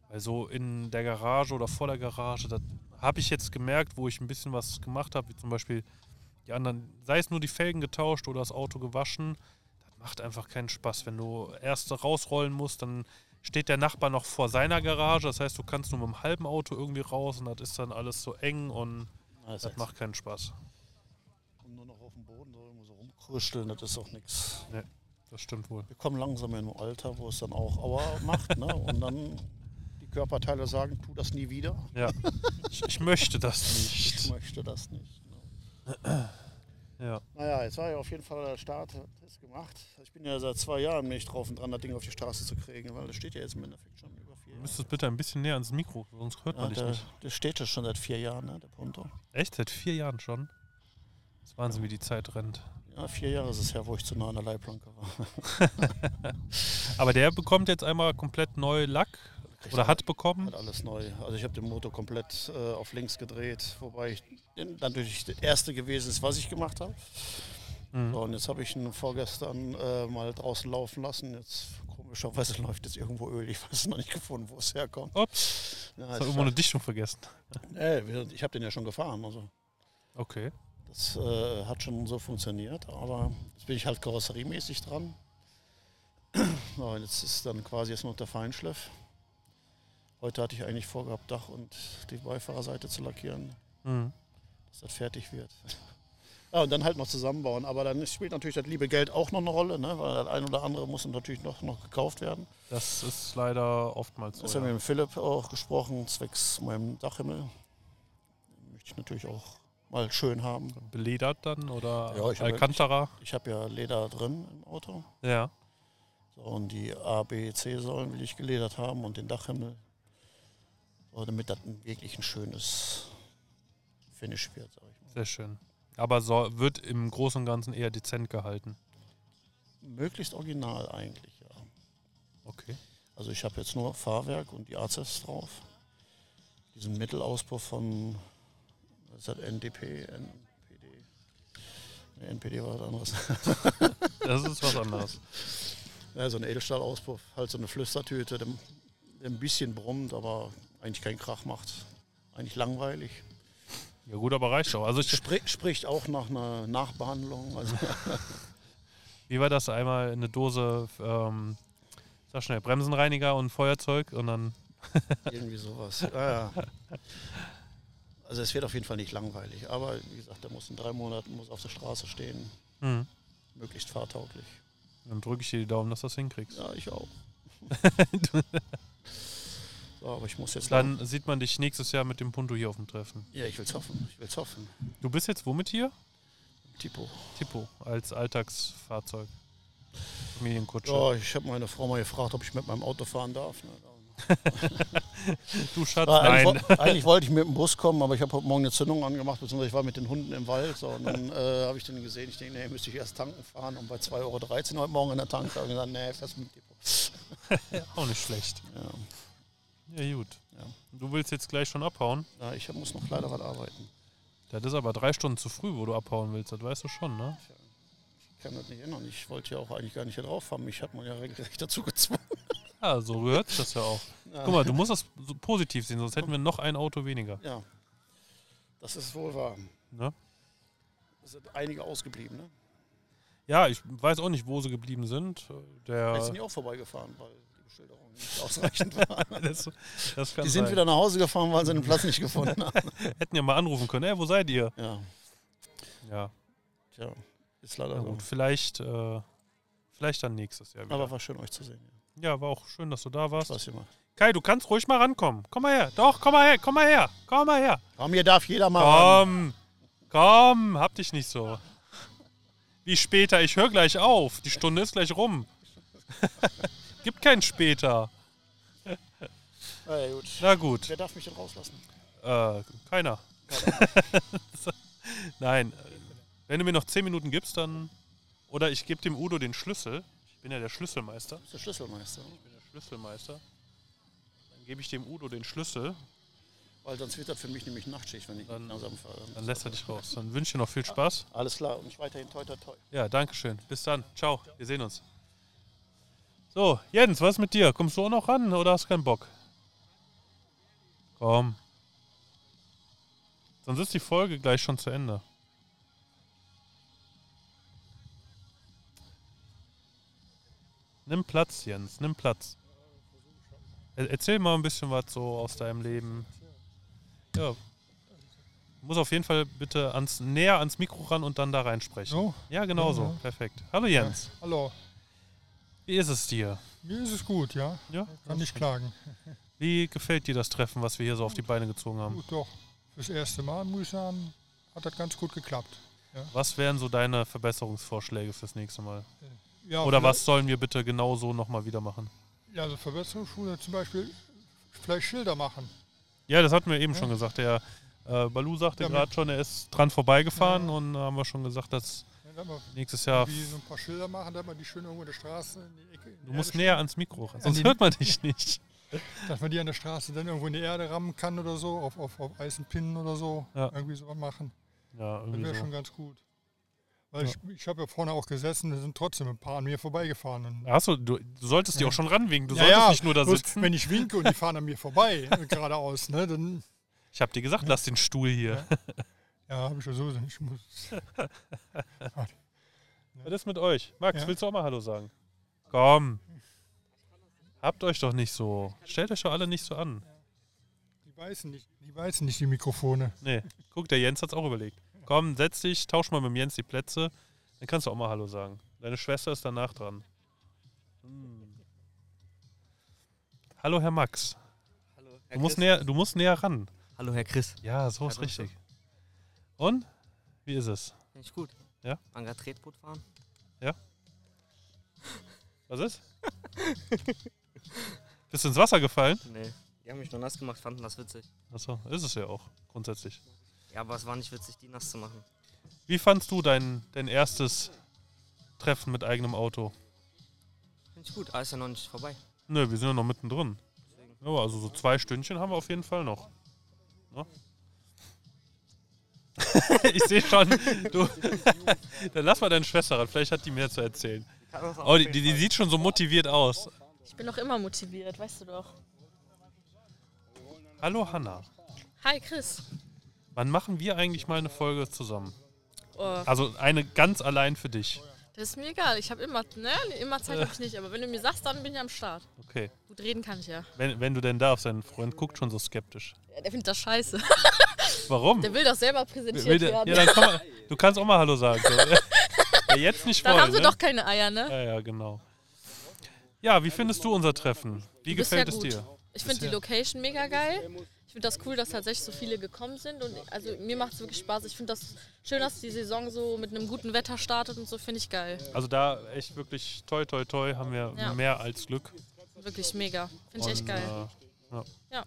[SPEAKER 1] Also in der Garage oder vor der Garage, das habe ich jetzt gemerkt, wo ich ein bisschen was gemacht habe, wie zum Beispiel die anderen, sei es nur die Felgen getauscht oder das Auto gewaschen, das macht einfach keinen Spaß. Wenn du erst rausrollen musst, dann steht der Nachbar noch vor seiner Garage, das heißt, du kannst nur mit dem halben Auto irgendwie raus und das ist dann alles so eng und
[SPEAKER 17] Na, Ah, ist
[SPEAKER 1] das
[SPEAKER 17] jetzt-
[SPEAKER 1] macht keinen Spaß.
[SPEAKER 17] Und nur noch auf dem Boden so irgendwo so rumkrüscheln, das ist auch nichts.
[SPEAKER 1] Nee, das stimmt wohl.
[SPEAKER 17] Wir kommen langsam in ein Alter, wo es dann auch Aua macht. Ne? Und dann die Körperteile sagen, tu das nie wieder.
[SPEAKER 1] Ja, ich, ich möchte das nicht.
[SPEAKER 17] Ich möchte das nicht.
[SPEAKER 1] Ja.
[SPEAKER 17] Naja, jetzt war ja auf jeden Fall der Start hat es gemacht. Ich bin ja seit zwei Jahren nicht drauf und dran, das Ding auf die Straße zu kriegen, weil das steht ja jetzt im Endeffekt schon über vier
[SPEAKER 1] Du müsstest bitte ein bisschen näher ans Mikro, sonst hört man
[SPEAKER 17] Ja,
[SPEAKER 1] dich
[SPEAKER 17] der,
[SPEAKER 1] nicht.
[SPEAKER 17] der steht ja schon seit vier Jahren, ne, der Punto.
[SPEAKER 1] Echt? Seit vier Jahren schon? Das ist Wahnsinn, wie die Zeit rennt.
[SPEAKER 17] Ja, vier Jahre ist es her, wo ich zu nah an der Leitplanke [laughs] war.
[SPEAKER 1] [laughs] Aber der bekommt jetzt einmal komplett neu Lack oder hat bekommen.
[SPEAKER 17] Hat alles neu. Also ich habe den Motor komplett äh, auf links gedreht, wobei ich den- natürlich der erste gewesen ist, was ich gemacht habe.
[SPEAKER 1] Mhm.
[SPEAKER 17] So, und jetzt habe ich ihn vorgestern äh, mal draußen laufen lassen. Jetzt komischerweise [laughs] läuft jetzt irgendwo Öl. Ich weiß noch nicht gefunden, wo es herkommt.
[SPEAKER 1] Ups. Hast du irgendwo eine Dichtung vergessen?
[SPEAKER 17] Äh, Nee, wir- ich habe den ja schon gefahren. Also.
[SPEAKER 1] Okay.
[SPEAKER 17] Das äh, hat schon so funktioniert, aber jetzt bin ich halt karosseriemäßig dran. [clears throat] Ja, und jetzt ist dann quasi erst noch der Feinschliff. Heute hatte ich eigentlich vorgehabt, Dach und die Beifahrerseite zu lackieren,
[SPEAKER 1] Mhm.
[SPEAKER 17] dass das fertig wird. [laughs] Ja, und dann halt noch zusammenbauen. Aber dann spielt natürlich das liebe Geld auch noch eine Rolle, ne? weil das ein oder andere muss natürlich noch, noch gekauft werden.
[SPEAKER 1] Das ist leider oftmals so.
[SPEAKER 17] Ich habe mit dem Philipp auch gesprochen, zwecks meinem Dachhimmel. Den möchte ich natürlich auch mal schön haben.
[SPEAKER 1] Beledert dann oder
[SPEAKER 17] Ja, ich habe-
[SPEAKER 1] Alcantara?
[SPEAKER 17] Ich, ich habe ja Leder drin im Auto.
[SPEAKER 1] Ja.
[SPEAKER 17] So, und die A, B, C-Säulen will ich geledert haben und den Dachhimmel. So, damit das ein- wirklich ein schönes Finish wird, sag ich mal.
[SPEAKER 1] Sehr schön. Aber so, wird im Großen und Ganzen eher dezent gehalten.
[SPEAKER 17] Möglichst original eigentlich, ja.
[SPEAKER 1] Okay.
[SPEAKER 17] Also ich habe jetzt nur Fahrwerk und die AZs drauf. Diesen Mittelauspuff von was ist das NDP, NPD. Nee, NPD war was anderes.
[SPEAKER 1] [laughs] Das ist was anderes.
[SPEAKER 17] [laughs] Ja, so ein Edelstahlauspuff, halt so eine Flüstertüte, der der ein bisschen brummt, aber eigentlich keinen Krach macht. Eigentlich langweilig.
[SPEAKER 1] Ja gut, aber reicht doch. Also ich,
[SPEAKER 17] Spri- spricht auch nach einer
[SPEAKER 1] [laughs]
[SPEAKER 17] Nachbehandlung. Also
[SPEAKER 1] wie war das einmal eine Dose, ähm, sag schnell, Bremsenreiniger und Feuerzeug und
[SPEAKER 17] [laughs]
[SPEAKER 1] dann.
[SPEAKER 17] irgendwie sowas. Ja, ja. Also es wird auf jeden Fall nicht langweilig. Aber wie gesagt, der muss in drei Monaten muss auf der Straße stehen.
[SPEAKER 1] Mhm.
[SPEAKER 17] Möglichst fahrtauglich.
[SPEAKER 1] Dann drücke ich dir die Daumen, dass du das hinkriegst.
[SPEAKER 17] Ja,
[SPEAKER 1] [laughs]
[SPEAKER 17] ich auch. so, aber ich muss jetzt
[SPEAKER 1] Dann
[SPEAKER 17] noch-
[SPEAKER 1] sieht man dich nächstes Jahr mit dem Punto hier auf dem Treffen.
[SPEAKER 17] Ja, ich will's hoffen. Ich will's hoffen.
[SPEAKER 1] Du bist jetzt womit hier?
[SPEAKER 17] Tipo.
[SPEAKER 1] Tipo, als Alltagsfahrzeug. Familienkutsche.
[SPEAKER 17] Ja, ich habe meine Frau mal gefragt, ob ich mit meinem Auto fahren darf. Ne?
[SPEAKER 1] [laughs] Du Schatz,
[SPEAKER 17] Äh, eigentlich,
[SPEAKER 1] nein.
[SPEAKER 17] wo- eigentlich wollte ich mit dem Bus kommen, aber ich habe heute Morgen eine Zündung angemacht, beziehungsweise ich war mit den Hunden im Wald. So, und dann äh, habe ich den gesehen, ich denke, nee, müsste ich erst tanken fahren. Und bei 2,13 Euro heute Morgen in der Tanke habe ich gesagt, nee, fährst mit dem
[SPEAKER 1] Auch nicht schlecht. Ja, gut. Du willst jetzt gleich schon abhauen?
[SPEAKER 17] Ja, ich muss noch leider was arbeiten.
[SPEAKER 1] Das ist aber drei Stunden zu früh, wo du abhauen willst. Das weißt du schon, ne?
[SPEAKER 17] Ich kann das nicht ändern. Ich wollte ja auch eigentlich gar nicht hier drauf haben. Mich hat man ja regelrecht dazu gezwungen.
[SPEAKER 1] Ja, so gehört sich das ja auch.
[SPEAKER 17] [laughs] Ja.
[SPEAKER 1] Guck mal, du musst das so positiv sehen, sonst hätten wir noch ein Auto weniger.
[SPEAKER 17] Ja, das ist wohl wahr.
[SPEAKER 1] Ne?
[SPEAKER 17] Es sind einige ausgeblieben, ne?
[SPEAKER 1] Ja, ich weiß auch nicht, wo sie geblieben sind. Der
[SPEAKER 17] Vielleicht sind die auch vorbeigefahren, weil die Beschilderung nicht ausreichend war.
[SPEAKER 1] [laughs] Das- das kann
[SPEAKER 17] die sind
[SPEAKER 1] sein.
[SPEAKER 17] wieder nach Hause gefahren, weil sie den Platz nicht gefunden haben.
[SPEAKER 1] [laughs] Hätten ja mal anrufen können. Ey, wo seid ihr?
[SPEAKER 17] Ja.
[SPEAKER 1] Ja.
[SPEAKER 17] Tja, ist leider
[SPEAKER 1] Na
[SPEAKER 17] so.
[SPEAKER 1] gut. Vielleicht, äh, vielleicht dann nächstes Jahr wieder.
[SPEAKER 17] Aber war schön, euch zu sehen.
[SPEAKER 1] Ja, war auch schön, dass du da warst. [laughs]
[SPEAKER 17] Spaß gemacht.
[SPEAKER 1] Kai, du kannst ruhig mal rankommen. Komm mal her. Doch, komm mal her, komm mal her. Komm mal her.
[SPEAKER 17] Komm, hier darf jeder mal
[SPEAKER 1] Komm. Komm, hab dich nicht so. Wie später? Ich höre gleich auf. Die Stunde ist gleich rum. [laughs] Gibt kein später.
[SPEAKER 17] Na ja, gut.
[SPEAKER 1] Na gut.
[SPEAKER 17] Wer darf mich denn rauslassen?
[SPEAKER 1] Äh, keiner. [laughs] Nein. äh, Wenn du mir noch 10 Minuten gibst, dann. Oder ich gebe dem Udo den Schlüssel. Ich bin ja der Schlüsselmeister.
[SPEAKER 17] Der Schlüsselmeister.
[SPEAKER 1] Ich bin der Schlüsselmeister. Dann gebe ich dem Udo den Schlüssel.
[SPEAKER 17] Weil sonst wird das für mich nämlich Nachtschicht, wenn ich langsam fahre.
[SPEAKER 1] Dann lässt er dich raus. Dann wünsche ich dir noch viel Spaß.
[SPEAKER 17] Alles klar, und ich weiterhin toi toi toi.
[SPEAKER 1] Ja, danke schön. Bis dann. Ciao. Wir sehen uns. So, Jens, was ist mit dir? Kommst du auch noch ran oder hast keinen Bock? Komm. Sonst ist die Folge gleich schon zu Ende. Nimm Platz, Jens, nimm Platz. Er erzähl mal ein bisschen was so aus deinem Leben. Ja. Muss auf jeden Fall bitte ans, näher ans Mikro ran und dann da reinsprechen.
[SPEAKER 18] So?
[SPEAKER 1] Ja, genau
[SPEAKER 18] Oh. Ja,
[SPEAKER 1] so.
[SPEAKER 18] ja.
[SPEAKER 1] Perfekt. Hallo Jens.
[SPEAKER 18] Mhm. Ja, hallo.
[SPEAKER 1] Wie ist es dir?
[SPEAKER 18] Mir ist es gut, ja?
[SPEAKER 1] Ja.
[SPEAKER 18] Kann
[SPEAKER 1] [laughs]
[SPEAKER 18] nicht klagen.
[SPEAKER 1] Wie gefällt dir das Treffen, was wir hier so auf die Beine gezogen haben?
[SPEAKER 18] Gut, doch. Fürs erste Mal, muss ich sagen, hat das ganz gut geklappt. Ja.
[SPEAKER 1] Was wären so deine Verbesserungsvorschläge fürs nächste Mal?
[SPEAKER 18] Ja,
[SPEAKER 1] Oder
[SPEAKER 18] vielleicht-
[SPEAKER 1] was sollen wir bitte genau so nochmal wieder machen?
[SPEAKER 18] Ja, also Verbesserungsschule zum Beispiel vielleicht Schilder machen.
[SPEAKER 1] Ja, das hatten wir eben schon gesagt. Der äh, Balu sagte
[SPEAKER 18] Ja,
[SPEAKER 1] gerade schon, er ist dran vorbeigefahren und äh, haben wir schon gesagt, dass
[SPEAKER 18] Ja, da mal
[SPEAKER 1] nächstes Jahr.
[SPEAKER 18] Wie so ein paar Schilder machen, dass man die schön irgendwo in der Straße in die Ecke. in die
[SPEAKER 1] Du musst
[SPEAKER 18] Erde
[SPEAKER 1] näher
[SPEAKER 18] stellen.
[SPEAKER 1] ans Mikro ran,
[SPEAKER 18] An
[SPEAKER 1] sonst
[SPEAKER 18] die-
[SPEAKER 1] hört man dich nicht.
[SPEAKER 18] Dass man die an der Straße dann irgendwo in die Erde rammen kann oder so, auf, auf, auf Eisenpinnen oder so.
[SPEAKER 1] Ja.
[SPEAKER 18] Irgendwie sowas machen.
[SPEAKER 1] Ja, irgendwie
[SPEAKER 18] Das wäre
[SPEAKER 1] so.
[SPEAKER 18] schon ganz gut. Weil
[SPEAKER 1] Ja.
[SPEAKER 18] ich, ich habe ja vorne auch gesessen, da sind trotzdem ein paar an mir vorbeigefahren. Und
[SPEAKER 1] Achso, du, du solltest dir auch schon ranwinken. Du
[SPEAKER 18] Ja,
[SPEAKER 1] solltest
[SPEAKER 18] ja,
[SPEAKER 1] nicht nur da
[SPEAKER 18] bloß
[SPEAKER 1] sitzen.
[SPEAKER 18] Wenn ich
[SPEAKER 1] [laughs]
[SPEAKER 18] winke und die fahren an mir vorbei, äh, geradeaus, ne, dann
[SPEAKER 1] Ich hab dir gesagt, lass den Stuhl hier.
[SPEAKER 18] Ja, habe ich ja sowieso nicht. Muss.
[SPEAKER 1] [laughs] Was ist mit euch? [laughs] Max, willst du auch mal Hallo sagen? Komm.
[SPEAKER 18] Hm.
[SPEAKER 1] Habt euch doch nicht so. Stellt euch doch alle nicht so an.
[SPEAKER 18] Die weißen nicht, die weißen nicht die Mikrofone.
[SPEAKER 1] Nee, guck, der Jens hat's auch überlegt. Komm, setz dich, tausch mal mit dem Jens die Plätze. Dann kannst du auch mal Hallo sagen. Deine Schwester ist danach dran. Hm. Hallo, Herr Max. Hallo,
[SPEAKER 19] Herr
[SPEAKER 1] du musst,
[SPEAKER 19] Chris.
[SPEAKER 1] näher, du musst näher ran.
[SPEAKER 19] Hallo, Herr Chris.
[SPEAKER 1] Ja, so
[SPEAKER 19] Herr
[SPEAKER 1] ist
[SPEAKER 19] Grüße.
[SPEAKER 1] richtig. Und? Wie ist es?
[SPEAKER 19] Finde ich gut.
[SPEAKER 1] Ja?
[SPEAKER 19] Man kann Tretboot fahren.
[SPEAKER 1] Ja? Was ist? Bist du ins Wasser gefallen?
[SPEAKER 19] Nee. Die haben mich nur nass gemacht, fanden das witzig.
[SPEAKER 1] Achso, ist es ja auch, grundsätzlich.
[SPEAKER 19] Ja, aber es war nicht witzig, die nass zu machen.
[SPEAKER 1] Wie fandst du dein, dein erstes Treffen mit eigenem Auto?
[SPEAKER 19] Finde ich gut, alles ist ja noch nicht vorbei.
[SPEAKER 1] Nö, wir sind ja noch mittendrin. Ja, also so zwei Stündchen haben wir auf jeden Fall noch. Ne? [laughs] ich sehe schon, du. [laughs] Dann lass mal deine Schwester ran, vielleicht hat die mehr zu erzählen. Oh, die, die, die sieht schon so motiviert aus.
[SPEAKER 20] Ich bin doch immer motiviert, weißt du doch.
[SPEAKER 1] Hallo Hanna,
[SPEAKER 20] Hi Chris.
[SPEAKER 1] wann machen wir eigentlich mal eine Folge zusammen?
[SPEAKER 20] Oh.
[SPEAKER 1] Also eine ganz allein für dich.
[SPEAKER 20] Das ist mir egal. Ich habe immer, ne, immer Zeit habe ich nicht. Aber wenn du mir sagst, dann bin ich am Start.
[SPEAKER 1] Okay.
[SPEAKER 20] Gut reden kann ich ja.
[SPEAKER 1] Wenn, wenn du denn darfst, dein Freund guckt schon so skeptisch.
[SPEAKER 20] Ja, Der findet das scheiße.
[SPEAKER 1] [laughs] Warum?
[SPEAKER 20] Der will doch selber präsentiert
[SPEAKER 1] Will der-
[SPEAKER 20] werden.
[SPEAKER 1] Ja, dann
[SPEAKER 20] [laughs]
[SPEAKER 1] komm mal, du kannst auch mal Hallo sagen. So. Wer jetzt nicht
[SPEAKER 20] Dann
[SPEAKER 1] wollen,
[SPEAKER 20] haben sie
[SPEAKER 1] ne?
[SPEAKER 20] doch keine Eier, ne?
[SPEAKER 1] Ja, ja, genau. Ja, wie findest du unser Treffen? Wie
[SPEAKER 20] Bisher
[SPEAKER 1] gefällt es
[SPEAKER 20] gut.
[SPEAKER 1] dir?
[SPEAKER 20] Ich finde die
[SPEAKER 1] Bisher.
[SPEAKER 20] Location mega geil. Ich finde das cool, dass tatsächlich so viele gekommen sind. Und also mir macht es wirklich Spaß. Ich finde das schön, dass die Saison so mit einem guten Wetter startet und so finde ich geil.
[SPEAKER 1] Also da echt wirklich toi toi toi haben wir
[SPEAKER 20] Ja.
[SPEAKER 1] mehr als Glück.
[SPEAKER 20] Wirklich mega. Finde ich echt
[SPEAKER 1] Also-
[SPEAKER 20] geil.
[SPEAKER 1] Und, äh, ja.
[SPEAKER 20] Ja.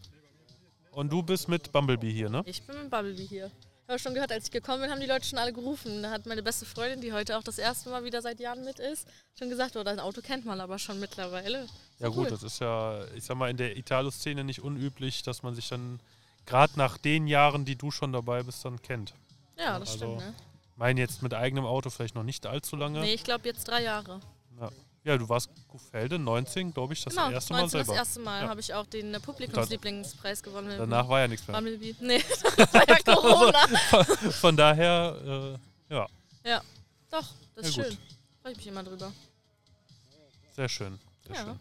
[SPEAKER 1] Und du bist mit Bumblebee hier, ne?
[SPEAKER 20] Ich bin mit Bumblebee hier. Ich habe schon gehört, als ich gekommen bin, haben die Leute schon alle gerufen. Da hat meine beste Freundin, die heute auch das erste Mal wieder seit Jahren mit ist, schon gesagt, oh, dein Auto kennt man aber schon mittlerweile.
[SPEAKER 1] Ja
[SPEAKER 20] So
[SPEAKER 1] gut,
[SPEAKER 20] cool.
[SPEAKER 1] das ist ja, ich sag mal, in der Italo-Szene nicht unüblich, dass man sich dann gerade nach den Jahren, die du schon dabei bist, dann kennt. Also,
[SPEAKER 20] Ja, das stimmt, ne?
[SPEAKER 1] Mein jetzt mit eigenem Auto vielleicht noch nicht allzu lange.
[SPEAKER 20] Nee, ich glaube jetzt drei Jahre.
[SPEAKER 1] ja. ja, du warst Kuhfelde 19, glaube ich, das
[SPEAKER 20] genau,
[SPEAKER 1] erste
[SPEAKER 20] 19
[SPEAKER 1] Mal selber.
[SPEAKER 20] das erste Mal
[SPEAKER 1] Ja. [laughs]
[SPEAKER 20] habe ich auch den äh, Publikumslieblingspreis gewonnen. mit
[SPEAKER 1] Danach war ja nichts mehr.
[SPEAKER 20] Bumblebee.
[SPEAKER 1] [laughs]
[SPEAKER 20] Nee, [laughs] das war ja Corona.
[SPEAKER 1] Also, [laughs] von, von daher, äh, ja,
[SPEAKER 20] ja, doch, das ist
[SPEAKER 1] Ja, gut.
[SPEAKER 20] schön. Freue ich mich immer drüber.
[SPEAKER 1] sehr schön. Sehr
[SPEAKER 20] Ja.
[SPEAKER 1] schön.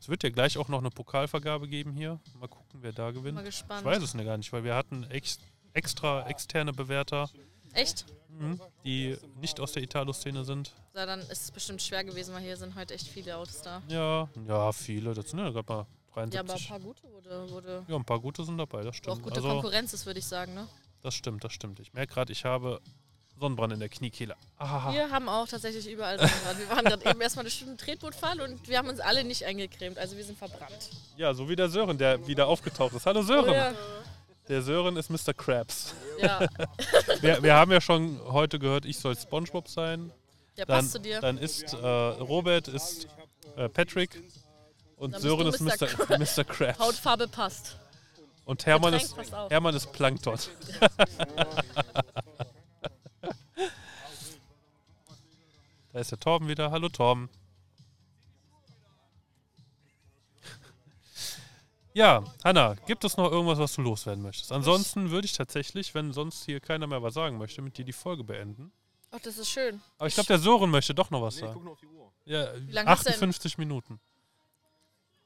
[SPEAKER 1] Es wird ja gleich auch noch eine Pokalvergabe geben hier. Mal gucken, wer da gewinnt.
[SPEAKER 20] Mal gespannt.
[SPEAKER 1] Ich weiß es ja gar nicht, weil wir hatten ex extra externe Bewerter,
[SPEAKER 20] Echt?
[SPEAKER 1] mhm, die nicht aus der Italo-Szene sind.
[SPEAKER 20] So, dann ist es bestimmt schwer gewesen, weil hier sind heute echt viele Autos da.
[SPEAKER 1] Ja, ja, viele. Das sind ja gerade mal
[SPEAKER 20] Ja, aber ein
[SPEAKER 1] 73.
[SPEAKER 20] paar gute wurde, wurde
[SPEAKER 1] Ja, ein paar gute sind dabei, das
[SPEAKER 20] wo
[SPEAKER 1] stimmt.
[SPEAKER 20] auch gute
[SPEAKER 1] also,
[SPEAKER 20] Konkurrenz ist, würde ich sagen, ne?
[SPEAKER 1] das stimmt, das stimmt. Ich merke gerade, ich habe Sonnenbrand in der Kniekehle. Ahaha.
[SPEAKER 20] Wir haben auch tatsächlich überall Sonnenbrand. Wir waren gerade eben erstmal eine Stunde Tretboot fahren und wir haben uns alle nicht eingecremt. Also wir sind verbrannt.
[SPEAKER 1] Ja, so wie der Sören, der wieder aufgetaucht ist. Hallo Sören!
[SPEAKER 20] Oder-
[SPEAKER 1] Der Sören ist Mr. Krabs.
[SPEAKER 20] Oh Ja.
[SPEAKER 1] [laughs] wir, wir haben ja schon heute gehört, ich soll SpongeBob sein.
[SPEAKER 20] Ja,
[SPEAKER 1] dann,
[SPEAKER 20] passt zu dir.
[SPEAKER 1] Dann ist äh, Robert ist äh, Patrick
[SPEAKER 20] Dann
[SPEAKER 1] und
[SPEAKER 20] bist
[SPEAKER 1] Sören
[SPEAKER 20] du
[SPEAKER 1] ist Mr.
[SPEAKER 20] Kra-
[SPEAKER 1] Mr. Krabs.
[SPEAKER 20] Hautfarbe passt.
[SPEAKER 1] Und Hermann
[SPEAKER 20] Getränk
[SPEAKER 1] ist,
[SPEAKER 20] passt auf.
[SPEAKER 1] Hermann ist Plankton. [laughs] da ist der Torben wieder. Hallo Torben. Ja, Hanna, gibt es noch irgendwas, was du loswerden möchtest? Ansonsten würde ich tatsächlich, wenn sonst hier keiner mehr was sagen möchte, mit dir die Folge beenden.
[SPEAKER 20] Ach, das ist schön.
[SPEAKER 1] Aber ich glaube, der Sören möchte doch noch was sagen. Ja,
[SPEAKER 20] Wie lange hast du denn?
[SPEAKER 1] 58 Minuten.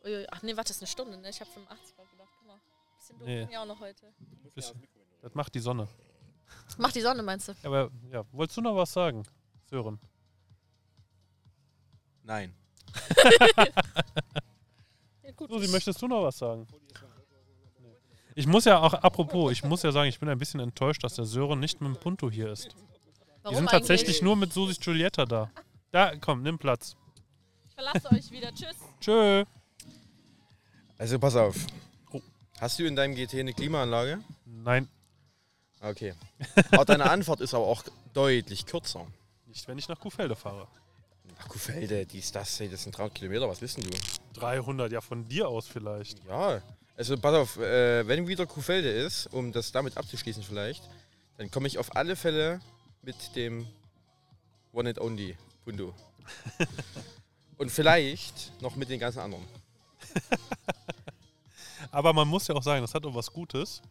[SPEAKER 20] Uiui, Ach nee, warte, das ist eine Stunde, ne? Ich habe 85 Grad gedacht. Guck mal. Bisschen doof
[SPEAKER 1] Nee.
[SPEAKER 20] bin ich auch noch heute.
[SPEAKER 1] Das das macht die Sonne.
[SPEAKER 20] Macht die Sonne, meinst du?
[SPEAKER 1] Aber ja, wolltest du noch was sagen, Sören?
[SPEAKER 3] Nein.
[SPEAKER 1] Susi, möchtest du noch was sagen? Ich muss ja auch, apropos, ich muss ja sagen, ich bin ein bisschen enttäuscht, dass der Sören nicht mit dem Punto hier ist.
[SPEAKER 20] Warum
[SPEAKER 1] Die sind
[SPEAKER 20] eigentlich?
[SPEAKER 1] tatsächlich nur mit Susis Giulietta da. Da, komm, nimm Platz.
[SPEAKER 20] Ich verlasse euch wieder. Tschüss.
[SPEAKER 1] Tschö.
[SPEAKER 3] Also pass auf. Hast du in deinem GT eine Klimaanlage?
[SPEAKER 1] Nein. [laughs]
[SPEAKER 3] Okay. Aber deine Anfahrt ist aber auch deutlich kürzer.
[SPEAKER 1] Nicht, wenn ich nach Kuhfelde fahre.
[SPEAKER 3] Ach, Kuhfelde, dies, das, hey, das sind 300 Kilometer, was wissen du?
[SPEAKER 1] 300, ja, von dir aus vielleicht.
[SPEAKER 3] Ja, also pass auf, äh, wenn wieder Kuhfelde ist, um das damit abzuschließen vielleicht, dann komme ich auf alle Fälle mit dem One and Only
[SPEAKER 1] [laughs]
[SPEAKER 3] Punto. Und vielleicht noch mit den ganzen anderen.
[SPEAKER 1] Aber man muss ja auch sagen, das hat auch was Gutes,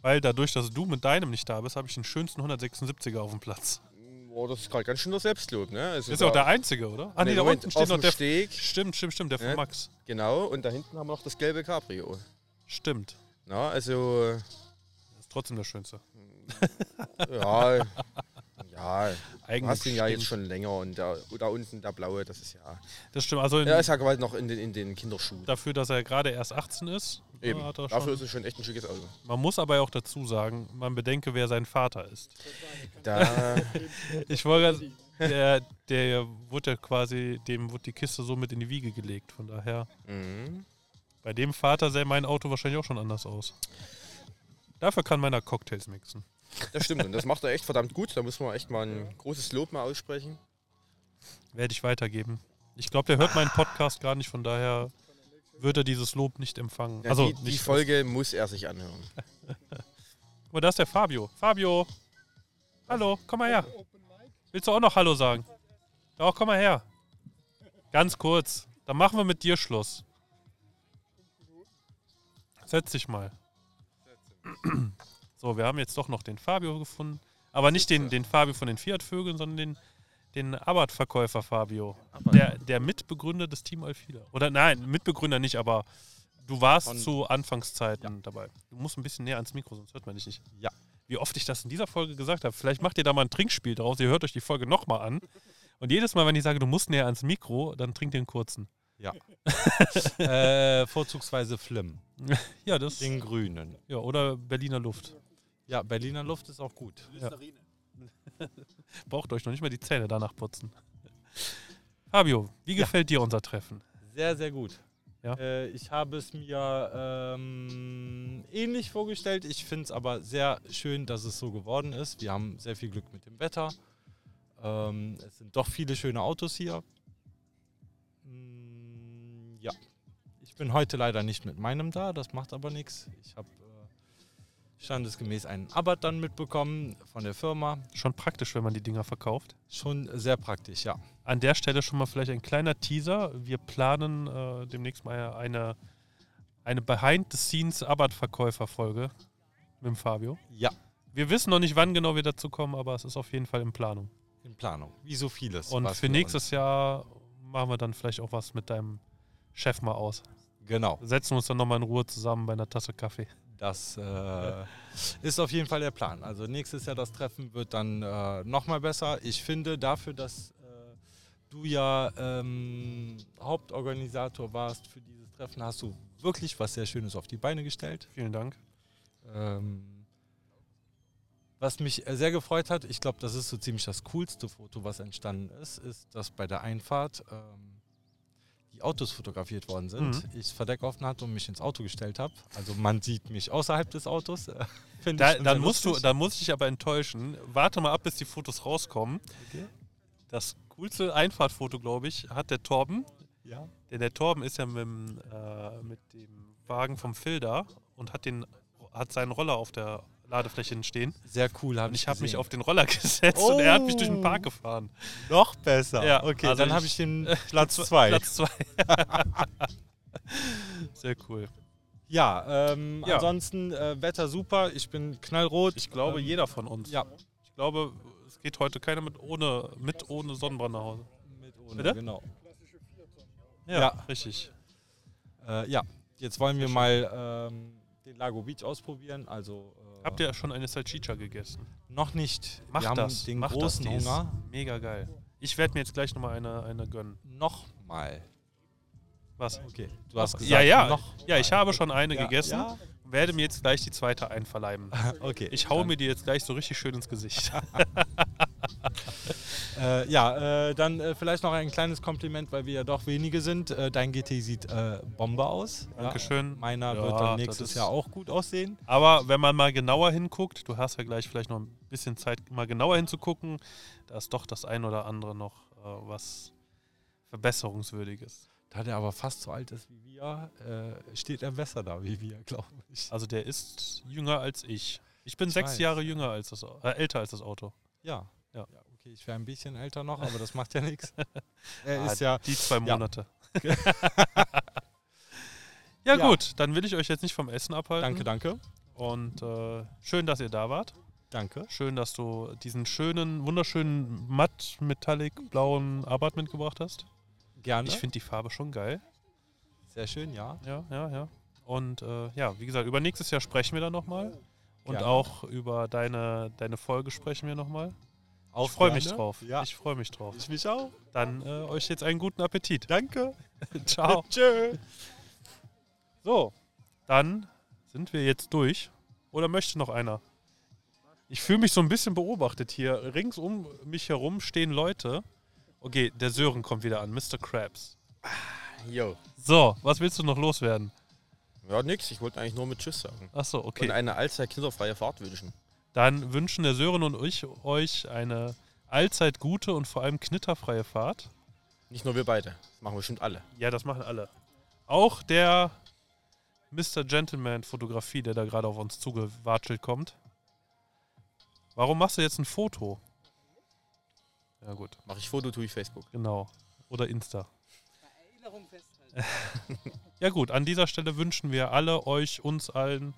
[SPEAKER 1] Weil dadurch, dass du mit deinem nicht da bist, habe ich den schönsten 176er auf dem Platz.
[SPEAKER 3] Boah, das ist gerade ganz schön das Selbstlob, ne? Es
[SPEAKER 1] Ist auch der einzige, oder? Ah,
[SPEAKER 3] Ah,
[SPEAKER 1] nee,
[SPEAKER 3] nee,
[SPEAKER 1] da
[SPEAKER 3] Moment,
[SPEAKER 1] unten steht
[SPEAKER 3] auf
[SPEAKER 1] noch
[SPEAKER 3] dem
[SPEAKER 1] der-
[SPEAKER 3] Steg.
[SPEAKER 1] Stimmt, stimmt, stimmt, der von Max.
[SPEAKER 3] Genau, und da hinten haben wir noch das gelbe Cabrio.
[SPEAKER 1] Stimmt.
[SPEAKER 3] Na,
[SPEAKER 1] [laughs]
[SPEAKER 3] also.
[SPEAKER 1] Das ist trotzdem das Schönste.
[SPEAKER 3] Ja. ja.
[SPEAKER 1] Eigentlich
[SPEAKER 3] du hast ihn ja
[SPEAKER 1] stimmt.
[SPEAKER 3] jetzt schon länger und da, da unten der blaue, das ist ja.
[SPEAKER 1] Das stimmt, also in-
[SPEAKER 3] Er ist ja gerade noch in den, in den Kinderschuhen.
[SPEAKER 1] Dafür, dass er gerade erst 18 ist. äh,
[SPEAKER 3] Eben.
[SPEAKER 1] Hat er
[SPEAKER 3] Dafür
[SPEAKER 1] schon.
[SPEAKER 3] ist es schon echt ein schickes Auto.
[SPEAKER 1] Man muss aber auch dazu sagen, man bedenke, wer sein Vater ist.
[SPEAKER 3] Da-
[SPEAKER 1] [laughs] ich wollte grad- der, der wurde ja quasi, dem wurde die Kiste so mit in die Wiege gelegt, von daher.
[SPEAKER 3] Mhm.
[SPEAKER 1] Bei dem Vater sähe mein Auto wahrscheinlich auch schon anders aus. Dafür kann meiner Cocktails mixen.
[SPEAKER 3] Das stimmt und das macht er echt verdammt gut. Da muss man echt mal ein großes Lob mal aussprechen.
[SPEAKER 1] Werde ich weitergeben. Ich glaube, der hört meinen Podcast gar nicht, von daher wird er dieses Lob nicht empfangen.
[SPEAKER 3] Ja,
[SPEAKER 1] also
[SPEAKER 3] die, die
[SPEAKER 1] nicht
[SPEAKER 3] Folge muss er sich anhören.
[SPEAKER 1] Guck mal, da ist der Fabio. Fabio! Hallo, komm mal her. Willst du auch noch Hallo sagen? Doch, komm mal her. Ganz kurz. Dann machen wir mit dir Schluss. Setz dich mal. So, wir haben jetzt doch noch den Fabio gefunden. Aber nicht den, den Fabio von den Fiat-Vögeln, sondern den, den Abarth-Verkäufer Fabio. Der, der Mitbegründer des Team Alfila. Oder nein, Mitbegründer nicht, aber du warst
[SPEAKER 9] Von-
[SPEAKER 1] zu Anfangszeiten dabei. Du musst ein bisschen näher ans Mikro, sonst hört man dich nicht. Ja. Wie oft ich das in dieser Folge gesagt habe. Vielleicht macht ihr da mal ein Trinkspiel draus. Ihr hört euch die Folge nochmal an. Und jedes Mal, wenn ich sage, du musst näher ans Mikro, dann trinkt ihr einen kurzen. [laughs]
[SPEAKER 9] Ja.
[SPEAKER 1] äh,
[SPEAKER 9] vorzugsweise Flim.
[SPEAKER 1] [laughs] Ja, das.
[SPEAKER 9] Den grünen.
[SPEAKER 1] Ja, oder Berliner Luft.
[SPEAKER 9] Ja, Berliner Luft ist auch gut.
[SPEAKER 1] Ja. Braucht euch noch nicht mal die Zähne danach putzen. Fabio, wie
[SPEAKER 9] Ja.
[SPEAKER 1] gefällt dir unser Treffen?
[SPEAKER 9] Sehr, sehr gut.
[SPEAKER 1] Ja.
[SPEAKER 9] Äh, ich habe es mir ähm, ähnlich vorgestellt. Ich finde es aber sehr schön, dass es so geworden ist. Wir haben sehr viel Glück mit dem Wetter. Ähm, es sind doch viele schöne Autos hier. Mm, ja. Ich bin heute leider nicht mit meinem da, das macht aber nichts. Ich habe äh, standesgemäß einen Abarth dann mitbekommen von der Firma.
[SPEAKER 1] Schon praktisch, wenn man die Dinger verkauft.
[SPEAKER 9] Schon sehr praktisch, ja.
[SPEAKER 1] An der Stelle schon mal vielleicht ein kleiner Teaser. Wir planen äh, demnächst mal eine, eine Behind-the-Scenes-Abarth-Verkäufer-Folge mit dem Fabio.
[SPEAKER 9] Ja.
[SPEAKER 1] Wir wissen noch nicht, wann genau wir dazu kommen, aber es ist auf jeden Fall in Planung.
[SPEAKER 9] In Planung, wie so vieles,
[SPEAKER 1] Und
[SPEAKER 9] was
[SPEAKER 1] für
[SPEAKER 9] wir
[SPEAKER 1] nächstes Jahr machen wir dann vielleicht auch was mit deinem Chef mal aus.
[SPEAKER 9] Genau.
[SPEAKER 1] Setzen uns dann nochmal in Ruhe zusammen bei einer Tasse Kaffee.
[SPEAKER 9] Das äh, ist auf jeden Fall der Plan. Also nächstes Jahr das Treffen wird dann äh, nochmal besser. Ich finde dafür, dass äh, du ja ähm, Hauptorganisator warst für dieses Treffen, hast du wirklich was sehr Schönes auf die Beine gestellt.
[SPEAKER 1] Vielen Dank.
[SPEAKER 9] Ähm, was mich äh, sehr gefreut hat, ich glaube, das ist so ziemlich das coolste Foto, was entstanden ist, ist, dass bei der Einfahrt ähm, die Autos fotografiert worden sind.
[SPEAKER 1] Mhm.
[SPEAKER 9] Ich das Verdeck offen hatte und mich ins Auto gestellt habe. Also man sieht mich außerhalb des Autos. äh, [laughs] find
[SPEAKER 1] Da,
[SPEAKER 9] ich schon
[SPEAKER 1] dann,
[SPEAKER 9] sehr
[SPEAKER 1] musst du,
[SPEAKER 9] lustig.
[SPEAKER 1] dann muss ich dich aber enttäuschen. Warte mal ab, bis die Fotos rauskommen.
[SPEAKER 9] Okay.
[SPEAKER 1] Das coolste Einfahrtfoto, glaube ich, hat der Torben.
[SPEAKER 9] Ja.
[SPEAKER 1] Denn der Torben ist ja mit, dem, äh, mit dem Wagen vom Filder und hat, den, hat seinen Roller auf der Ladefläche stehen.
[SPEAKER 9] Sehr cool, habe
[SPEAKER 1] Und
[SPEAKER 9] ich
[SPEAKER 1] ich habe mich
[SPEAKER 9] gesehen.
[SPEAKER 1] auf den Roller [laughs] gesetzt und er hat mich durch den Park
[SPEAKER 9] Oh.
[SPEAKER 1] gefahren.
[SPEAKER 9] Noch besser.
[SPEAKER 1] Ja,
[SPEAKER 9] Okay,
[SPEAKER 1] also
[SPEAKER 9] dann habe ich
[SPEAKER 1] [laughs]
[SPEAKER 9] den Platz
[SPEAKER 1] Platz-
[SPEAKER 9] zwei. [laughs]
[SPEAKER 1] Platz zwei. [laughs] Sehr cool.
[SPEAKER 9] Ja, ähm,
[SPEAKER 1] Ja.
[SPEAKER 9] ansonsten äh, Wetter super. Ich bin knallrot.
[SPEAKER 1] Ich glaube,
[SPEAKER 9] ähm,
[SPEAKER 1] jeder von uns.
[SPEAKER 9] Ja.
[SPEAKER 1] Ich glaube, es geht heute keiner mit ohne, mit ohne Sonnenbrand nach Hause.
[SPEAKER 9] Mit ohne,
[SPEAKER 1] Bitte?
[SPEAKER 9] genau.
[SPEAKER 1] Ja,
[SPEAKER 9] Ja.
[SPEAKER 1] richtig.
[SPEAKER 9] Äh, ja, jetzt wollen wir mal ähm, den Lago Beach ausprobieren. Also äh,
[SPEAKER 1] Habt ihr schon eine Salchicha gegessen?
[SPEAKER 9] Noch nicht.
[SPEAKER 1] Macht
[SPEAKER 9] wir haben
[SPEAKER 1] das.
[SPEAKER 9] den
[SPEAKER 1] macht
[SPEAKER 9] großen
[SPEAKER 1] das. die ist
[SPEAKER 9] Hunger.
[SPEAKER 1] Mega geil. Ich werde mir jetzt gleich nochmal eine, eine gönnen.
[SPEAKER 9] Nochmal.
[SPEAKER 1] Was?
[SPEAKER 9] Okay, du hast gesagt,
[SPEAKER 1] Ja,
[SPEAKER 9] [laughs]
[SPEAKER 1] ja.
[SPEAKER 9] noch
[SPEAKER 1] ja, ich habe schon eine
[SPEAKER 9] Ja,
[SPEAKER 1] gegessen.
[SPEAKER 9] ja.
[SPEAKER 1] Werde mir jetzt gleich die zweite einverleiben.
[SPEAKER 9] [laughs] Okay,
[SPEAKER 1] Ich hau
[SPEAKER 9] dann-
[SPEAKER 1] mir die jetzt gleich so richtig schön
[SPEAKER 9] [laughs]
[SPEAKER 1] ins Gesicht. [laughs]
[SPEAKER 9] Äh, ja, äh, dann äh, vielleicht noch ein kleines Kompliment, weil wir ja doch wenige sind. Äh, dein GT sieht äh, Bombe aus.
[SPEAKER 1] Dankeschön.
[SPEAKER 9] Ja, meiner
[SPEAKER 1] Ja,
[SPEAKER 9] wird dann
[SPEAKER 1] das
[SPEAKER 9] nächstes
[SPEAKER 1] ist-
[SPEAKER 9] Jahr auch gut aussehen.
[SPEAKER 1] Aber wenn man mal genauer hinguckt, du hast ja gleich vielleicht noch ein bisschen Zeit, mal genauer hinzugucken, da ist doch das ein oder andere noch äh, was Verbesserungswürdiges.
[SPEAKER 9] Da der aber fast so alt ist wie wir, äh, steht er besser da wie wir, glaube ich.
[SPEAKER 1] Also der ist jünger als ich. Ich bin
[SPEAKER 9] Ich
[SPEAKER 1] sechs
[SPEAKER 9] weiß.
[SPEAKER 1] Jahre jünger als das, Au- äh, älter als das Auto.
[SPEAKER 9] Ja.
[SPEAKER 1] Ja.
[SPEAKER 9] Okay, ich wäre ein bisschen älter noch, aber das [laughs] macht ja nichts.
[SPEAKER 1] Ah,
[SPEAKER 9] Er Äh, ist ja.
[SPEAKER 1] die zwei
[SPEAKER 9] ja. [laughs]
[SPEAKER 1] Monate. Ja, gut, dann will ich euch jetzt nicht vom Essen abhalten.
[SPEAKER 9] Danke, danke.
[SPEAKER 1] Und äh, schön, dass ihr da wart.
[SPEAKER 9] Danke.
[SPEAKER 1] Schön, dass du diesen schönen, wunderschönen matt metallic blauen Abarth mitgebracht hast.
[SPEAKER 9] Gerne.
[SPEAKER 1] Ich finde die Farbe schon geil.
[SPEAKER 9] Sehr schön, ja.
[SPEAKER 1] Ja, ja, ja. Und äh, ja, wie gesagt, über nächstes Jahr sprechen wir dann nochmal. Und
[SPEAKER 9] Oh, Gerne.
[SPEAKER 1] auch über deine, deine Folge sprechen wir nochmal.
[SPEAKER 9] Auch
[SPEAKER 1] ich freue mich
[SPEAKER 9] gerne.
[SPEAKER 1] drauf.
[SPEAKER 9] Ja.
[SPEAKER 1] Ich freue mich drauf.
[SPEAKER 9] Ich mich auch.
[SPEAKER 1] Dann äh, euch jetzt einen guten Appetit. Danke. [laughs] Ciao.
[SPEAKER 9] Ciao. [laughs] Tschö.
[SPEAKER 1] So, dann sind wir jetzt durch. Oder möchte noch einer? Ich fühle mich so ein bisschen beobachtet hier. Rings um mich herum stehen Leute. Okay, der Sören kommt wieder an. Mr. Krabs.
[SPEAKER 3] Yo.
[SPEAKER 1] So, was willst du noch loswerden?
[SPEAKER 3] Ja, nix. Ich wollte eigentlich nur mit Tschüss sagen.
[SPEAKER 1] Ach so, okay.
[SPEAKER 3] Und eine allzeit kinderfreie Fahrt wünschen.
[SPEAKER 1] Dann wünschen der Sören und ich euch eine allzeit gute und vor allem knitterfreie Fahrt.
[SPEAKER 3] Nicht nur wir beide. Das machen bestimmt alle.
[SPEAKER 1] Ja, das machen alle. Auch der Mr. Gentleman Fotografie, der da gerade auf uns zugewatschelt kommt. Warum machst du jetzt ein Foto? Ja gut.
[SPEAKER 3] Mache ich Foto, tue ich Facebook.
[SPEAKER 1] Genau. Oder Insta. ja gut, an dieser Stelle wünschen wir alle euch, uns allen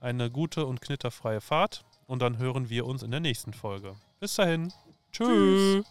[SPEAKER 1] eine gute und knitterfreie Fahrt und dann hören wir uns in der nächsten Folge. Bis dahin. Tschüss.